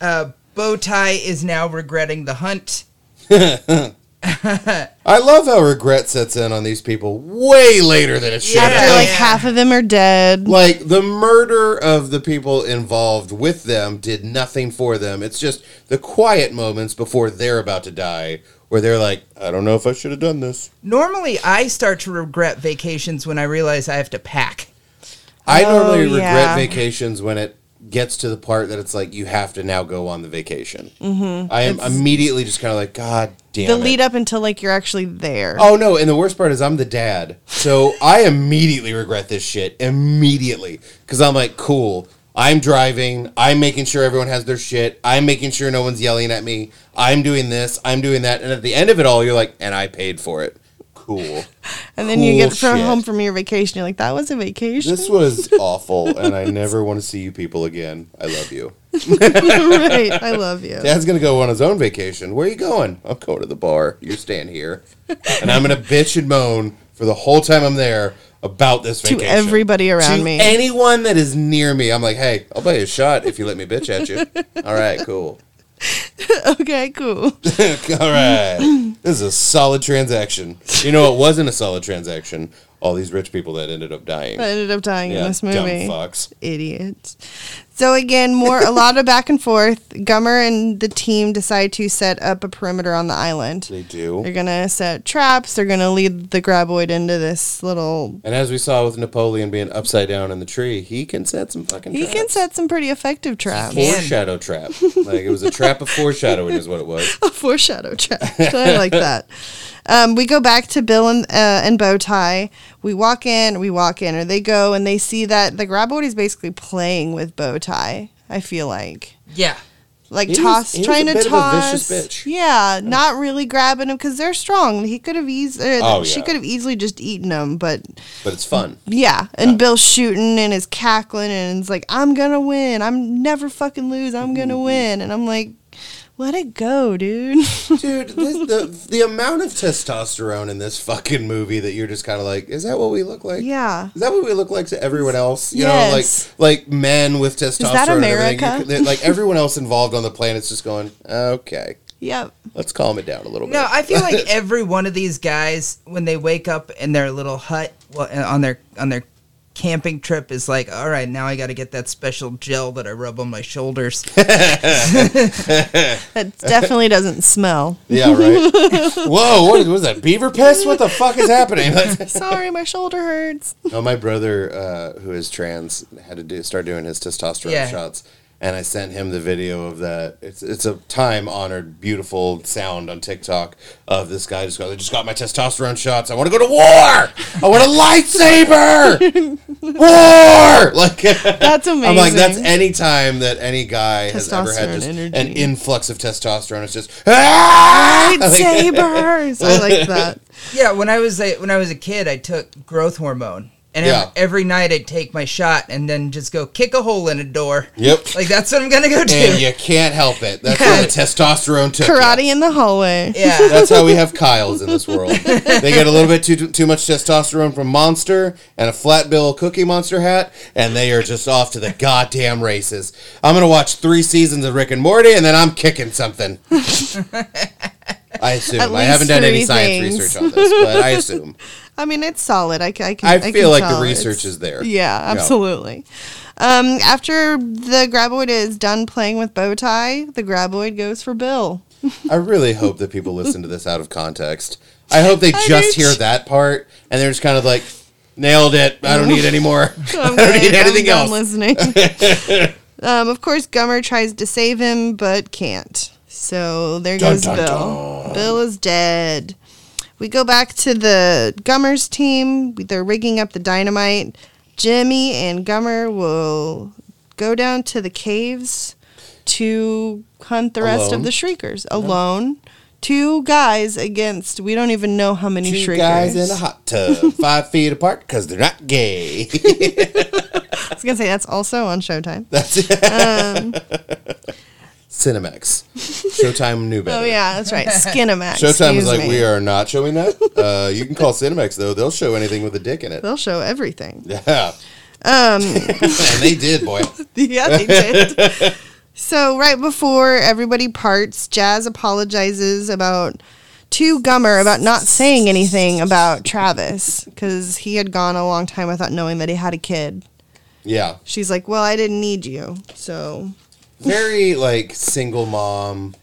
Speaker 1: Uh, Bowtie is now regretting the hunt.
Speaker 3: I love how regret sets in on these people way later than it should.
Speaker 1: Yeah.
Speaker 3: have.
Speaker 2: After like
Speaker 1: Yeah.
Speaker 2: half of them are dead.
Speaker 3: Like the murder of the people involved with them did nothing for them. It's just the quiet moments before they're about to die where they're like, I don't know if I should have done this.
Speaker 1: Normally, I start to regret vacations when I realize I have to pack.
Speaker 3: I normally regret
Speaker 2: Oh, yeah.
Speaker 3: vacations when it gets to the part that it's like you have to now go on the vacation. Mm-hmm. I am immediately just kind of like, God damn
Speaker 2: the
Speaker 3: it.
Speaker 2: lead up until like you're actually there.
Speaker 3: Oh no, and the worst part is I'm the dad. So I immediately regret this shit. Immediately. Cause I'm like, cool. I'm driving. I'm making sure everyone has their shit. I'm making sure no one's yelling at me. I'm doing this. I'm doing that. And at the end of it all, you're like, and I paid for it. cool.
Speaker 2: And then you get
Speaker 4: Cool
Speaker 2: from
Speaker 4: shit.
Speaker 2: home from your vacation. You're like, that was a vacation.
Speaker 3: This was awful, and I never want to see you people again. I love you.
Speaker 2: right. I love you.
Speaker 3: Dad's gonna go on his own vacation. Where are you going? I'm going to the bar. You're staying here, and I'm gonna bitch and moan for the whole time I'm there about this
Speaker 2: To
Speaker 3: vacation.
Speaker 2: everybody around
Speaker 3: to
Speaker 2: me.
Speaker 3: anyone that is near me, I'm like, hey, I'll buy you a shot if you let me bitch at you. All right, cool.
Speaker 2: okay, cool.
Speaker 3: All right. This is a solid transaction. You know, it wasn't a solid transaction. All these rich people that ended up dying.
Speaker 2: I ended up dying in this
Speaker 3: dumb
Speaker 2: movie.
Speaker 3: fucks.
Speaker 2: idiots. So again, more a lot of back and forth. Gummer and the team decide to set up a perimeter on the island.
Speaker 3: They do.
Speaker 2: They're gonna set traps. They're gonna lead the graboid into this little.
Speaker 3: And as we saw with Napoleon being upside down in the tree, he can set some fucking
Speaker 2: He
Speaker 3: traps.
Speaker 2: can set some pretty effective traps.
Speaker 1: Yeah.
Speaker 3: foreshadow trap. Like it was a trap of foreshadowing is what it was.
Speaker 2: A foreshadow trap. I like that. Um, we go back to Bill and uh, and Bowtie. We walk in. We walk in, or they go and they see that the graboid is basically playing with Bowtie. I feel like.
Speaker 1: Yeah.
Speaker 2: like
Speaker 3: He was-
Speaker 2: toss
Speaker 3: he was
Speaker 2: trying
Speaker 3: a
Speaker 2: to
Speaker 3: bit of a
Speaker 2: toss
Speaker 3: vicious bitch.
Speaker 2: yeah not really grabbing him because they're strong he could have easily
Speaker 3: Oh,
Speaker 2: she
Speaker 3: yeah.
Speaker 2: could have easily just eaten him but
Speaker 3: But it's fun.
Speaker 2: yeah and bill's shooting and is cackling and it's like i'm gonna win i'm never fucking lose i'm gonna
Speaker 3: Mm-hmm.
Speaker 2: win and i'm like let it go dude
Speaker 3: Dude, this, the the amount of testosterone in this fucking movie that you're just kind of like, is that what we look like?
Speaker 2: yeah
Speaker 3: Is that what we look like to everyone else? You
Speaker 2: Yes.
Speaker 3: know, like like men with testosterone.
Speaker 2: that
Speaker 3: and everything.
Speaker 2: America?
Speaker 3: You could- they're- like everyone else involved on the planet's just going, okay,
Speaker 2: yep
Speaker 3: let's calm it down a little
Speaker 1: No,
Speaker 3: bit.
Speaker 1: I feel like every one of these guys, when they wake up in their little hut well, uh, on their on their camping trip, is like, all right, now I got to get that special gel that I rub on my shoulders.
Speaker 2: that definitely doesn't smell
Speaker 3: yeah, right. Whoa, what is, what is that? Beaver piss? What the fuck is happening?
Speaker 2: sorry my shoulder hurts
Speaker 3: No, my brother, uh, who is trans, had to do, start doing his testosterone
Speaker 1: Yeah.
Speaker 3: shots, and I sent him the video of that. It's it's a time honored, beautiful sound on TikTok of this guy just going, "I just got my testosterone shots. I want to go to war. I want a lightsaber. war!" Like
Speaker 2: that's amazing
Speaker 3: I'm like, that's any time that any guy has ever had
Speaker 2: Testosterone
Speaker 3: just
Speaker 2: energy.
Speaker 3: an influx of testosterone. It's just "Ah!" Like,
Speaker 2: sabers i like that
Speaker 1: yeah, when I was a, when I was a kid, I took growth hormone, and ev-
Speaker 3: Yeah.
Speaker 1: every night I'd take my shot and then just go kick a hole in a door.
Speaker 3: Yep.
Speaker 1: Like that's what I'm gonna go do.
Speaker 3: And you can't help it. That's where the testosterone took you.
Speaker 2: karate in the hallway
Speaker 1: yeah.
Speaker 3: That's how we have Kyles in this world. They get a little bit too too much testosterone from Monster and a flat bill Cookie Monster hat, and they are just off to the goddamn races. I'm gonna watch three seasons of Rick and Morty, and then I'm kicking something. I assume.
Speaker 2: At
Speaker 3: I
Speaker 2: least
Speaker 3: haven't done any
Speaker 2: three
Speaker 3: science
Speaker 2: things.
Speaker 3: research on this, but I assume.
Speaker 2: I mean, it's solid. I, c- I can.
Speaker 3: I
Speaker 2: can
Speaker 3: feel like the
Speaker 2: tell.
Speaker 3: research
Speaker 2: It's-
Speaker 3: is there.
Speaker 2: Yeah,
Speaker 3: Yeah.
Speaker 2: absolutely. Um, after the graboid is done playing with Bowtie, the graboid goes for Bill.
Speaker 3: I really hope that people listen to this out of context. I hope they
Speaker 2: I
Speaker 3: just
Speaker 2: do
Speaker 3: hear
Speaker 2: too.
Speaker 3: that part and they're just kind of like, nailed it. I don't need any more. I don't
Speaker 2: Okay,
Speaker 3: need anything
Speaker 2: I'm done
Speaker 3: else.
Speaker 2: listening. um, of course, Gummer tries to save him but can't. So there
Speaker 3: Dun,
Speaker 2: goes
Speaker 3: dun,
Speaker 2: Bill. Bill is dead. We go back to the Gummers team. They're rigging up the dynamite. Jimmy and Gummer will go down to the caves to hunt the rest of
Speaker 3: Alone?
Speaker 2: the Shriekers alone. Two guys against we don't even know how many
Speaker 3: Two
Speaker 2: Shriekers.
Speaker 3: guys in a hot tub, five feet apart because they're not gay.
Speaker 2: I was gonna say that's also on Showtime.
Speaker 3: That's it. Cinemax. Showtime knew better.
Speaker 2: Oh yeah, that's right. Skinamax.
Speaker 3: Showtime
Speaker 2: excuse
Speaker 3: was like,
Speaker 2: me.
Speaker 3: we are not showing that. Uh, you can call Cinemax, though. They'll show anything with a dick in it.
Speaker 2: They'll show everything.
Speaker 3: Yeah. Um. and they did, boy.
Speaker 2: yeah, they did. so right before everybody parts, Jazz apologizes about to Gummer about not saying anything about Travis because he had gone a long time without knowing that he had a kid.
Speaker 3: Yeah.
Speaker 2: She's like, "Well, I didn't need you." So
Speaker 3: Very, like, single mom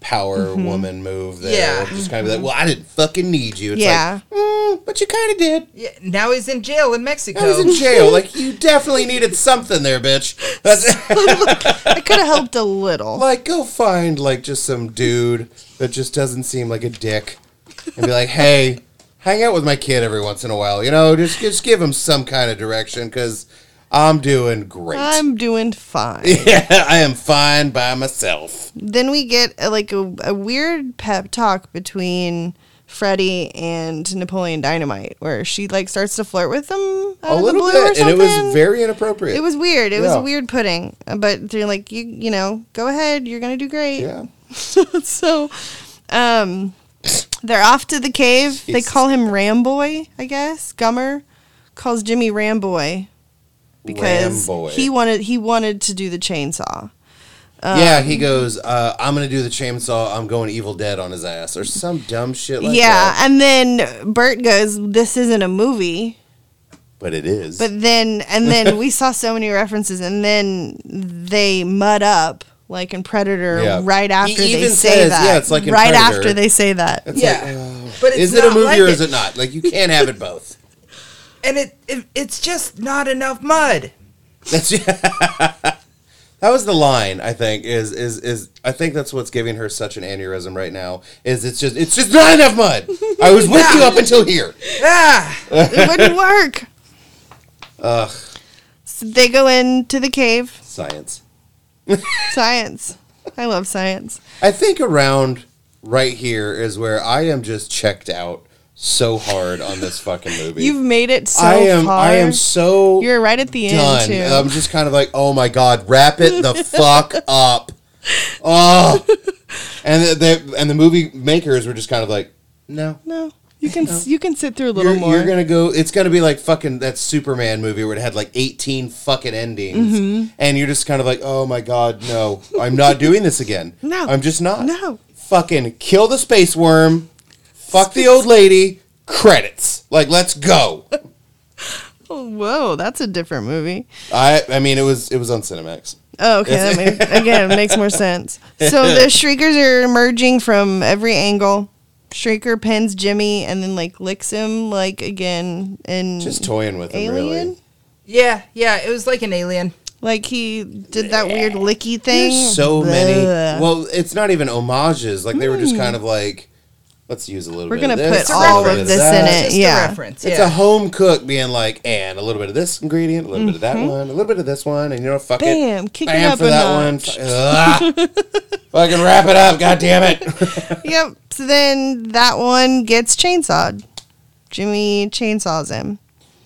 Speaker 3: power
Speaker 2: Mm-hmm.
Speaker 3: woman move there.
Speaker 1: Yeah.
Speaker 3: Just kind of like, well, I didn't fucking need you. It's
Speaker 2: yeah,
Speaker 3: like, mm, but you kind of did.
Speaker 1: yeah. Now he's in jail in Mexico.
Speaker 3: I was in jail. Like, you definitely needed something there, bitch. That's.
Speaker 2: I could have helped a little.
Speaker 3: Like, go find like just some dude that just doesn't seem like a dick, and be like, "Hey, hang out with my kid every once in a while. You know, just just give him some kind of direction because I'm doing great.
Speaker 2: I'm doing fine.
Speaker 3: yeah, I am fine by myself.
Speaker 2: then we get uh like a, a weird pep talk between Freddy and Napoleon Dynamite, where she like starts to flirt with them out
Speaker 3: a
Speaker 2: of the
Speaker 3: little
Speaker 2: blue or
Speaker 3: bit, and
Speaker 2: something.
Speaker 3: it was very inappropriate.
Speaker 2: It was weird. It was
Speaker 3: Yeah.
Speaker 2: a weird pudding, Uh, but they're like, you you know, go ahead, you're gonna do great.
Speaker 3: yeah.
Speaker 2: so, um, they're off to the cave. They call him Ramboy, I guess. Gummer calls Jimmy Ramboy because
Speaker 3: Ramboy.
Speaker 2: he wanted he wanted to do the chainsaw.
Speaker 3: yeah,
Speaker 2: um,
Speaker 3: he goes, uh, I'm going to do the chainsaw. I'm going Evil Dead on his ass or some dumb shit like
Speaker 2: yeah,
Speaker 3: that.
Speaker 2: and then Bert goes, "This isn't a movie."
Speaker 3: But it is.
Speaker 2: But then, and then we saw so many references, and then they mud up like in Predator
Speaker 3: Yeah.
Speaker 2: right
Speaker 3: He
Speaker 2: after they
Speaker 3: even
Speaker 2: say
Speaker 3: says,
Speaker 2: that.
Speaker 3: yeah, it's like in
Speaker 2: right
Speaker 3: Predator.
Speaker 2: after they say that.
Speaker 1: yeah, but it's
Speaker 3: oh. is it a
Speaker 1: not
Speaker 3: movie
Speaker 1: like
Speaker 3: or is it not? Like, you can't have it both.
Speaker 1: And it, it it's just not enough mud.
Speaker 3: That's That was the line, I think, is is is I think that's what's giving her such an aneurysm right now. Is it's just it's just not enough mud. I was with you up until here.
Speaker 1: Ah,
Speaker 2: it wouldn't work. Ugh. So they go into the cave.
Speaker 3: Science.
Speaker 2: Science. I love science.
Speaker 3: I think around right here is where I am just checked out so hard on this fucking movie.
Speaker 2: You've made it so
Speaker 3: I am
Speaker 2: far.
Speaker 3: I am so
Speaker 2: You're right at the
Speaker 3: done.
Speaker 2: end too.
Speaker 3: I'm just kind of like, oh my god, wrap it the fuck up. Oh, and the, the and the movie makers were just kind of like, no.
Speaker 2: no, you can you can sit through a little
Speaker 3: You're,
Speaker 2: more.
Speaker 3: you're gonna go. It's gonna be like fucking that Superman movie where it had like eighteen fucking endings,
Speaker 2: Mm-hmm.
Speaker 3: and you're just kind of like, oh my god, no, I'm not doing this again.
Speaker 2: No.
Speaker 3: I'm just not.
Speaker 2: No.
Speaker 3: fucking kill the space worm, fuck the old lady, credits. Like, let's go.
Speaker 2: Oh, whoa, that's a different movie.
Speaker 3: I I mean, it was it was on Cinemax.
Speaker 2: Oh, okay. That ma- again, it makes more sense. So the shriekers are emerging from every angle. Shrieker pins Jimmy and then like licks him like again and
Speaker 3: Just toying with him,
Speaker 2: alien.
Speaker 3: really.
Speaker 1: yeah, yeah. It was like an alien.
Speaker 2: Like he did that weird licky thing.
Speaker 3: There's so many.
Speaker 2: Ugh. Hmm.
Speaker 3: Well, it's not even homages. Like they were just kind of like, let's use a little.
Speaker 2: We're
Speaker 3: bit
Speaker 2: gonna
Speaker 3: of this,
Speaker 2: put
Speaker 3: a
Speaker 2: all
Speaker 3: little
Speaker 2: of
Speaker 3: bit
Speaker 2: this in
Speaker 3: that.
Speaker 2: it.
Speaker 1: Just
Speaker 2: yeah.
Speaker 1: a reference.
Speaker 3: It's
Speaker 1: yeah.
Speaker 3: a home cook being like, and a little bit of this ingredient, a little bit of that one, a little bit of this one, and you know, fuck it,
Speaker 2: Mm-hmm. Bam, kick it up
Speaker 3: for
Speaker 2: a
Speaker 3: that
Speaker 2: notch.
Speaker 3: one, Ugh. fucking wrap it up, god damn it.
Speaker 2: yep. So then that one gets chainsawed. Jimmy chainsaws him.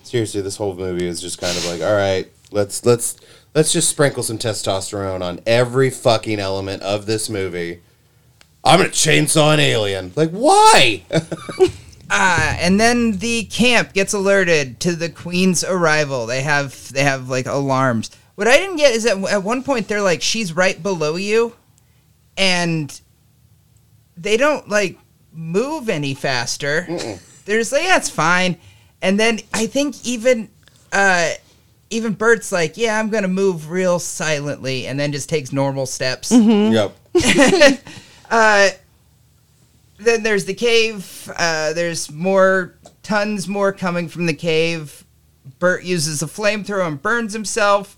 Speaker 3: Seriously, this whole movie is just kind of like, all right, let's let's let's just sprinkle some testosterone on every fucking element of this movie. I'm gonna chainsaw an alien. Like, why?
Speaker 1: Uh, and then the camp gets alerted to the queen's arrival. They have they have like alarms. What I didn't get is that at one point they're like she's right below you, and they don't like move any faster. They're just like yeah, it's fine. And then I think even uh, even Bert's like yeah, I'm gonna move real silently, and then just takes normal steps.
Speaker 2: Mm-hmm.
Speaker 3: yep.
Speaker 1: Uh, then there's the cave. Uh, there's more, tons more coming from the cave. Bert uses a flamethrower and burns himself.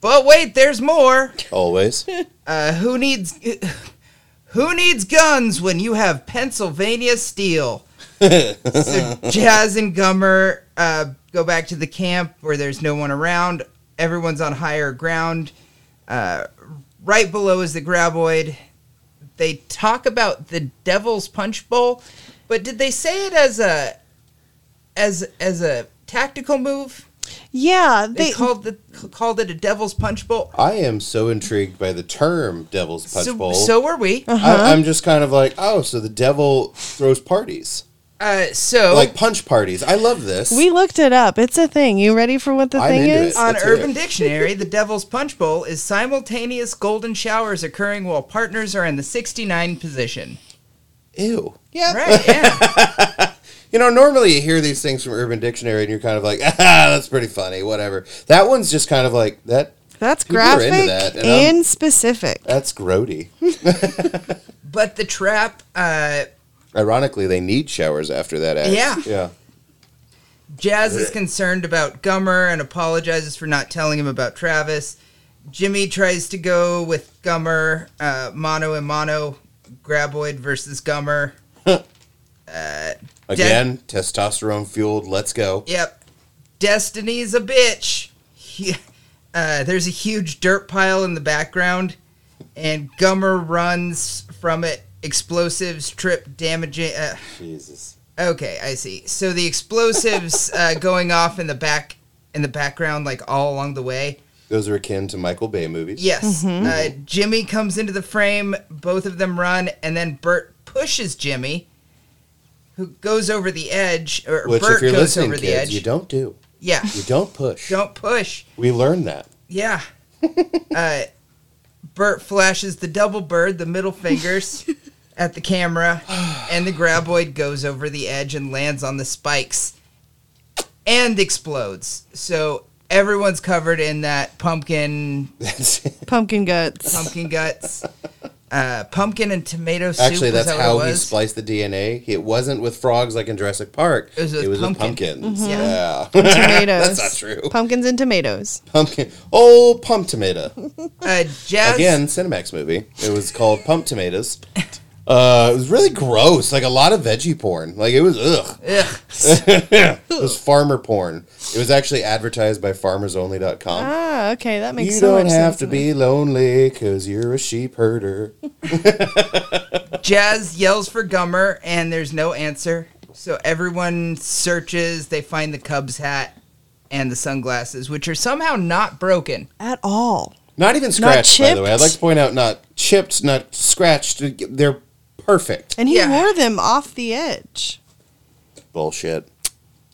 Speaker 1: But wait, there's more.
Speaker 3: Always.
Speaker 1: Uh, who needs who needs guns when you have Pennsylvania steel? so Jazz and Gummer uh, go back to the camp where there's no one around. Everyone's on higher ground. Uh, right below is the graboid. They talk about the Devil's Punch Bowl, but did they say it as a as as a tactical move?
Speaker 2: Yeah.
Speaker 1: They,
Speaker 2: They,
Speaker 1: called the called it a Devil's Punch Bowl.
Speaker 3: I am so intrigued by the term devil's punch
Speaker 1: so,
Speaker 3: bowl.
Speaker 1: so were we.
Speaker 3: I, I'm just kind of like, oh, so the devil throws parties.
Speaker 1: Uh, so
Speaker 3: Like punch parties. I love this.
Speaker 2: we looked it up. It's a thing. You ready for what the
Speaker 3: I'm
Speaker 2: thing
Speaker 3: into
Speaker 2: is?
Speaker 3: it.
Speaker 1: On
Speaker 3: Let's hear
Speaker 1: Urban Dictionary, the Devil's Punch Bowl is simultaneous golden showers occurring while partners are in the 69 position.
Speaker 3: Ew.
Speaker 2: Yep.
Speaker 1: Right, yeah.
Speaker 3: You know, normally you hear these things from Urban Dictionary and you're kind of like, ah, that's pretty funny, whatever. That one's just kind of like, that.
Speaker 2: That's
Speaker 3: People are
Speaker 2: graphic
Speaker 3: into that,
Speaker 2: and,
Speaker 3: and I'm-
Speaker 2: specific.
Speaker 3: that's grody.
Speaker 1: But the trap, uh,
Speaker 3: Ironically, they need showers after that act.
Speaker 1: Yeah.
Speaker 3: Yeah.
Speaker 1: Jazz is concerned about Gummer and apologizes for not telling him about Travis. Jimmy tries to go with Gummer, uh, mono and mono, Graboid versus Gummer.
Speaker 3: Again, testosterone fueled. Let's go.
Speaker 1: Yep. Destiny's a bitch. He- uh, there's a huge dirt pile in the background, and Gummer runs from it explosives trip damaging. Uh,
Speaker 3: Jesus.
Speaker 1: okay, I see. So the explosives uh, going off in the back in the background, like all along the way.
Speaker 3: Those are akin to Michael Bay movies.
Speaker 1: Yes, uh, Jimmy comes into the frame. Both of them run, and then Bert pushes Jimmy, who goes over the edge. Or
Speaker 3: Which,
Speaker 1: Bert
Speaker 3: if you're
Speaker 1: goes
Speaker 3: listening,
Speaker 1: over the
Speaker 3: kids,
Speaker 1: edge.
Speaker 3: you don't do.
Speaker 1: yeah,
Speaker 3: You don't push.
Speaker 1: don't push.
Speaker 3: We learned that.
Speaker 1: Yeah. uh, Bert flashes the double bird, the middle fingers, at the camera, and the graboid goes over the edge and lands on the spikes and explodes. So everyone's covered in that pumpkin,
Speaker 2: Pumpkin guts.
Speaker 1: pumpkin guts, uh, pumpkin and tomato soup.
Speaker 3: Actually,
Speaker 1: was
Speaker 3: that's
Speaker 1: that what
Speaker 3: how
Speaker 1: it
Speaker 3: he
Speaker 1: was?
Speaker 3: spliced the DNA. It wasn't with frogs like in Jurassic Park.
Speaker 1: It was with
Speaker 3: with
Speaker 1: pumpkin.
Speaker 3: pumpkins.
Speaker 1: Mhm.
Speaker 3: Yeah.
Speaker 2: tomatoes.
Speaker 3: that's not true.
Speaker 2: Pumpkins and tomatoes.
Speaker 3: Pumpkin. Oh, pump tomato.
Speaker 1: uh, Jazz.
Speaker 3: Again, Cinemax movie. It was called Pump Tomatoes. Uh, it was really gross. Like a lot of veggie porn. Like it was ugh.
Speaker 1: Ugh.
Speaker 3: It was farmer porn. It was actually advertised by FarmersOnly.com.
Speaker 2: Ah, okay, that makes
Speaker 3: You
Speaker 2: so
Speaker 3: don't
Speaker 2: much
Speaker 3: have
Speaker 2: sense.
Speaker 3: to be lonely because you're a sheep herder.
Speaker 1: Jazz yells for Gummer, and there's no answer. So everyone searches. They find the Cubs hat and the sunglasses, which are somehow not broken.
Speaker 2: at all.
Speaker 3: Not even
Speaker 2: Not
Speaker 3: scratched, by the way. I'd
Speaker 2: chipped?
Speaker 3: like to point out not chipped, not scratched. They're perfect.
Speaker 2: And he
Speaker 1: Yeah.
Speaker 2: wore them off the edge.
Speaker 3: Bullshit.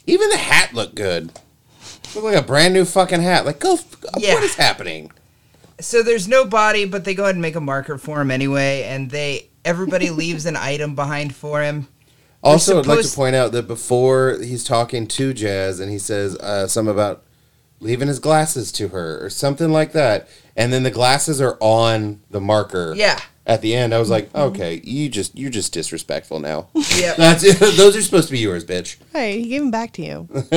Speaker 3: Even the hat looked good. Looked like a brand new fucking hat. Like, go. f-
Speaker 1: Yeah.
Speaker 3: What is happening?
Speaker 1: So there's no body, but they go ahead and make a marker for him anyway, and they everybody leaves an item behind for him.
Speaker 3: Also, I'd like to
Speaker 1: supposed-
Speaker 3: point out that before he's talking to Jazz and he says uh, something about leaving his glasses to her or something like that, and then the glasses are on the marker.
Speaker 1: Yeah. Mm-hmm.
Speaker 3: At the end, I was like, okay, you just you're just disrespectful now.
Speaker 1: Yep.
Speaker 3: That's those are supposed to be yours, bitch.
Speaker 2: Hey, he gave them back to you.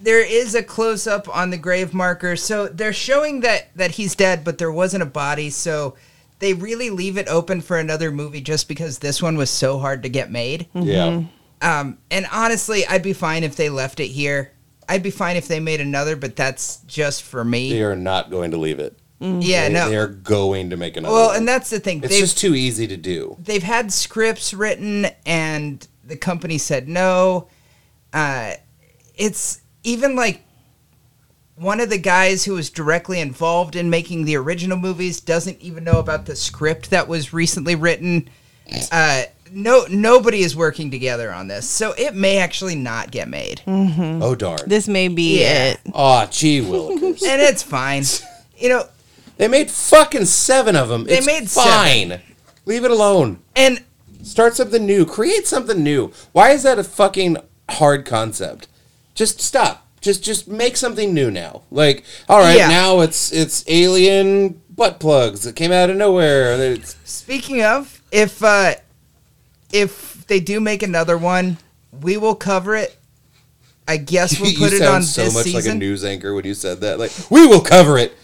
Speaker 1: there is a close up on the grave marker, so they're showing that that he's dead, but there wasn't a body, so they really leave it open for another movie just because this one was so hard to get made.
Speaker 3: Yeah.
Speaker 1: Um, and honestly, I'd be fine if they left it here. I'd be fine if they made another, but that's just for me.
Speaker 3: They are not going to leave it.
Speaker 1: yeah,
Speaker 3: They-
Speaker 1: no.
Speaker 3: They are going to make another.
Speaker 1: well,
Speaker 3: one.
Speaker 1: and that's the thing.
Speaker 3: it's
Speaker 1: they've
Speaker 3: just too easy to do.
Speaker 1: they've had scripts written, and the company said no. Uh, it's even like one of the guys who was directly involved in making the original movies doesn't even know about the script that was recently written. Uh, no, nobody is working together on this, so it may actually not get made.
Speaker 3: Oh darn.
Speaker 2: This may be
Speaker 1: Yeah.
Speaker 2: it.
Speaker 3: Aw, gee willikers.
Speaker 1: and it's fine. You know,
Speaker 3: they made fucking seven of them.
Speaker 1: They
Speaker 3: it's
Speaker 1: made
Speaker 3: fine. Leave it alone.
Speaker 1: and
Speaker 3: Start something new. Create something new. Why is that a fucking hard concept? Just stop. Just just make something new now. Like, all right,
Speaker 1: Yeah.
Speaker 3: now it's it's alien butt plugs that came out of nowhere. and It's,
Speaker 1: speaking of, if uh if they do make another one, we will cover it. I guess we'll put it on
Speaker 3: so
Speaker 1: this
Speaker 3: much like a
Speaker 1: season.
Speaker 3: news anchor when you said that. Like, we will cover it.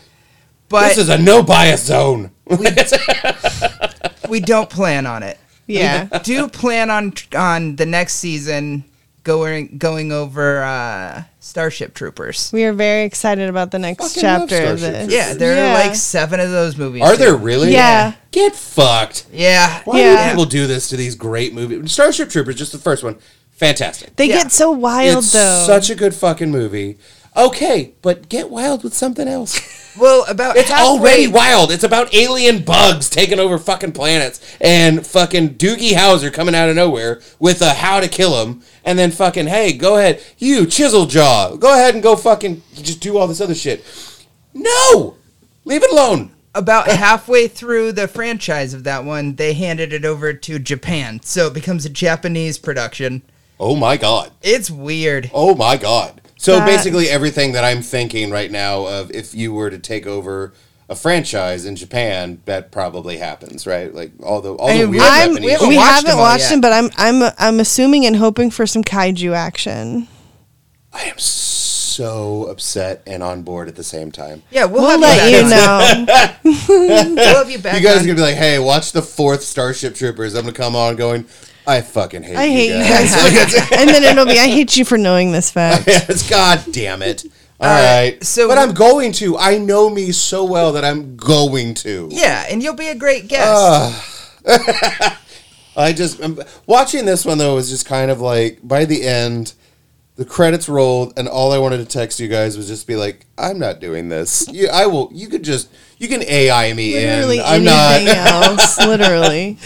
Speaker 1: but
Speaker 3: this is a no bias zone.
Speaker 1: we don't plan on it.
Speaker 2: Yeah.
Speaker 1: Do plan on on the next season going going over uh Starship Troopers.
Speaker 2: we are very excited about the next
Speaker 3: Fucking love
Speaker 2: chapter of
Speaker 3: Starship
Speaker 2: this.
Speaker 1: Yeah, there
Speaker 2: Yeah.
Speaker 1: are like seven of those movies.
Speaker 3: Are
Speaker 1: too.
Speaker 3: there really?
Speaker 2: Yeah.
Speaker 3: Get fucked.
Speaker 1: Yeah.
Speaker 3: Why
Speaker 2: Yeah.
Speaker 3: do people do this to these great movies? Starship Troopers, just the first one, fantastic.
Speaker 2: They
Speaker 1: Yeah.
Speaker 2: get so wild
Speaker 3: it's
Speaker 2: though.
Speaker 3: such a good fucking movie. Okay, but get wild with something else.
Speaker 1: Well, about
Speaker 3: It's
Speaker 1: halfway-
Speaker 3: already wild. It's about alien bugs taking over fucking planets and fucking Doogie Howser coming out of nowhere with a how to kill him and then fucking hey, go ahead, you chisel jaw, go ahead and go fucking just do all this other shit. No, leave it alone.
Speaker 1: about halfway through the franchise of that one, they handed it over to Japan. So it becomes a Japanese production.
Speaker 3: Oh my god.
Speaker 1: It's weird.
Speaker 3: Oh my god. So
Speaker 2: That-
Speaker 3: basically everything that I'm thinking right now of if you were to take over a franchise in Japan, that probably happens, right? Like all the all the
Speaker 1: mean,
Speaker 3: weird
Speaker 2: I'm,
Speaker 3: Japanese
Speaker 2: we
Speaker 1: haven't
Speaker 2: haven't
Speaker 1: watched
Speaker 2: watched,
Speaker 1: them
Speaker 2: them,
Speaker 1: all yet.
Speaker 2: but I'm I'm I'm assuming and hoping for some kaiju action.
Speaker 3: I am so upset and on board at the same time.
Speaker 1: Yeah, we'll,
Speaker 2: We'll
Speaker 1: have
Speaker 2: let
Speaker 1: you
Speaker 2: you
Speaker 1: back.
Speaker 2: know.
Speaker 1: We'll have you back.
Speaker 3: You guys
Speaker 1: on.
Speaker 3: are gonna be like, "Hey, watch the fourth Starship Troopers." I'm gonna come on going, "I fucking hate,
Speaker 2: I
Speaker 3: you,
Speaker 2: hate you
Speaker 3: guys.
Speaker 2: guys. and then it'll be I hate you for knowing this fact.
Speaker 3: Yes, God damn it! All right,
Speaker 1: so-
Speaker 3: so but I'm going to. I know me so well that I'm going to. Ah.
Speaker 1: yeah, and you'll be a great guest.
Speaker 3: I just um, watching this one though was just kind of like by the end, the credits rolled, and all I wanted to text you guys was just be like, "I'm not doing this. You, I will. You could just you can AI me
Speaker 2: Literally
Speaker 3: in. I'm not."
Speaker 2: anything else. Literally.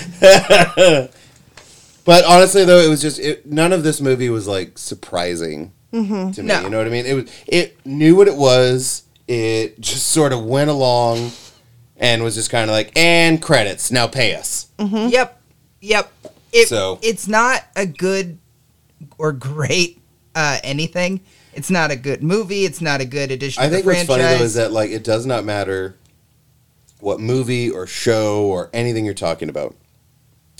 Speaker 3: But honestly though, it was just it, none of this movie was like surprising
Speaker 2: Mm-hmm.
Speaker 3: to me.
Speaker 1: No.
Speaker 3: You know what I mean? It was it knew what it was. It just sort of went along, and was just kind of like, "And credits now, pay us."
Speaker 2: Mm-hmm.
Speaker 1: Yep. Yep. It,
Speaker 3: So-
Speaker 1: it's not a good or great uh, anything. It's not a good movie. It's not a good addition.
Speaker 3: I
Speaker 1: to
Speaker 3: think
Speaker 1: the
Speaker 3: what's
Speaker 1: franchise.
Speaker 3: funny though is that like it does not matter what movie or show or anything you're talking about.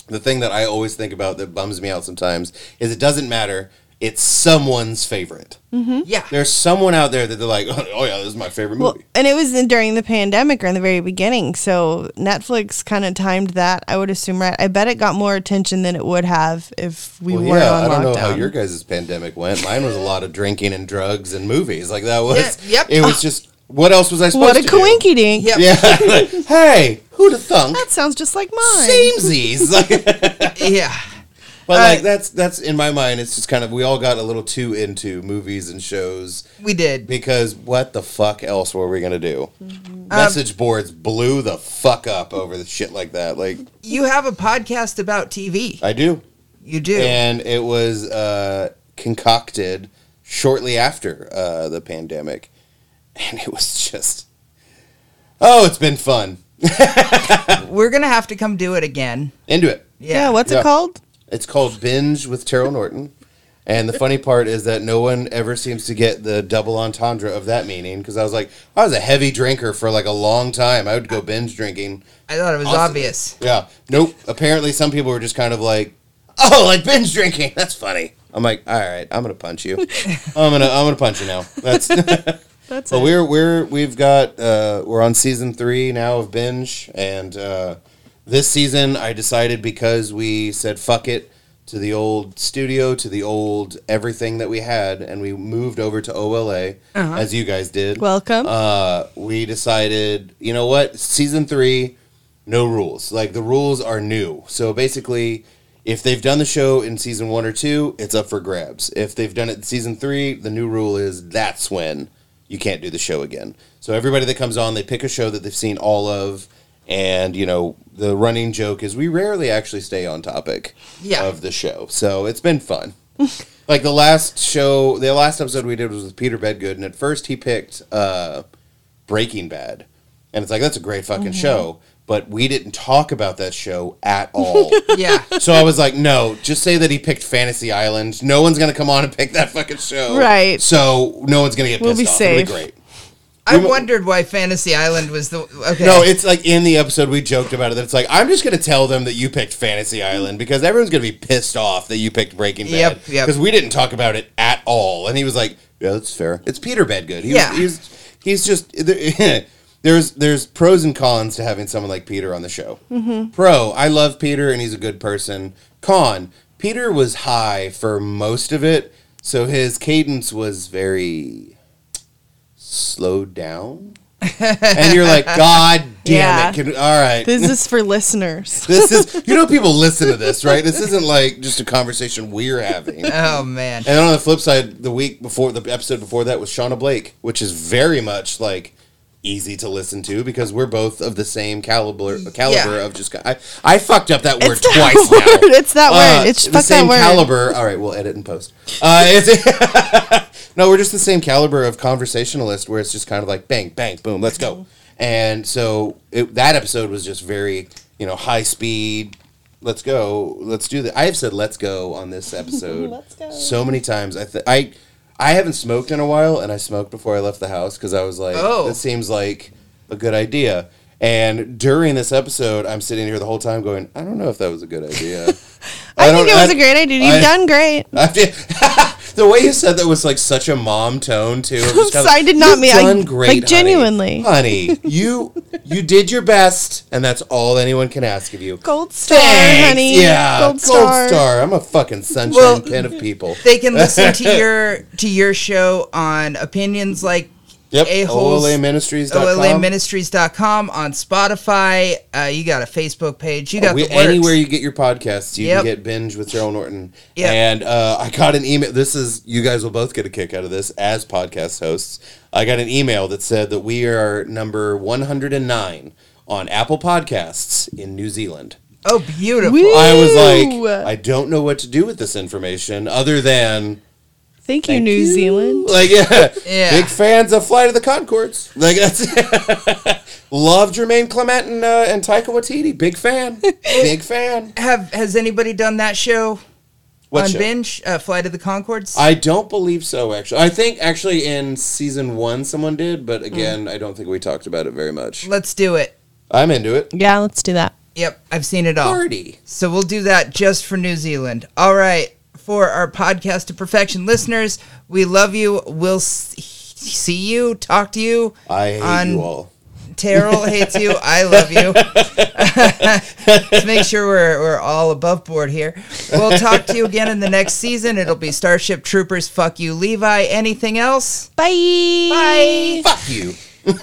Speaker 3: The thing that I always think about that bums me out sometimes is it doesn't matter. It's someone's favorite.
Speaker 1: yeah,
Speaker 3: There's someone out there that they're like, oh yeah, this is my favorite
Speaker 2: Well,
Speaker 3: movie.
Speaker 2: and it was in- during the pandemic or in the very beginning, so Netflix kind of timed that. I would assume right. I bet it got more attention than it would have if we
Speaker 3: Well,
Speaker 2: weren't
Speaker 3: yeah,
Speaker 2: on
Speaker 3: I don't
Speaker 2: lockdown.
Speaker 3: know how your guys' pandemic went. Mine was a lot of drinking and drugs and movies. Like that was.
Speaker 1: Yeah, yep.
Speaker 3: It was just. What else was I supposed
Speaker 2: what
Speaker 3: to
Speaker 2: a
Speaker 3: do?
Speaker 2: coinky dink!
Speaker 1: yep.
Speaker 3: Yeah. hey, who the thunk?
Speaker 2: That sounds just like mine.
Speaker 3: Seamsies. Like,
Speaker 1: yeah.
Speaker 3: But
Speaker 1: Uh,
Speaker 3: like that's that's in my mind. It's just kind of we all got a little too into movies and shows
Speaker 1: We did.
Speaker 3: because what the fuck else were we gonna do? Message boards blew the fuck up over the shit like that. Like
Speaker 1: You have a podcast about TV.
Speaker 3: I do,
Speaker 1: You do.
Speaker 3: and it was uh, concocted shortly after uh, the pandemic, and it was just oh, it's been fun.
Speaker 1: We're gonna have to come do it again.
Speaker 3: Into it.
Speaker 2: Yeah,
Speaker 1: Yeah.
Speaker 2: what's
Speaker 3: Yeah.
Speaker 2: it called?
Speaker 3: It's called Binge with Terrell Norton. And the funny part is that no one ever seems to get the double entendre of that meaning because I was like, I was a heavy drinker for like a long time. I would go binge drinking.
Speaker 1: I thought it was
Speaker 3: Awesome.
Speaker 1: obvious.
Speaker 3: Yeah. Nope. Apparently, some people were just kind of like, oh, like binge drinking. That's funny. I'm like, all right, I'm gonna punch you. I'm gonna I'm gonna punch you now. That's
Speaker 2: That's
Speaker 3: but
Speaker 2: it.
Speaker 3: we're we're we've got uh, we're on season three now of binge, and uh, this season I decided because we said fuck it to the old studio, to the old everything that we had, and we moved over to OLA
Speaker 2: Uh-huh.
Speaker 3: as you guys did.
Speaker 2: Welcome.
Speaker 3: uh, we decided, you know what, season three, no rules. Like the rules are new. So basically. If they've done the show in season one or two, it's up for grabs. If they've done it in season three, the new rule is that's when you can't do the show again. So everybody that comes on, they pick a show that they've seen all of, and you know the running joke is we rarely actually stay on topic
Speaker 1: Yeah.
Speaker 3: of the show. So it's been fun. like the last show, the last episode we did was with Peter Bedgood, and at first he picked uh, Breaking Bad, and it's like that's a great fucking
Speaker 2: Mm-hmm.
Speaker 3: show, but we didn't talk about that show at all.
Speaker 1: Yeah.
Speaker 3: So I was like, no, just say that he picked Fantasy Island. No one's gonna come on and pick that fucking show,
Speaker 2: Right.
Speaker 3: So no one's gonna get pissed
Speaker 2: We'll be
Speaker 3: off. It'll be
Speaker 2: safe.
Speaker 3: great.
Speaker 1: I wondered why Fantasy Island was the okay.
Speaker 3: No, it's like in the episode we joked about it. That it's like I'm just gonna tell them that you picked Fantasy Island because everyone's gonna be pissed off that you picked Breaking Bad.
Speaker 1: Yep, yep.
Speaker 3: Because we didn't talk about it at all, and he was like, "Yeah, that's fair. It's Peter Bedgood. He
Speaker 1: Yeah.
Speaker 3: was, he's he's just there- there's there's pros and cons to having someone like Peter on the show. Mm-hmm. Pro, I love Peter and he's a good person. Con, Peter was high for most of it, so his cadence was very slowed down. and you're like, God damn
Speaker 2: Yeah.
Speaker 3: it! Can, all right,
Speaker 2: this is for listeners.
Speaker 3: this is you know people listen to this, right? This isn't like just a conversation we're having.
Speaker 1: oh man.
Speaker 3: And then on the flip side, the week before the episode before that was Shauna Blake, which is very much like easy to listen to because we're both of the same caliber caliber
Speaker 1: Yeah.
Speaker 3: of just I, I fucked up that word
Speaker 2: It's that
Speaker 3: twice
Speaker 2: word.
Speaker 3: now.
Speaker 2: It's that
Speaker 3: Uh,
Speaker 2: word. It's
Speaker 3: the
Speaker 2: fuck
Speaker 3: same
Speaker 2: that word.
Speaker 3: caliber. All right, we'll edit and post. Uh, it's- no, we're just the same caliber of conversationalist, where it's just kind of like bang, bang, boom, let's go. And so it, that episode was just very, you know, high speed. Let's go. Let's do that. I have said let's go on this episode
Speaker 2: Let's go.
Speaker 3: so many times. I th- I I haven't smoked in a while, and I smoked before I left the house because I was like,
Speaker 1: Oh.
Speaker 3: this seems like a good idea. And during this episode, I'm sitting here the whole time going, I don't know if that was a good idea.
Speaker 2: I, think
Speaker 3: don't-
Speaker 2: it was
Speaker 3: I-
Speaker 2: a great idea. You've
Speaker 3: I-
Speaker 2: done great.
Speaker 3: I did- the way you said that was like such a mom tone too. It was kinda
Speaker 2: So I did not
Speaker 3: "You've
Speaker 2: mean- I-
Speaker 3: done
Speaker 2: like,
Speaker 3: great, honey.
Speaker 2: genuinely."
Speaker 3: honey. You you did your best, and that's all anyone can ask of you.
Speaker 2: Gold star,
Speaker 3: Thanks.
Speaker 2: honey.
Speaker 3: Yeah,
Speaker 2: Gold star.
Speaker 3: I'm a fucking sunshine
Speaker 1: Well-
Speaker 3: pen of people.
Speaker 1: They can listen to your to your show on opinions like
Speaker 3: Yep.
Speaker 1: A-holes.
Speaker 3: OLAministries.com.
Speaker 1: OLAministries.com on Spotify. Uh, you got a Facebook page. You got
Speaker 3: we,
Speaker 1: the works.
Speaker 3: anywhere you get your podcasts, you
Speaker 1: Yep.
Speaker 3: can get binge with Daryl Norton.
Speaker 1: Yep.
Speaker 3: And uh, I got an email. This is you guys will both get a kick out of this as podcast hosts. I got an email that said that we are number one hundred and nine on Apple Podcasts in New Zealand.
Speaker 1: oh, beautiful.
Speaker 2: We-
Speaker 3: I was
Speaker 2: Ooh.
Speaker 3: like, I don't know what to do with this information other than
Speaker 2: Thank you, New Zealand.
Speaker 3: like yeah,
Speaker 1: Yeah.
Speaker 3: big fans of Flight of the Concords. Like that's love Jermaine Clement and uh, and Taika Waititi. Big fan, big fan.
Speaker 1: Have has anybody done that show
Speaker 3: What
Speaker 1: on
Speaker 3: show?
Speaker 1: binge? Uh, Flight of the Concords?
Speaker 3: I don't believe so. Actually, I think actually in season one someone did, but again, I don't think we talked about it very much.
Speaker 1: Let's do it.
Speaker 3: I'm into it.
Speaker 2: Yeah, let's do that.
Speaker 1: Yep, I've seen it all.
Speaker 3: Party.
Speaker 1: So we'll do that just for New Zealand. All right. For our podcast to perfection listeners, we love you. We'll s- see you, talk to you.
Speaker 3: I hate
Speaker 1: On-
Speaker 3: you all.
Speaker 1: Terrell hates you. I love you. Let's make sure we're, we're all above board here. We'll talk to you again in the next season. It'll be Starship Troopers. Fuck you, Levi. Anything else?
Speaker 2: Bye.
Speaker 1: Bye.
Speaker 3: Fuck you.